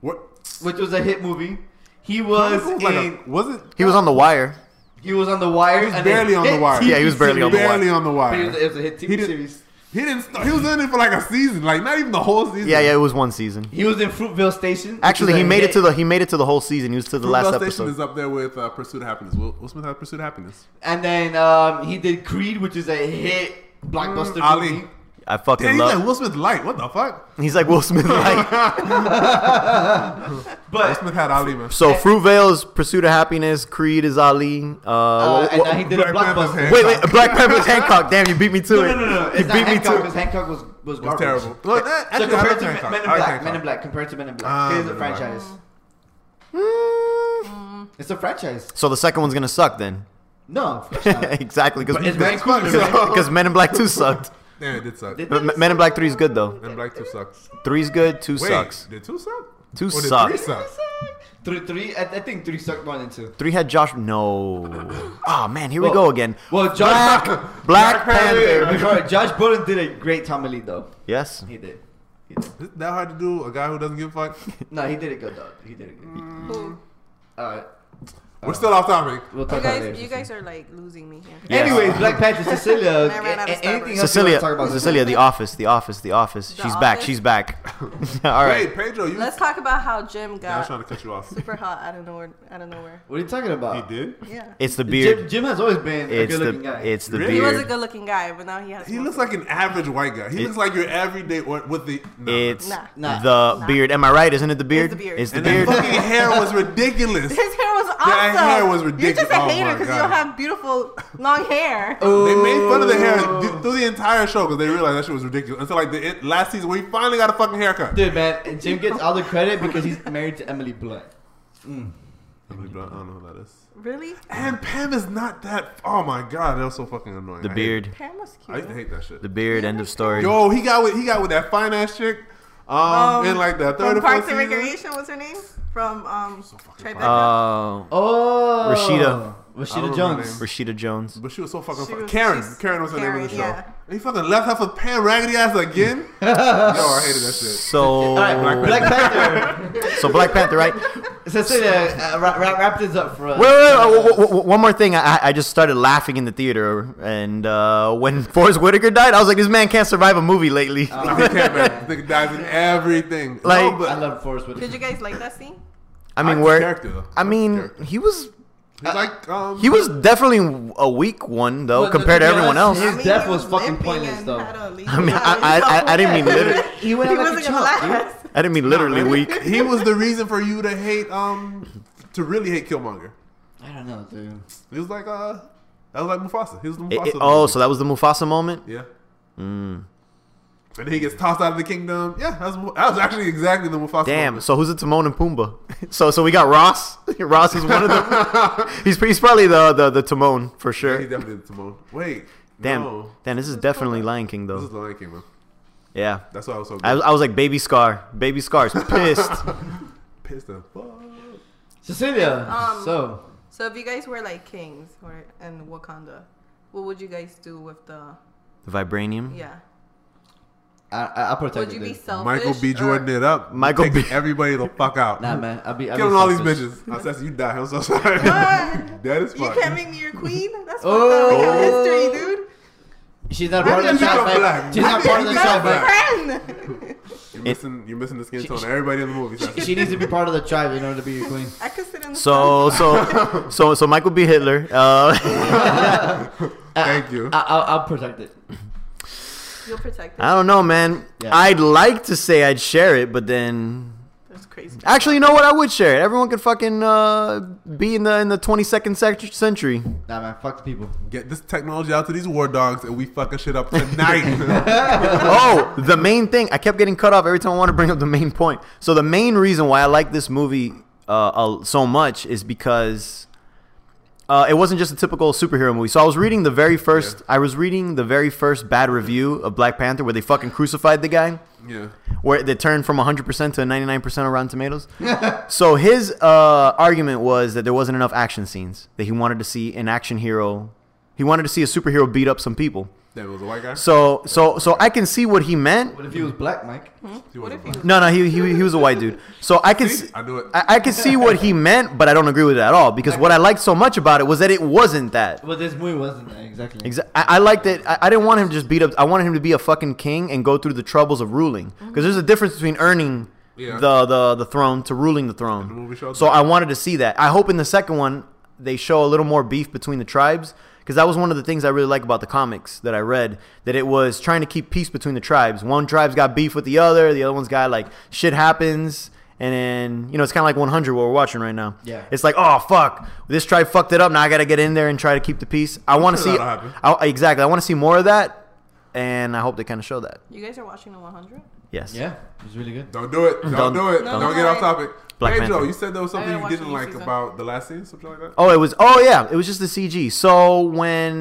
Speaker 3: What?
Speaker 1: which was a hit movie. He was
Speaker 3: Like
Speaker 1: in.
Speaker 3: a- was it?
Speaker 2: he was on the wire
Speaker 1: he was on the wire.
Speaker 3: He was
Speaker 1: and a
Speaker 3: barely on The
Speaker 1: hit
Speaker 3: Wire.
Speaker 2: Yeah, he was
Speaker 1: TV
Speaker 2: barely on The
Speaker 1: series.
Speaker 3: barely on the
Speaker 1: But It
Speaker 3: wire.
Speaker 1: was, it was a hit TV
Speaker 3: He did-
Speaker 1: series.
Speaker 3: He didn't. Start, he was in it for like a season, like not even the whole season.
Speaker 2: yeah yeah it was one season
Speaker 1: He was in Fruitville Station. which
Speaker 2: actually
Speaker 1: is
Speaker 2: he
Speaker 1: a
Speaker 2: made it
Speaker 1: hit.
Speaker 2: to the he made it to the whole season he was to the
Speaker 3: Fruitvale
Speaker 2: last
Speaker 3: Station
Speaker 2: episode
Speaker 3: is up there with uh, Pursuit of Happiness. Will, Will Smith had Pursuit of Happiness.
Speaker 1: And then um, he did Creed, which is a hit blockbuster
Speaker 3: Ali.
Speaker 1: movie.
Speaker 2: I fucking
Speaker 3: Damn, he's
Speaker 2: love.
Speaker 3: like Will Smith light. What the fuck?
Speaker 2: he's like Will Smith. Like
Speaker 3: Will
Speaker 1: But
Speaker 3: Smith had Ali, man.
Speaker 2: so, Fruitvale is Pursuit of Happiness. Creed is Ali. Uh,
Speaker 4: Oh,
Speaker 1: uh,
Speaker 2: wh-
Speaker 1: and now he did a
Speaker 3: Black Panther's
Speaker 1: blockbuster.
Speaker 3: hand.
Speaker 2: wait, wait, Black Panther's Hancock. Damn, you beat me to
Speaker 1: No,
Speaker 2: it.
Speaker 1: no, no, no.
Speaker 2: You
Speaker 1: It's not
Speaker 2: beat me
Speaker 1: Hancock
Speaker 2: to it.
Speaker 1: because Hancock was was
Speaker 3: It's
Speaker 1: garbage.
Speaker 3: terrible. Well, that,
Speaker 1: So
Speaker 3: actually, I
Speaker 1: compared
Speaker 3: like
Speaker 1: to Men
Speaker 3: Hancock.
Speaker 1: Men in
Speaker 3: I like
Speaker 1: Black, Men in
Speaker 3: Hancock.
Speaker 1: Black compared to Men in
Speaker 3: Ah,
Speaker 1: Black, it is
Speaker 3: Men
Speaker 1: a
Speaker 3: in Black.
Speaker 1: franchise.
Speaker 4: Hmm.
Speaker 1: It's a franchise.
Speaker 2: So the second one's gonna suck then.
Speaker 1: No, of course not.
Speaker 2: exactly,
Speaker 1: But it's
Speaker 2: because
Speaker 1: very cool.
Speaker 3: That's fucked up.
Speaker 1: Remember?
Speaker 2: because Men in Black Two sucked.
Speaker 3: Damn, it did suck.
Speaker 1: Did
Speaker 2: But
Speaker 1: they?
Speaker 2: M- Men in Black Three is good though.
Speaker 3: And Black 2 sucks.
Speaker 2: Three's good. Two
Speaker 3: Wait,
Speaker 2: sucks.
Speaker 3: did 2 suck?
Speaker 2: Two
Speaker 3: Or did
Speaker 2: suck.
Speaker 3: 3 suck?
Speaker 1: Three, three. I, I think three sucked more than two.
Speaker 2: Three had Josh. No. Oh man, here we
Speaker 1: Well-
Speaker 2: go again.
Speaker 1: Well, Josh
Speaker 2: Black, Black, Panther.
Speaker 1: Remember, Josh Brolin did a great Tommy Lee though.
Speaker 2: Yes.
Speaker 1: He did. He did.
Speaker 3: Is it that hard to do? A guy who doesn't give a fuck?
Speaker 1: No, he did it good though. He did it good.
Speaker 3: Mm.
Speaker 4: Who?
Speaker 1: Alright,
Speaker 3: We're still off topic.
Speaker 1: we'll talk
Speaker 4: You
Speaker 1: about it later.
Speaker 4: guys, you guys are like losing me here.
Speaker 2: Yes.
Speaker 1: Anyways, Black Panther, Cecilia.
Speaker 4: I ran out of
Speaker 1: a- anything else
Speaker 4: Starburst.
Speaker 1: you want
Speaker 2: Cecilia,
Speaker 1: to talk about?
Speaker 2: Cecilia, The Office, The Office, The Office.
Speaker 4: The
Speaker 2: she's back.
Speaker 4: Office?
Speaker 2: She's back. All right.
Speaker 3: Wait, Pedro, you.
Speaker 4: Let's talk about how Jim
Speaker 3: Yeah, I was
Speaker 4: got
Speaker 3: trying to cut you off.
Speaker 4: super hot out of nowhere. Out of nowhere.
Speaker 1: What are you talking
Speaker 3: He
Speaker 1: about?
Speaker 3: did?
Speaker 4: Yeah.
Speaker 2: It's the
Speaker 1: Jim,
Speaker 2: beard.
Speaker 1: Jim has always been a
Speaker 2: It's
Speaker 1: good-looking
Speaker 2: the
Speaker 1: guy.
Speaker 2: it's the
Speaker 3: Really?
Speaker 4: He was a
Speaker 2: beard.
Speaker 4: good-looking guy, but now he has.
Speaker 3: He
Speaker 4: more-
Speaker 3: looks like an average white guy. He
Speaker 2: It-
Speaker 3: looks like your everyday or with the. no.
Speaker 2: It's
Speaker 4: Nah.
Speaker 1: Nah.
Speaker 2: the
Speaker 4: Nah.
Speaker 2: beard. Am I right? Isn't it the beard?
Speaker 4: the beard.
Speaker 2: It's the
Speaker 3: and the
Speaker 2: beard.
Speaker 3: fucking hair was ridiculous.
Speaker 4: His hair was awesome.
Speaker 3: That hair was
Speaker 4: You're
Speaker 3: ridiculous.
Speaker 4: just a
Speaker 3: Oh my
Speaker 4: hater because you
Speaker 3: God.
Speaker 4: don't have beautiful long hair.
Speaker 3: They made fun of the hair th- through the entire show because they realized that shit was ridiculous. Until like the it, last season, where he finally got a fucking haircut.
Speaker 1: Dude, man, and Jim gets all the credit because he's married to Emily Blunt.
Speaker 3: I don't know who that is.
Speaker 4: Really?
Speaker 3: And Pam is not that. Oh my god, that was so fucking annoying.
Speaker 2: The
Speaker 3: I hate-
Speaker 2: beard.
Speaker 4: Pam was
Speaker 3: I used to
Speaker 4: cute.
Speaker 3: hate that shit.
Speaker 2: The beard. End of story.
Speaker 3: Yo, he got with he got with that fine ass chick. Um,
Speaker 4: Um,
Speaker 3: in like the third
Speaker 4: From
Speaker 3: or fourth
Speaker 4: Parks
Speaker 3: season.
Speaker 4: and Recreation, what's her name? From um, Tribeca.
Speaker 2: Oh,
Speaker 1: Oh,
Speaker 2: Rashida.
Speaker 3: I don't
Speaker 1: Rashida
Speaker 3: remember
Speaker 1: Jones.
Speaker 3: her
Speaker 2: Rashida Jones.
Speaker 3: But she was so fucking.
Speaker 4: She
Speaker 3: fu-
Speaker 4: was-
Speaker 3: Karen.
Speaker 4: she's-
Speaker 3: Karen was her name in the
Speaker 4: Karen,
Speaker 3: show.
Speaker 4: yeah.
Speaker 3: And he fucking left her for Pam raggedy ass again. Yo, I hated that shit.
Speaker 2: So
Speaker 1: All right, Black Panther.
Speaker 2: so Black Panther, right?
Speaker 1: Cecilia, uh, wrap, wrap, wrap this up for us.
Speaker 2: Wait, wait, wait, wait, wait, wait, one more thing. I, I just started laughing in the theater, and uh, when Forrest Whitaker died, I was like, "This man can't survive a movie lately."
Speaker 3: Uh, I hate Karen, man. Nigga dies in everything.
Speaker 2: Like-
Speaker 1: I love Forrest Whitaker.
Speaker 4: Did you guys like that scene?
Speaker 2: I mean,
Speaker 3: like
Speaker 2: where?
Speaker 3: the character, though.
Speaker 2: I mean,
Speaker 3: Like the character.
Speaker 2: he was
Speaker 3: He's like um.
Speaker 2: he was definitely a weak one though,
Speaker 1: Well, to
Speaker 2: compared to
Speaker 1: be
Speaker 2: everyone else.
Speaker 1: honest, His
Speaker 4: Oh, mean,
Speaker 1: death
Speaker 4: he
Speaker 1: was fucking
Speaker 4: limping
Speaker 1: pointless,
Speaker 4: and
Speaker 1: though.
Speaker 4: had a leak.
Speaker 2: I mean,
Speaker 4: Yeah,
Speaker 2: I,
Speaker 4: he
Speaker 2: I, I, I didn't mean literally.
Speaker 1: He went
Speaker 4: He
Speaker 1: out like a
Speaker 4: wasn't gonna
Speaker 1: champ, dude.
Speaker 4: last.
Speaker 2: I didn't mean literally weak.
Speaker 3: he was the reason for you to hate um to really hate Killmonger.
Speaker 1: I don't know, dude.
Speaker 3: He was like uh that was like Mufasa. He was the Mufasa.
Speaker 2: It- it-
Speaker 3: of the
Speaker 2: oh,
Speaker 3: movie.
Speaker 2: so that was the Mufasa moment.
Speaker 3: yeah.
Speaker 2: Mm.
Speaker 3: And then he gets tossed out of the kingdom. Yeah, that's Mu- that was actually exactly the Mufasa.
Speaker 2: Damn.
Speaker 3: moment.
Speaker 2: So who's it? Timon and Pumbaa. So so we got Ross. Ross is one of them. he's he's probably the the, the Timon for
Speaker 3: yeah, he
Speaker 2: sure.
Speaker 3: definitely did Timon. Wait,
Speaker 2: Damn.
Speaker 3: no.
Speaker 2: Damn. This is definitely Lion King
Speaker 3: this is
Speaker 2: though.
Speaker 3: the Lion King, man.
Speaker 2: Yeah.
Speaker 3: That's why I was so
Speaker 2: I was, I was like, baby scar, baby scars, pissed.
Speaker 3: pissed the fuck.
Speaker 1: Cecilia.
Speaker 4: Um,
Speaker 1: so,
Speaker 4: So if you guys were like kings or in Wakanda, what would you guys do with the
Speaker 2: Vibranium.
Speaker 4: yeah?
Speaker 1: I, I, I'll protect
Speaker 4: Would you
Speaker 1: it,
Speaker 4: be
Speaker 1: dude.
Speaker 4: selfish?
Speaker 3: Michael B.
Speaker 4: or-
Speaker 3: Jordan it up.
Speaker 2: Michael
Speaker 3: Take
Speaker 2: B.
Speaker 3: Everybody the fuck out.
Speaker 1: Nah, man. I'll be. I'll be
Speaker 3: Killing all these
Speaker 1: selfish.
Speaker 3: bitches. I said you die. I'm so sorry.
Speaker 4: What?
Speaker 3: that is
Speaker 4: You
Speaker 3: fuck.
Speaker 4: can't make me your queen. That's
Speaker 1: Oh.
Speaker 4: fucked up. We have history, dude.
Speaker 1: She's not
Speaker 3: Why
Speaker 1: part of
Speaker 3: did
Speaker 1: the
Speaker 3: you become
Speaker 1: tribe.
Speaker 3: black?
Speaker 1: She's
Speaker 3: Why
Speaker 1: not
Speaker 3: did
Speaker 1: part
Speaker 3: you
Speaker 1: of the
Speaker 3: become
Speaker 1: tribe.
Speaker 3: black?
Speaker 1: man.
Speaker 4: Best friend.
Speaker 3: You're missing, you're missing the skin
Speaker 1: She-
Speaker 3: tone.
Speaker 1: she-
Speaker 3: Everybody in the movie. Sassy.
Speaker 1: She needs to be part of the tribe in order to be your queen.
Speaker 4: I could sit in the
Speaker 2: So so so so Michael B. Hitler. Uh,
Speaker 3: Thank you.
Speaker 1: I, I'll, I'll protect it.
Speaker 4: sun. You'll protect it.
Speaker 2: I don't know, man.
Speaker 1: Yeah.
Speaker 2: I'd like to say I'd share it, but then
Speaker 4: That's crazy.
Speaker 2: actually, you know what? I would share it. Everyone could fucking uh, be in the in the 22nd sec- century.
Speaker 1: Nah, man. Fuck the people.
Speaker 3: Get this technology out to these war dogs, and we fucking shit up tonight.
Speaker 2: oh, the main thing. I kept getting cut off every time I want to bring up the main point. So the main reason why I like this movie uh, uh, so much is because uh, it wasn't just a typical superhero movie. So I was reading the very first. I was reading the very first bad review of Black Panther where they fucking crucified the guy
Speaker 3: yeah.
Speaker 2: where they turned from 100% to 99% on Rotten Tomatoes. so his uh, argument was that there wasn't enough action scenes. That he wanted to see an action hero. He wanted to see a superhero beat up some people.
Speaker 3: That was a white guy.
Speaker 2: So so so I can see what he meant.
Speaker 1: But if he was black, Mike.
Speaker 3: He
Speaker 4: What
Speaker 3: wasn't
Speaker 4: if he was
Speaker 2: No, no, he he, he was a white dude. So I can
Speaker 3: See?
Speaker 2: see,
Speaker 3: I knew it.
Speaker 2: I, I can see what he meant, but I don't agree with it at all because what I liked so much about it was that it wasn't that.
Speaker 1: Well, this movie wasn't that, exactly.
Speaker 2: Exa- I, I liked it. I, I didn't want him to just beat up. I wanted him to be a fucking king and go through the troubles of ruling. Because there's a difference between earning
Speaker 3: Yeah.
Speaker 2: the, the the throne to ruling the
Speaker 3: The
Speaker 2: throne.
Speaker 3: movie showed
Speaker 2: so
Speaker 3: that.
Speaker 2: I wanted to see that. I hope in the second one they show a little more beef between the tribes Because that was one of the things I really like about the comics that I read, that it was trying to keep peace between the tribes. One tribe's got beef with the other, the other one's got like shit happens, and then you know it's kind of like 100 what we're watching right now.
Speaker 1: Yeah.
Speaker 2: it's like oh fuck, this tribe fucked it up. Now I gotta get in there and try to keep the peace. I want to
Speaker 3: sure
Speaker 2: see
Speaker 3: that'll happen.
Speaker 2: I, exactly. I want to see more of that, and I hope they kind of show that.
Speaker 4: You guys are watching the 100?
Speaker 2: Yes.
Speaker 1: Yeah, it was really good.
Speaker 3: Don't do it. Don't,
Speaker 2: Don't-
Speaker 3: do it.
Speaker 4: No,
Speaker 3: Don't get off
Speaker 4: no, I-
Speaker 3: topic.
Speaker 2: Black
Speaker 3: Pedro,
Speaker 2: Panther.
Speaker 3: you said there was
Speaker 4: I
Speaker 3: something
Speaker 4: didn't
Speaker 3: you
Speaker 4: watch
Speaker 3: didn't
Speaker 4: any
Speaker 3: like
Speaker 4: season.
Speaker 3: about the last scene, something like that.
Speaker 2: Oh, it was. Oh yeah, it was just the CG. So when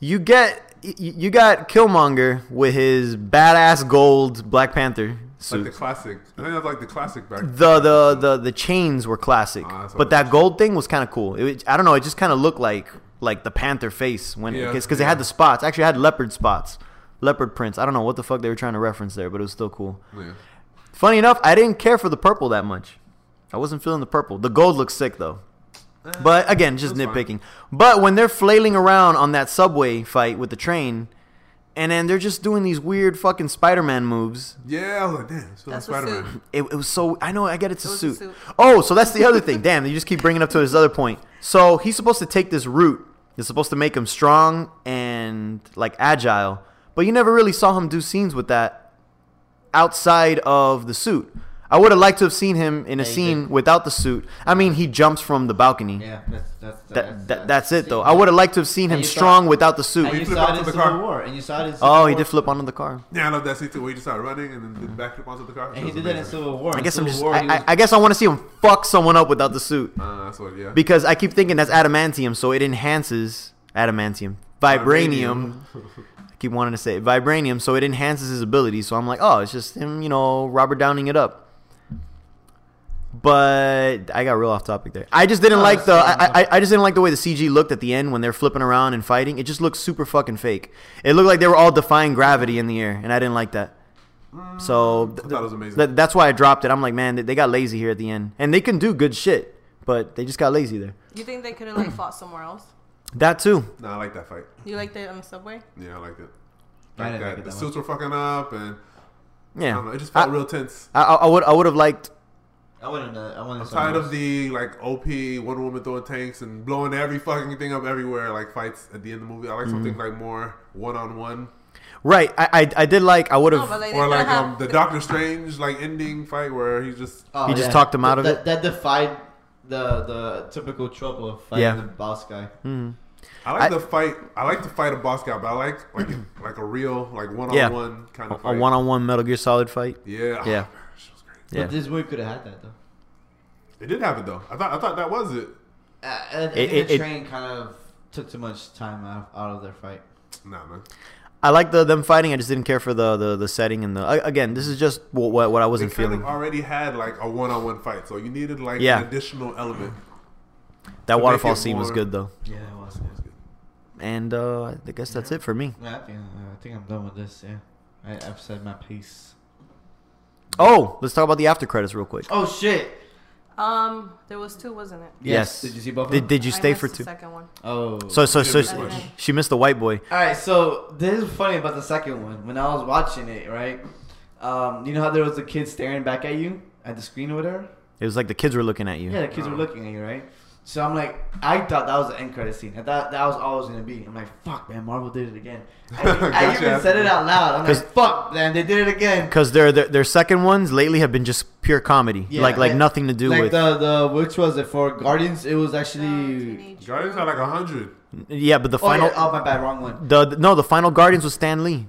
Speaker 2: you get y- y- you got Killmonger with his badass gold Black Panther
Speaker 3: like
Speaker 2: suit.
Speaker 3: the classic. I think that's like the classic back.
Speaker 2: the, the the the chains were classic,
Speaker 3: Ah, that's what
Speaker 2: but
Speaker 3: I
Speaker 2: that gold thing was kind of cool. It, was- I don't know. It just kind of looked like like the panther face when
Speaker 3: Yeah,
Speaker 2: because it
Speaker 3: yeah.
Speaker 2: had the spots. Actually, it had leopard spots, leopard prints. I don't know what the fuck they were trying to reference there, but it was still cool.
Speaker 3: Yeah.
Speaker 2: Funny enough, I didn't care for the purple that much. I wasn't feeling the purple. The gold looks sick though. But again, just
Speaker 3: that's fine.
Speaker 2: nitpicking. But when they're flailing around on that subway fight with the train, and then they're just doing these weird fucking Spider-Man moves.
Speaker 3: Yeah, I was like, damn, it's feeling
Speaker 4: That's a
Speaker 3: Spider Man.
Speaker 4: suit.
Speaker 2: It, it was so I know I get it's a,
Speaker 4: It was a
Speaker 2: suit.
Speaker 4: suit.
Speaker 2: Oh, so that's the other thing. Damn, you just keep bringing up to this other point. So he's supposed to take this route. It's supposed to make him strong and like agile, but you never really saw him do scenes with that outside of the suit. I would have liked to have seen him in a
Speaker 1: Yeah, you
Speaker 2: scene
Speaker 1: did.
Speaker 2: without the suit. I mean, he jumps from the balcony.
Speaker 1: Yeah, that's that's
Speaker 2: That, that, that's it though. I would have liked to have seen
Speaker 1: And
Speaker 2: him
Speaker 1: you saw-
Speaker 2: strong without the
Speaker 1: And
Speaker 2: suit.
Speaker 1: you
Speaker 3: flipped
Speaker 1: saw it
Speaker 3: onto
Speaker 1: in
Speaker 3: the
Speaker 1: Civil
Speaker 3: car.
Speaker 1: War, and you saw it. In Civil
Speaker 2: Oh, he did
Speaker 1: War.
Speaker 2: flip onto the car.
Speaker 3: Yeah, I love that scene too, where he just started running and then backed up onto the car.
Speaker 1: And he
Speaker 3: That was
Speaker 1: did that in
Speaker 3: amazing.
Speaker 1: Civil War.
Speaker 2: I
Speaker 1: In
Speaker 2: guess I'm
Speaker 1: Civil
Speaker 2: just.
Speaker 1: War, he
Speaker 2: I, I,
Speaker 1: was-
Speaker 2: I guess I want to see him fuck someone up without the suit
Speaker 3: Uh, that's what, yeah.
Speaker 2: because I keep thinking that's adamantium, so it enhances adamantium, vibranium. I keep wanting to say it, vibranium, so it enhances his abilities. So I'm like, oh, it's just him, you know, Robert Downing it up. But I got real off topic there. I just didn't
Speaker 1: No,
Speaker 2: like
Speaker 1: that's
Speaker 2: the
Speaker 1: fair
Speaker 2: I, I, I just didn't like the way the CG looked at the end when they're flipping around and fighting. It just looked super fucking fake. It looked like they were all defying gravity in the air, and I didn't like that. So
Speaker 3: I thought it was amazing.
Speaker 2: Th- that's why I dropped it. I'm like, man, they, they got lazy here at the end, and they can do good shit, but they just got lazy there.
Speaker 4: You think they could have like fought somewhere else?
Speaker 2: That too.
Speaker 3: nah, I like that fight.
Speaker 4: You like that on the subway?
Speaker 3: Yeah, I liked it.
Speaker 1: I
Speaker 3: Like
Speaker 1: didn't like
Speaker 3: that.
Speaker 1: it
Speaker 3: The
Speaker 1: that
Speaker 3: suits were fucking up, and I don't know,
Speaker 2: Yeah.
Speaker 3: it just felt
Speaker 2: I-
Speaker 3: real tense.
Speaker 2: I, I, I would I would have liked.
Speaker 1: I wouldn't. Uh, I wouldn't.
Speaker 3: I'm tired of the like OP one woman throwing tanks and blowing every fucking thing up everywhere. Like fights at the end of the movie. I like
Speaker 2: Mhm.
Speaker 3: something like more one on one,
Speaker 2: Right. I I, I did like. I would have.
Speaker 4: but like, they
Speaker 3: or like
Speaker 4: could've had-
Speaker 3: um the Doctor Strange like ending fight where he just
Speaker 1: Oh,
Speaker 2: He just talked him out of
Speaker 1: that,
Speaker 2: it?
Speaker 1: That defied the the typical trope of fighting
Speaker 2: Yeah.
Speaker 1: the
Speaker 2: Hmm.
Speaker 1: boss guy.
Speaker 3: I like
Speaker 2: I-
Speaker 3: the fight. I like to fight a boss guy, but I like like like a real like one
Speaker 2: Yeah.
Speaker 3: on one kind of
Speaker 2: a
Speaker 3: fight.
Speaker 2: one on one Metal Gear Solid fight.
Speaker 3: yeah, Ah,
Speaker 2: Yeah.
Speaker 3: man, she was great.
Speaker 1: Yeah.
Speaker 2: Yeah.
Speaker 1: But this movie could have had that though.
Speaker 3: It did happen though. I thought I thought that was it.
Speaker 1: Uh, I, I
Speaker 2: It-
Speaker 1: think
Speaker 2: it-
Speaker 1: the
Speaker 2: it-
Speaker 1: train kind of took too much time out of, out of their fight.
Speaker 3: Nah, man.
Speaker 2: I like the them fighting. I just didn't care for the the, the setting and the. a- Again, this is just what what, what I
Speaker 3: They
Speaker 2: wasn't
Speaker 3: kind
Speaker 2: feeling.
Speaker 3: of already had like a one on one fight, so you needed like
Speaker 2: Yeah.
Speaker 3: an additional element.
Speaker 2: That
Speaker 3: make
Speaker 2: waterfall
Speaker 3: it
Speaker 2: scene was
Speaker 3: more-
Speaker 2: good though.
Speaker 1: Yeah, it was.
Speaker 2: And uh, I guess that's it for me.
Speaker 1: Yeah, I think, uh, I think I'm done with this. Yeah, I, I've said my piece.
Speaker 2: Oh, let's talk about the after credits real quick.
Speaker 1: Oh shit!
Speaker 4: Um, there was two, wasn't it?
Speaker 2: Yes.
Speaker 1: Did you see both? of
Speaker 2: Did,
Speaker 1: them?
Speaker 2: did you
Speaker 4: I
Speaker 2: stay
Speaker 4: missed
Speaker 2: for
Speaker 4: the
Speaker 2: two?
Speaker 4: Second one.
Speaker 1: Oh.
Speaker 2: So so so
Speaker 3: Yeah,
Speaker 2: she,
Speaker 4: much.
Speaker 2: she missed the white boy.
Speaker 1: All right, so this is funny about the second one. When I was watching it, right, um, you know how there was a kid staring back at you at the screen or whatever.
Speaker 2: It was like the kids were looking at you.
Speaker 1: Yeah, the kids were looking at you, right? So I'm like, I thought that was the end credit scene. I thought that was all it was gonna be. I'm like, fuck, man, Marvel did it again. I, I
Speaker 3: Gotcha.
Speaker 1: even said it out loud. I'm
Speaker 2: 'Cause-
Speaker 1: like, fuck, man, they did it again.
Speaker 2: Because their, their their second ones lately have been just pure comedy,
Speaker 1: Yeah,
Speaker 2: like like
Speaker 1: and-
Speaker 2: nothing to do
Speaker 1: like
Speaker 2: with.
Speaker 1: the the which was it for Guardians? It was actually.
Speaker 4: Teenage
Speaker 3: Guardians
Speaker 4: Girl.
Speaker 3: had like a hundred.
Speaker 2: yeah, but the
Speaker 1: Oh,
Speaker 2: final
Speaker 1: yeah, oh my bad, wrong one.
Speaker 2: the the- no the final Guardians was Stan Lee.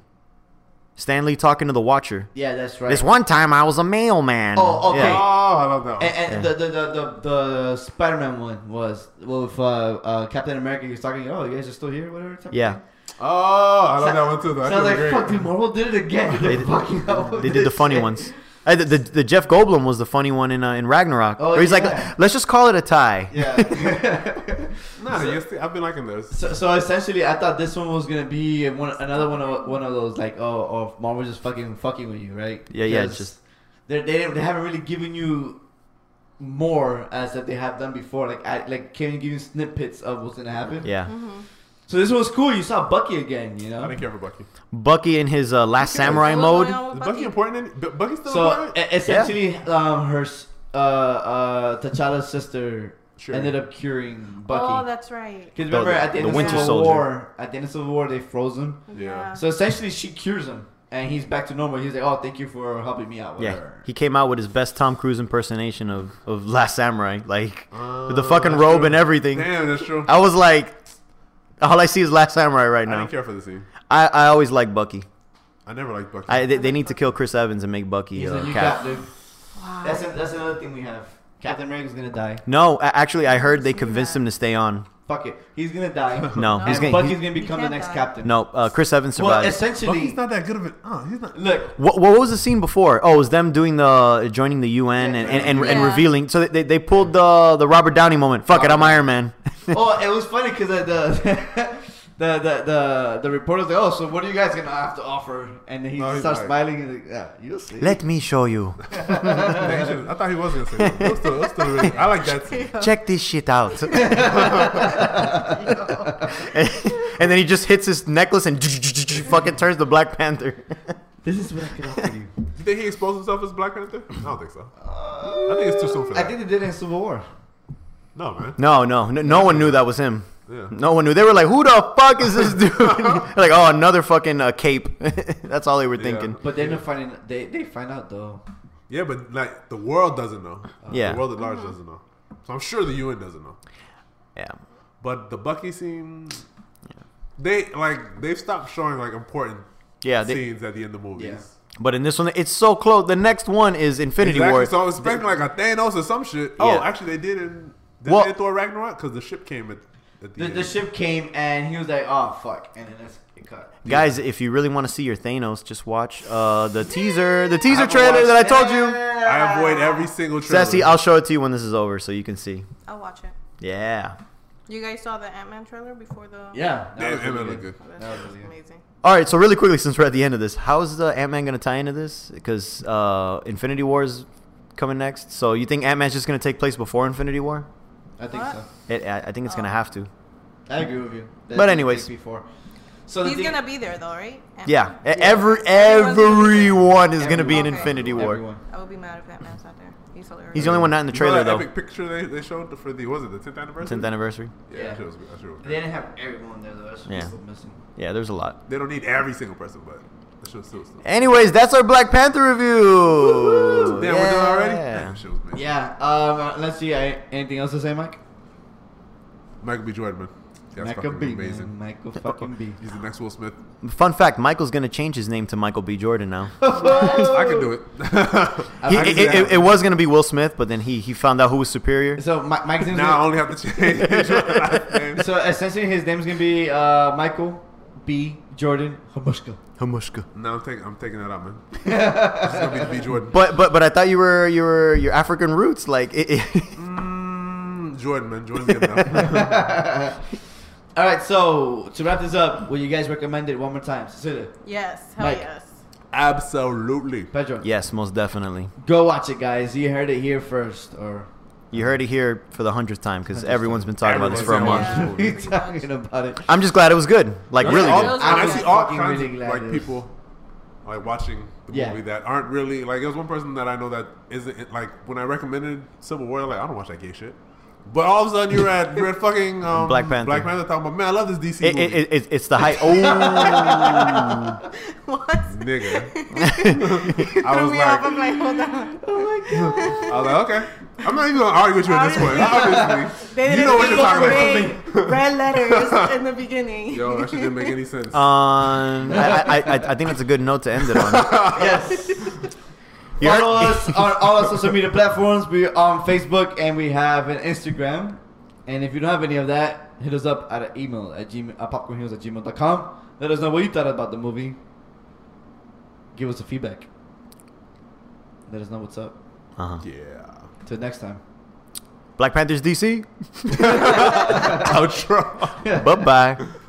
Speaker 2: Stan Lee talking to the Watcher.
Speaker 1: Yeah, that's right.
Speaker 2: This one time I was a mailman.
Speaker 1: Oh, okay.
Speaker 3: Oh,
Speaker 2: Yeah.
Speaker 3: I love that one.
Speaker 1: And, and the, the, the, the, the Spider Man one was with uh, uh, Captain America. He was talking, oh, you guys are still here? Whatever. type of
Speaker 2: Yeah.
Speaker 1: thing.
Speaker 3: oh, I love that one too.
Speaker 1: So
Speaker 3: Though. That
Speaker 1: I was like,
Speaker 3: shit was
Speaker 1: fuck,
Speaker 3: great.
Speaker 1: dude, Marvel did it again.
Speaker 2: They
Speaker 1: They,
Speaker 2: did-
Speaker 1: fucking
Speaker 2: They did the funny ones. Uh, The, the, the Jeff Goldblum was the funny one in uh, in Ragnarok.
Speaker 1: Oh,
Speaker 2: where he's
Speaker 1: yeah.
Speaker 2: like, let's just call it a tie.
Speaker 1: Yeah.
Speaker 3: Nah, yes, I've been liking those.
Speaker 1: so, so essentially, I thought this one was gonna be one, another one of one of those like, oh, oh, Marvel just fucking fucking with you, right?
Speaker 2: Yeah, yeah, it's
Speaker 1: 'Cause
Speaker 2: just-
Speaker 1: they're- they didn't- they haven't really given you more as that they have done before. Like I, like can give you snippets of what's gonna happen.
Speaker 2: Yeah.
Speaker 1: So this one was cool. You saw Bucky again, you
Speaker 3: I
Speaker 1: know.
Speaker 3: didn't care for Bucky.
Speaker 2: Bucky in his uh, Last Samurai
Speaker 4: What was
Speaker 2: mode.
Speaker 4: going on
Speaker 3: Is
Speaker 4: with
Speaker 3: Bucky,
Speaker 4: Bucky?
Speaker 3: important? In, Bu-
Speaker 2: eh,
Speaker 3: Bucky's still
Speaker 1: So
Speaker 3: important.
Speaker 1: e- essentially, um, her s- uh, uh, T'Challa's sister
Speaker 3: Sure.
Speaker 1: ended up curing
Speaker 4: Oh,
Speaker 1: Bucky.
Speaker 4: that's right.
Speaker 1: Because remember,
Speaker 2: the-
Speaker 1: at the,
Speaker 2: the
Speaker 1: end of
Speaker 2: Winter
Speaker 1: Civil
Speaker 2: Soldier.
Speaker 1: War, at the end of Civil War, they froze him.
Speaker 3: Yeah.
Speaker 1: So essentially, she cures him, and he's back to normal. He's like, "Oh, thank you for helping me out."
Speaker 2: Yeah,
Speaker 1: whatever."
Speaker 2: he came out with his best Tom Cruise impersonation of, of Last Samurai, like with the
Speaker 3: Uh,
Speaker 2: fucking
Speaker 3: that's
Speaker 2: robe
Speaker 3: true.
Speaker 2: and everything.
Speaker 3: Damn, that's true.
Speaker 2: I was like, all I see is Last Samurai right
Speaker 3: I
Speaker 2: now.
Speaker 3: didn't care for the scene.
Speaker 2: I, I always like Bucky.
Speaker 3: I never liked Bucky.
Speaker 2: I, they, they need to kill Chris Evans and make Bucky
Speaker 1: He's
Speaker 2: uh,
Speaker 1: like, "You
Speaker 2: Cap.
Speaker 1: captive."
Speaker 4: Wow.
Speaker 1: That's a, that's another thing we have. Captain America's gonna die.
Speaker 2: No, a- actually, I heard they convinced him to stay on.
Speaker 1: Fuck it, he's gonna die.
Speaker 2: No,
Speaker 4: No.
Speaker 2: he's
Speaker 1: and
Speaker 2: gonna.
Speaker 1: Bucky's
Speaker 2: he-
Speaker 1: gonna become the
Speaker 4: can't
Speaker 1: next
Speaker 4: die.
Speaker 1: captain.
Speaker 2: no, uh, Chris Evans
Speaker 1: well,
Speaker 2: survived.
Speaker 1: essentially,
Speaker 3: Bucky's not that good of an. Uh, he's not.
Speaker 1: look.
Speaker 2: what, what was the scene before? Oh, it was them doing the joining the UN
Speaker 1: Yeah,
Speaker 2: and, and, and, and
Speaker 4: yeah.
Speaker 2: revealing. So they, they pulled the the Robert Downey moment. Fuck it, I'm Iron Man.
Speaker 1: Oh, it was funny because the the, the the the the reporter's like, "Oh, so what are you guys gonna have to offer?" And then he
Speaker 3: No, he's
Speaker 1: starts
Speaker 3: like-
Speaker 1: smiling. And like, yeah, you'll see.
Speaker 2: Let me show you.
Speaker 3: They should- I thought he was gonna say. That. It was still, it was still really, I like that. Scene.
Speaker 2: Check this shit out. and, and then he just hits his necklace and fucking turns the Black Panther.
Speaker 1: this is what I can offer you.
Speaker 3: Do you think he exposed himself as Black Panther? I don't think so. I think it's too soon for
Speaker 1: I
Speaker 3: that.
Speaker 1: think they did it in Civil War.
Speaker 3: no, man.
Speaker 2: No, no, no, no one knew that was him.
Speaker 3: Yeah.
Speaker 2: No one knew. They were like, "Who the fuck is this dude?" like, "Oh, another fucking uh, cape." That's all they were
Speaker 3: Yeah.
Speaker 2: thinking.
Speaker 1: But they don't find it, they they find out though.
Speaker 3: Yeah, but like the world doesn't know. Uh,
Speaker 2: Yeah.
Speaker 3: The world at large doesn't know. So I'm sure the UN doesn't know.
Speaker 2: Yeah.
Speaker 3: But the Bucky scene, they like they've stopped showing like important
Speaker 2: Yeah, they-
Speaker 3: scenes at the end of movies.
Speaker 1: Yeah.
Speaker 2: But in this one, it's so close. The next one is Infinity
Speaker 3: Exactly.
Speaker 2: War.
Speaker 3: So I was expecting like a Thanos or some shit. Oh,
Speaker 2: Yeah.
Speaker 3: actually they did in did
Speaker 2: Well-
Speaker 3: they Thor Ragnarok because the ship came at, at the,
Speaker 1: The,
Speaker 3: end.
Speaker 1: the ship came and he was like, "Oh fuck," and then that's it cut.
Speaker 2: Guys, if you really want to see your Thanos, just watch uh, the teaser, the teaser
Speaker 1: haven't
Speaker 2: trailer
Speaker 1: watched
Speaker 2: that I told you.
Speaker 1: that.
Speaker 3: I avoid every single trailer.
Speaker 2: Sassy, I'll show it to you when this is over, so you can see.
Speaker 4: I'll watch it.
Speaker 2: Yeah.
Speaker 4: You guys saw the Ant Man trailer before the.
Speaker 1: Yeah, that
Speaker 3: Damn,
Speaker 1: was
Speaker 3: Ant-Man
Speaker 1: really
Speaker 3: looked
Speaker 1: good.
Speaker 3: good.
Speaker 1: That was
Speaker 4: Oh, That was
Speaker 1: really good.
Speaker 4: amazing.
Speaker 2: All right, so really quickly, since we're at the end of this, how's the Ant Man going to tie into this? Because uh, Infinity War is coming next. So you think Ant Man's just going to take place before Infinity War?
Speaker 1: I think
Speaker 4: What?
Speaker 1: so.
Speaker 2: It, I, I think it's going to
Speaker 4: Oh.
Speaker 2: have to.
Speaker 1: I agree with you. That
Speaker 2: But
Speaker 1: I did
Speaker 2: anyways.
Speaker 1: think before. So the
Speaker 4: He's
Speaker 1: thing-
Speaker 4: gonna be there though, right? Ant-Man?
Speaker 2: Yeah. E-
Speaker 1: Yeah.
Speaker 2: Every,
Speaker 4: Everyone's gonna be there.
Speaker 2: everyone is going to be in
Speaker 4: Everyone.
Speaker 2: Infinity War.
Speaker 1: Everyone.
Speaker 4: I would be mad if Ant Man's not there. He's hilarious.
Speaker 2: He's the only one not in the
Speaker 3: You know
Speaker 2: trailer,
Speaker 3: that
Speaker 2: though.
Speaker 3: epic picture they, they showed for the what was it the 10th anniversary?
Speaker 2: 10th anniversary.
Speaker 3: Yeah,
Speaker 1: Yeah.
Speaker 3: That shit was, good. that shit was
Speaker 1: They
Speaker 3: good.
Speaker 1: didn't have everyone there though. That's what
Speaker 2: Yeah.
Speaker 1: was still missing.
Speaker 2: Yeah, there's a lot.
Speaker 3: They don't need every single person, but that shit was still. still.
Speaker 2: Anyways, that's our Black Panther review.
Speaker 3: Damn, we're done already.
Speaker 2: Yeah.
Speaker 3: Damn, shit was amazing.
Speaker 1: Yeah. Um. Let's see. I, anything else to say, Mike?
Speaker 3: Michael B. Jordan, man. That's
Speaker 1: Michael
Speaker 3: fucking
Speaker 1: B.
Speaker 3: amazing.
Speaker 1: Man. Michael fucking B.
Speaker 3: He's the next Will Smith.
Speaker 2: Fun fact: Michael's gonna change his name to Michael B. Jordan now.
Speaker 3: I can do it. I
Speaker 2: He,
Speaker 3: can
Speaker 2: it,
Speaker 3: do
Speaker 2: it,
Speaker 3: that.
Speaker 2: it was gonna be Will Smith, but then he he found out who was superior.
Speaker 1: So Mi- Mike's name.
Speaker 3: now I only have to change. his last name.
Speaker 1: So essentially, his name's gonna be uh, Michael B. Jordan Hamushka.
Speaker 2: Hamushka.
Speaker 3: No, I'm taking I'm taking that out, man. It's gonna be the B Jordan.
Speaker 2: But but but I thought you were you were your African roots. Like it, it,
Speaker 3: Mm, Jordan, man, Jordan's good enough.
Speaker 1: All right. So to wrap this up, will you guys recommend it one more time? Cecilia,
Speaker 4: Yes. Hell
Speaker 1: Mike.
Speaker 4: yes.
Speaker 3: Absolutely.
Speaker 1: Pedro,
Speaker 2: yes, most definitely.
Speaker 1: go watch it, guys. You heard it here first, or
Speaker 2: You heard it here for the hundredth time because everyone's been talking about this for a
Speaker 3: Everyone's
Speaker 2: month.
Speaker 3: talking
Speaker 1: we
Speaker 4: Yeah, pretty much.
Speaker 1: talking about it.
Speaker 2: I'm just glad it was good. Like really
Speaker 3: all,
Speaker 2: good.
Speaker 4: good.
Speaker 3: and I see all
Speaker 1: Fucking
Speaker 3: kinds
Speaker 1: really
Speaker 3: of like
Speaker 1: glad it is.
Speaker 3: people like watching the
Speaker 1: Yeah.
Speaker 3: movie that aren't really like. There was one person that I know that isn't like when I recommended Civil War, like I don't watch that gay shit. But all of a sudden you're at you're at fucking um,
Speaker 2: Black Panther.
Speaker 3: Black Panther talking about man, I love this DC
Speaker 2: It,
Speaker 3: movie.
Speaker 2: it, it, it's- it's the high. Oh,
Speaker 4: What?
Speaker 3: Nigga,
Speaker 4: You
Speaker 3: I
Speaker 4: threw
Speaker 3: was
Speaker 4: me
Speaker 3: like,
Speaker 4: off. I'm like, hold on.
Speaker 3: I was like, okay. I'm not even gonna argue with you at this point.
Speaker 4: They
Speaker 3: Obviously, you
Speaker 4: didn't
Speaker 3: know what you're
Speaker 4: even
Speaker 3: talking about.
Speaker 4: make Red letters in the beginning.
Speaker 3: Yo, that shit didn't make any sense.
Speaker 2: um, I, I, I I think that's a good note to end it on.
Speaker 1: Yes.
Speaker 2: You
Speaker 1: Follow
Speaker 2: heard-
Speaker 1: us on all our social media platforms. We're on Facebook and we have an Instagram. And if you don't have any of that, hit us up at an email at, gmail, at popcornheels at gmail.com. Let us know what you thought about the movie. Give us a feedback. Let us know what's up.
Speaker 2: Uh-huh.
Speaker 3: yeah.
Speaker 1: Till next time.
Speaker 2: Black Panthers DC.
Speaker 3: Outro.
Speaker 2: bye bye.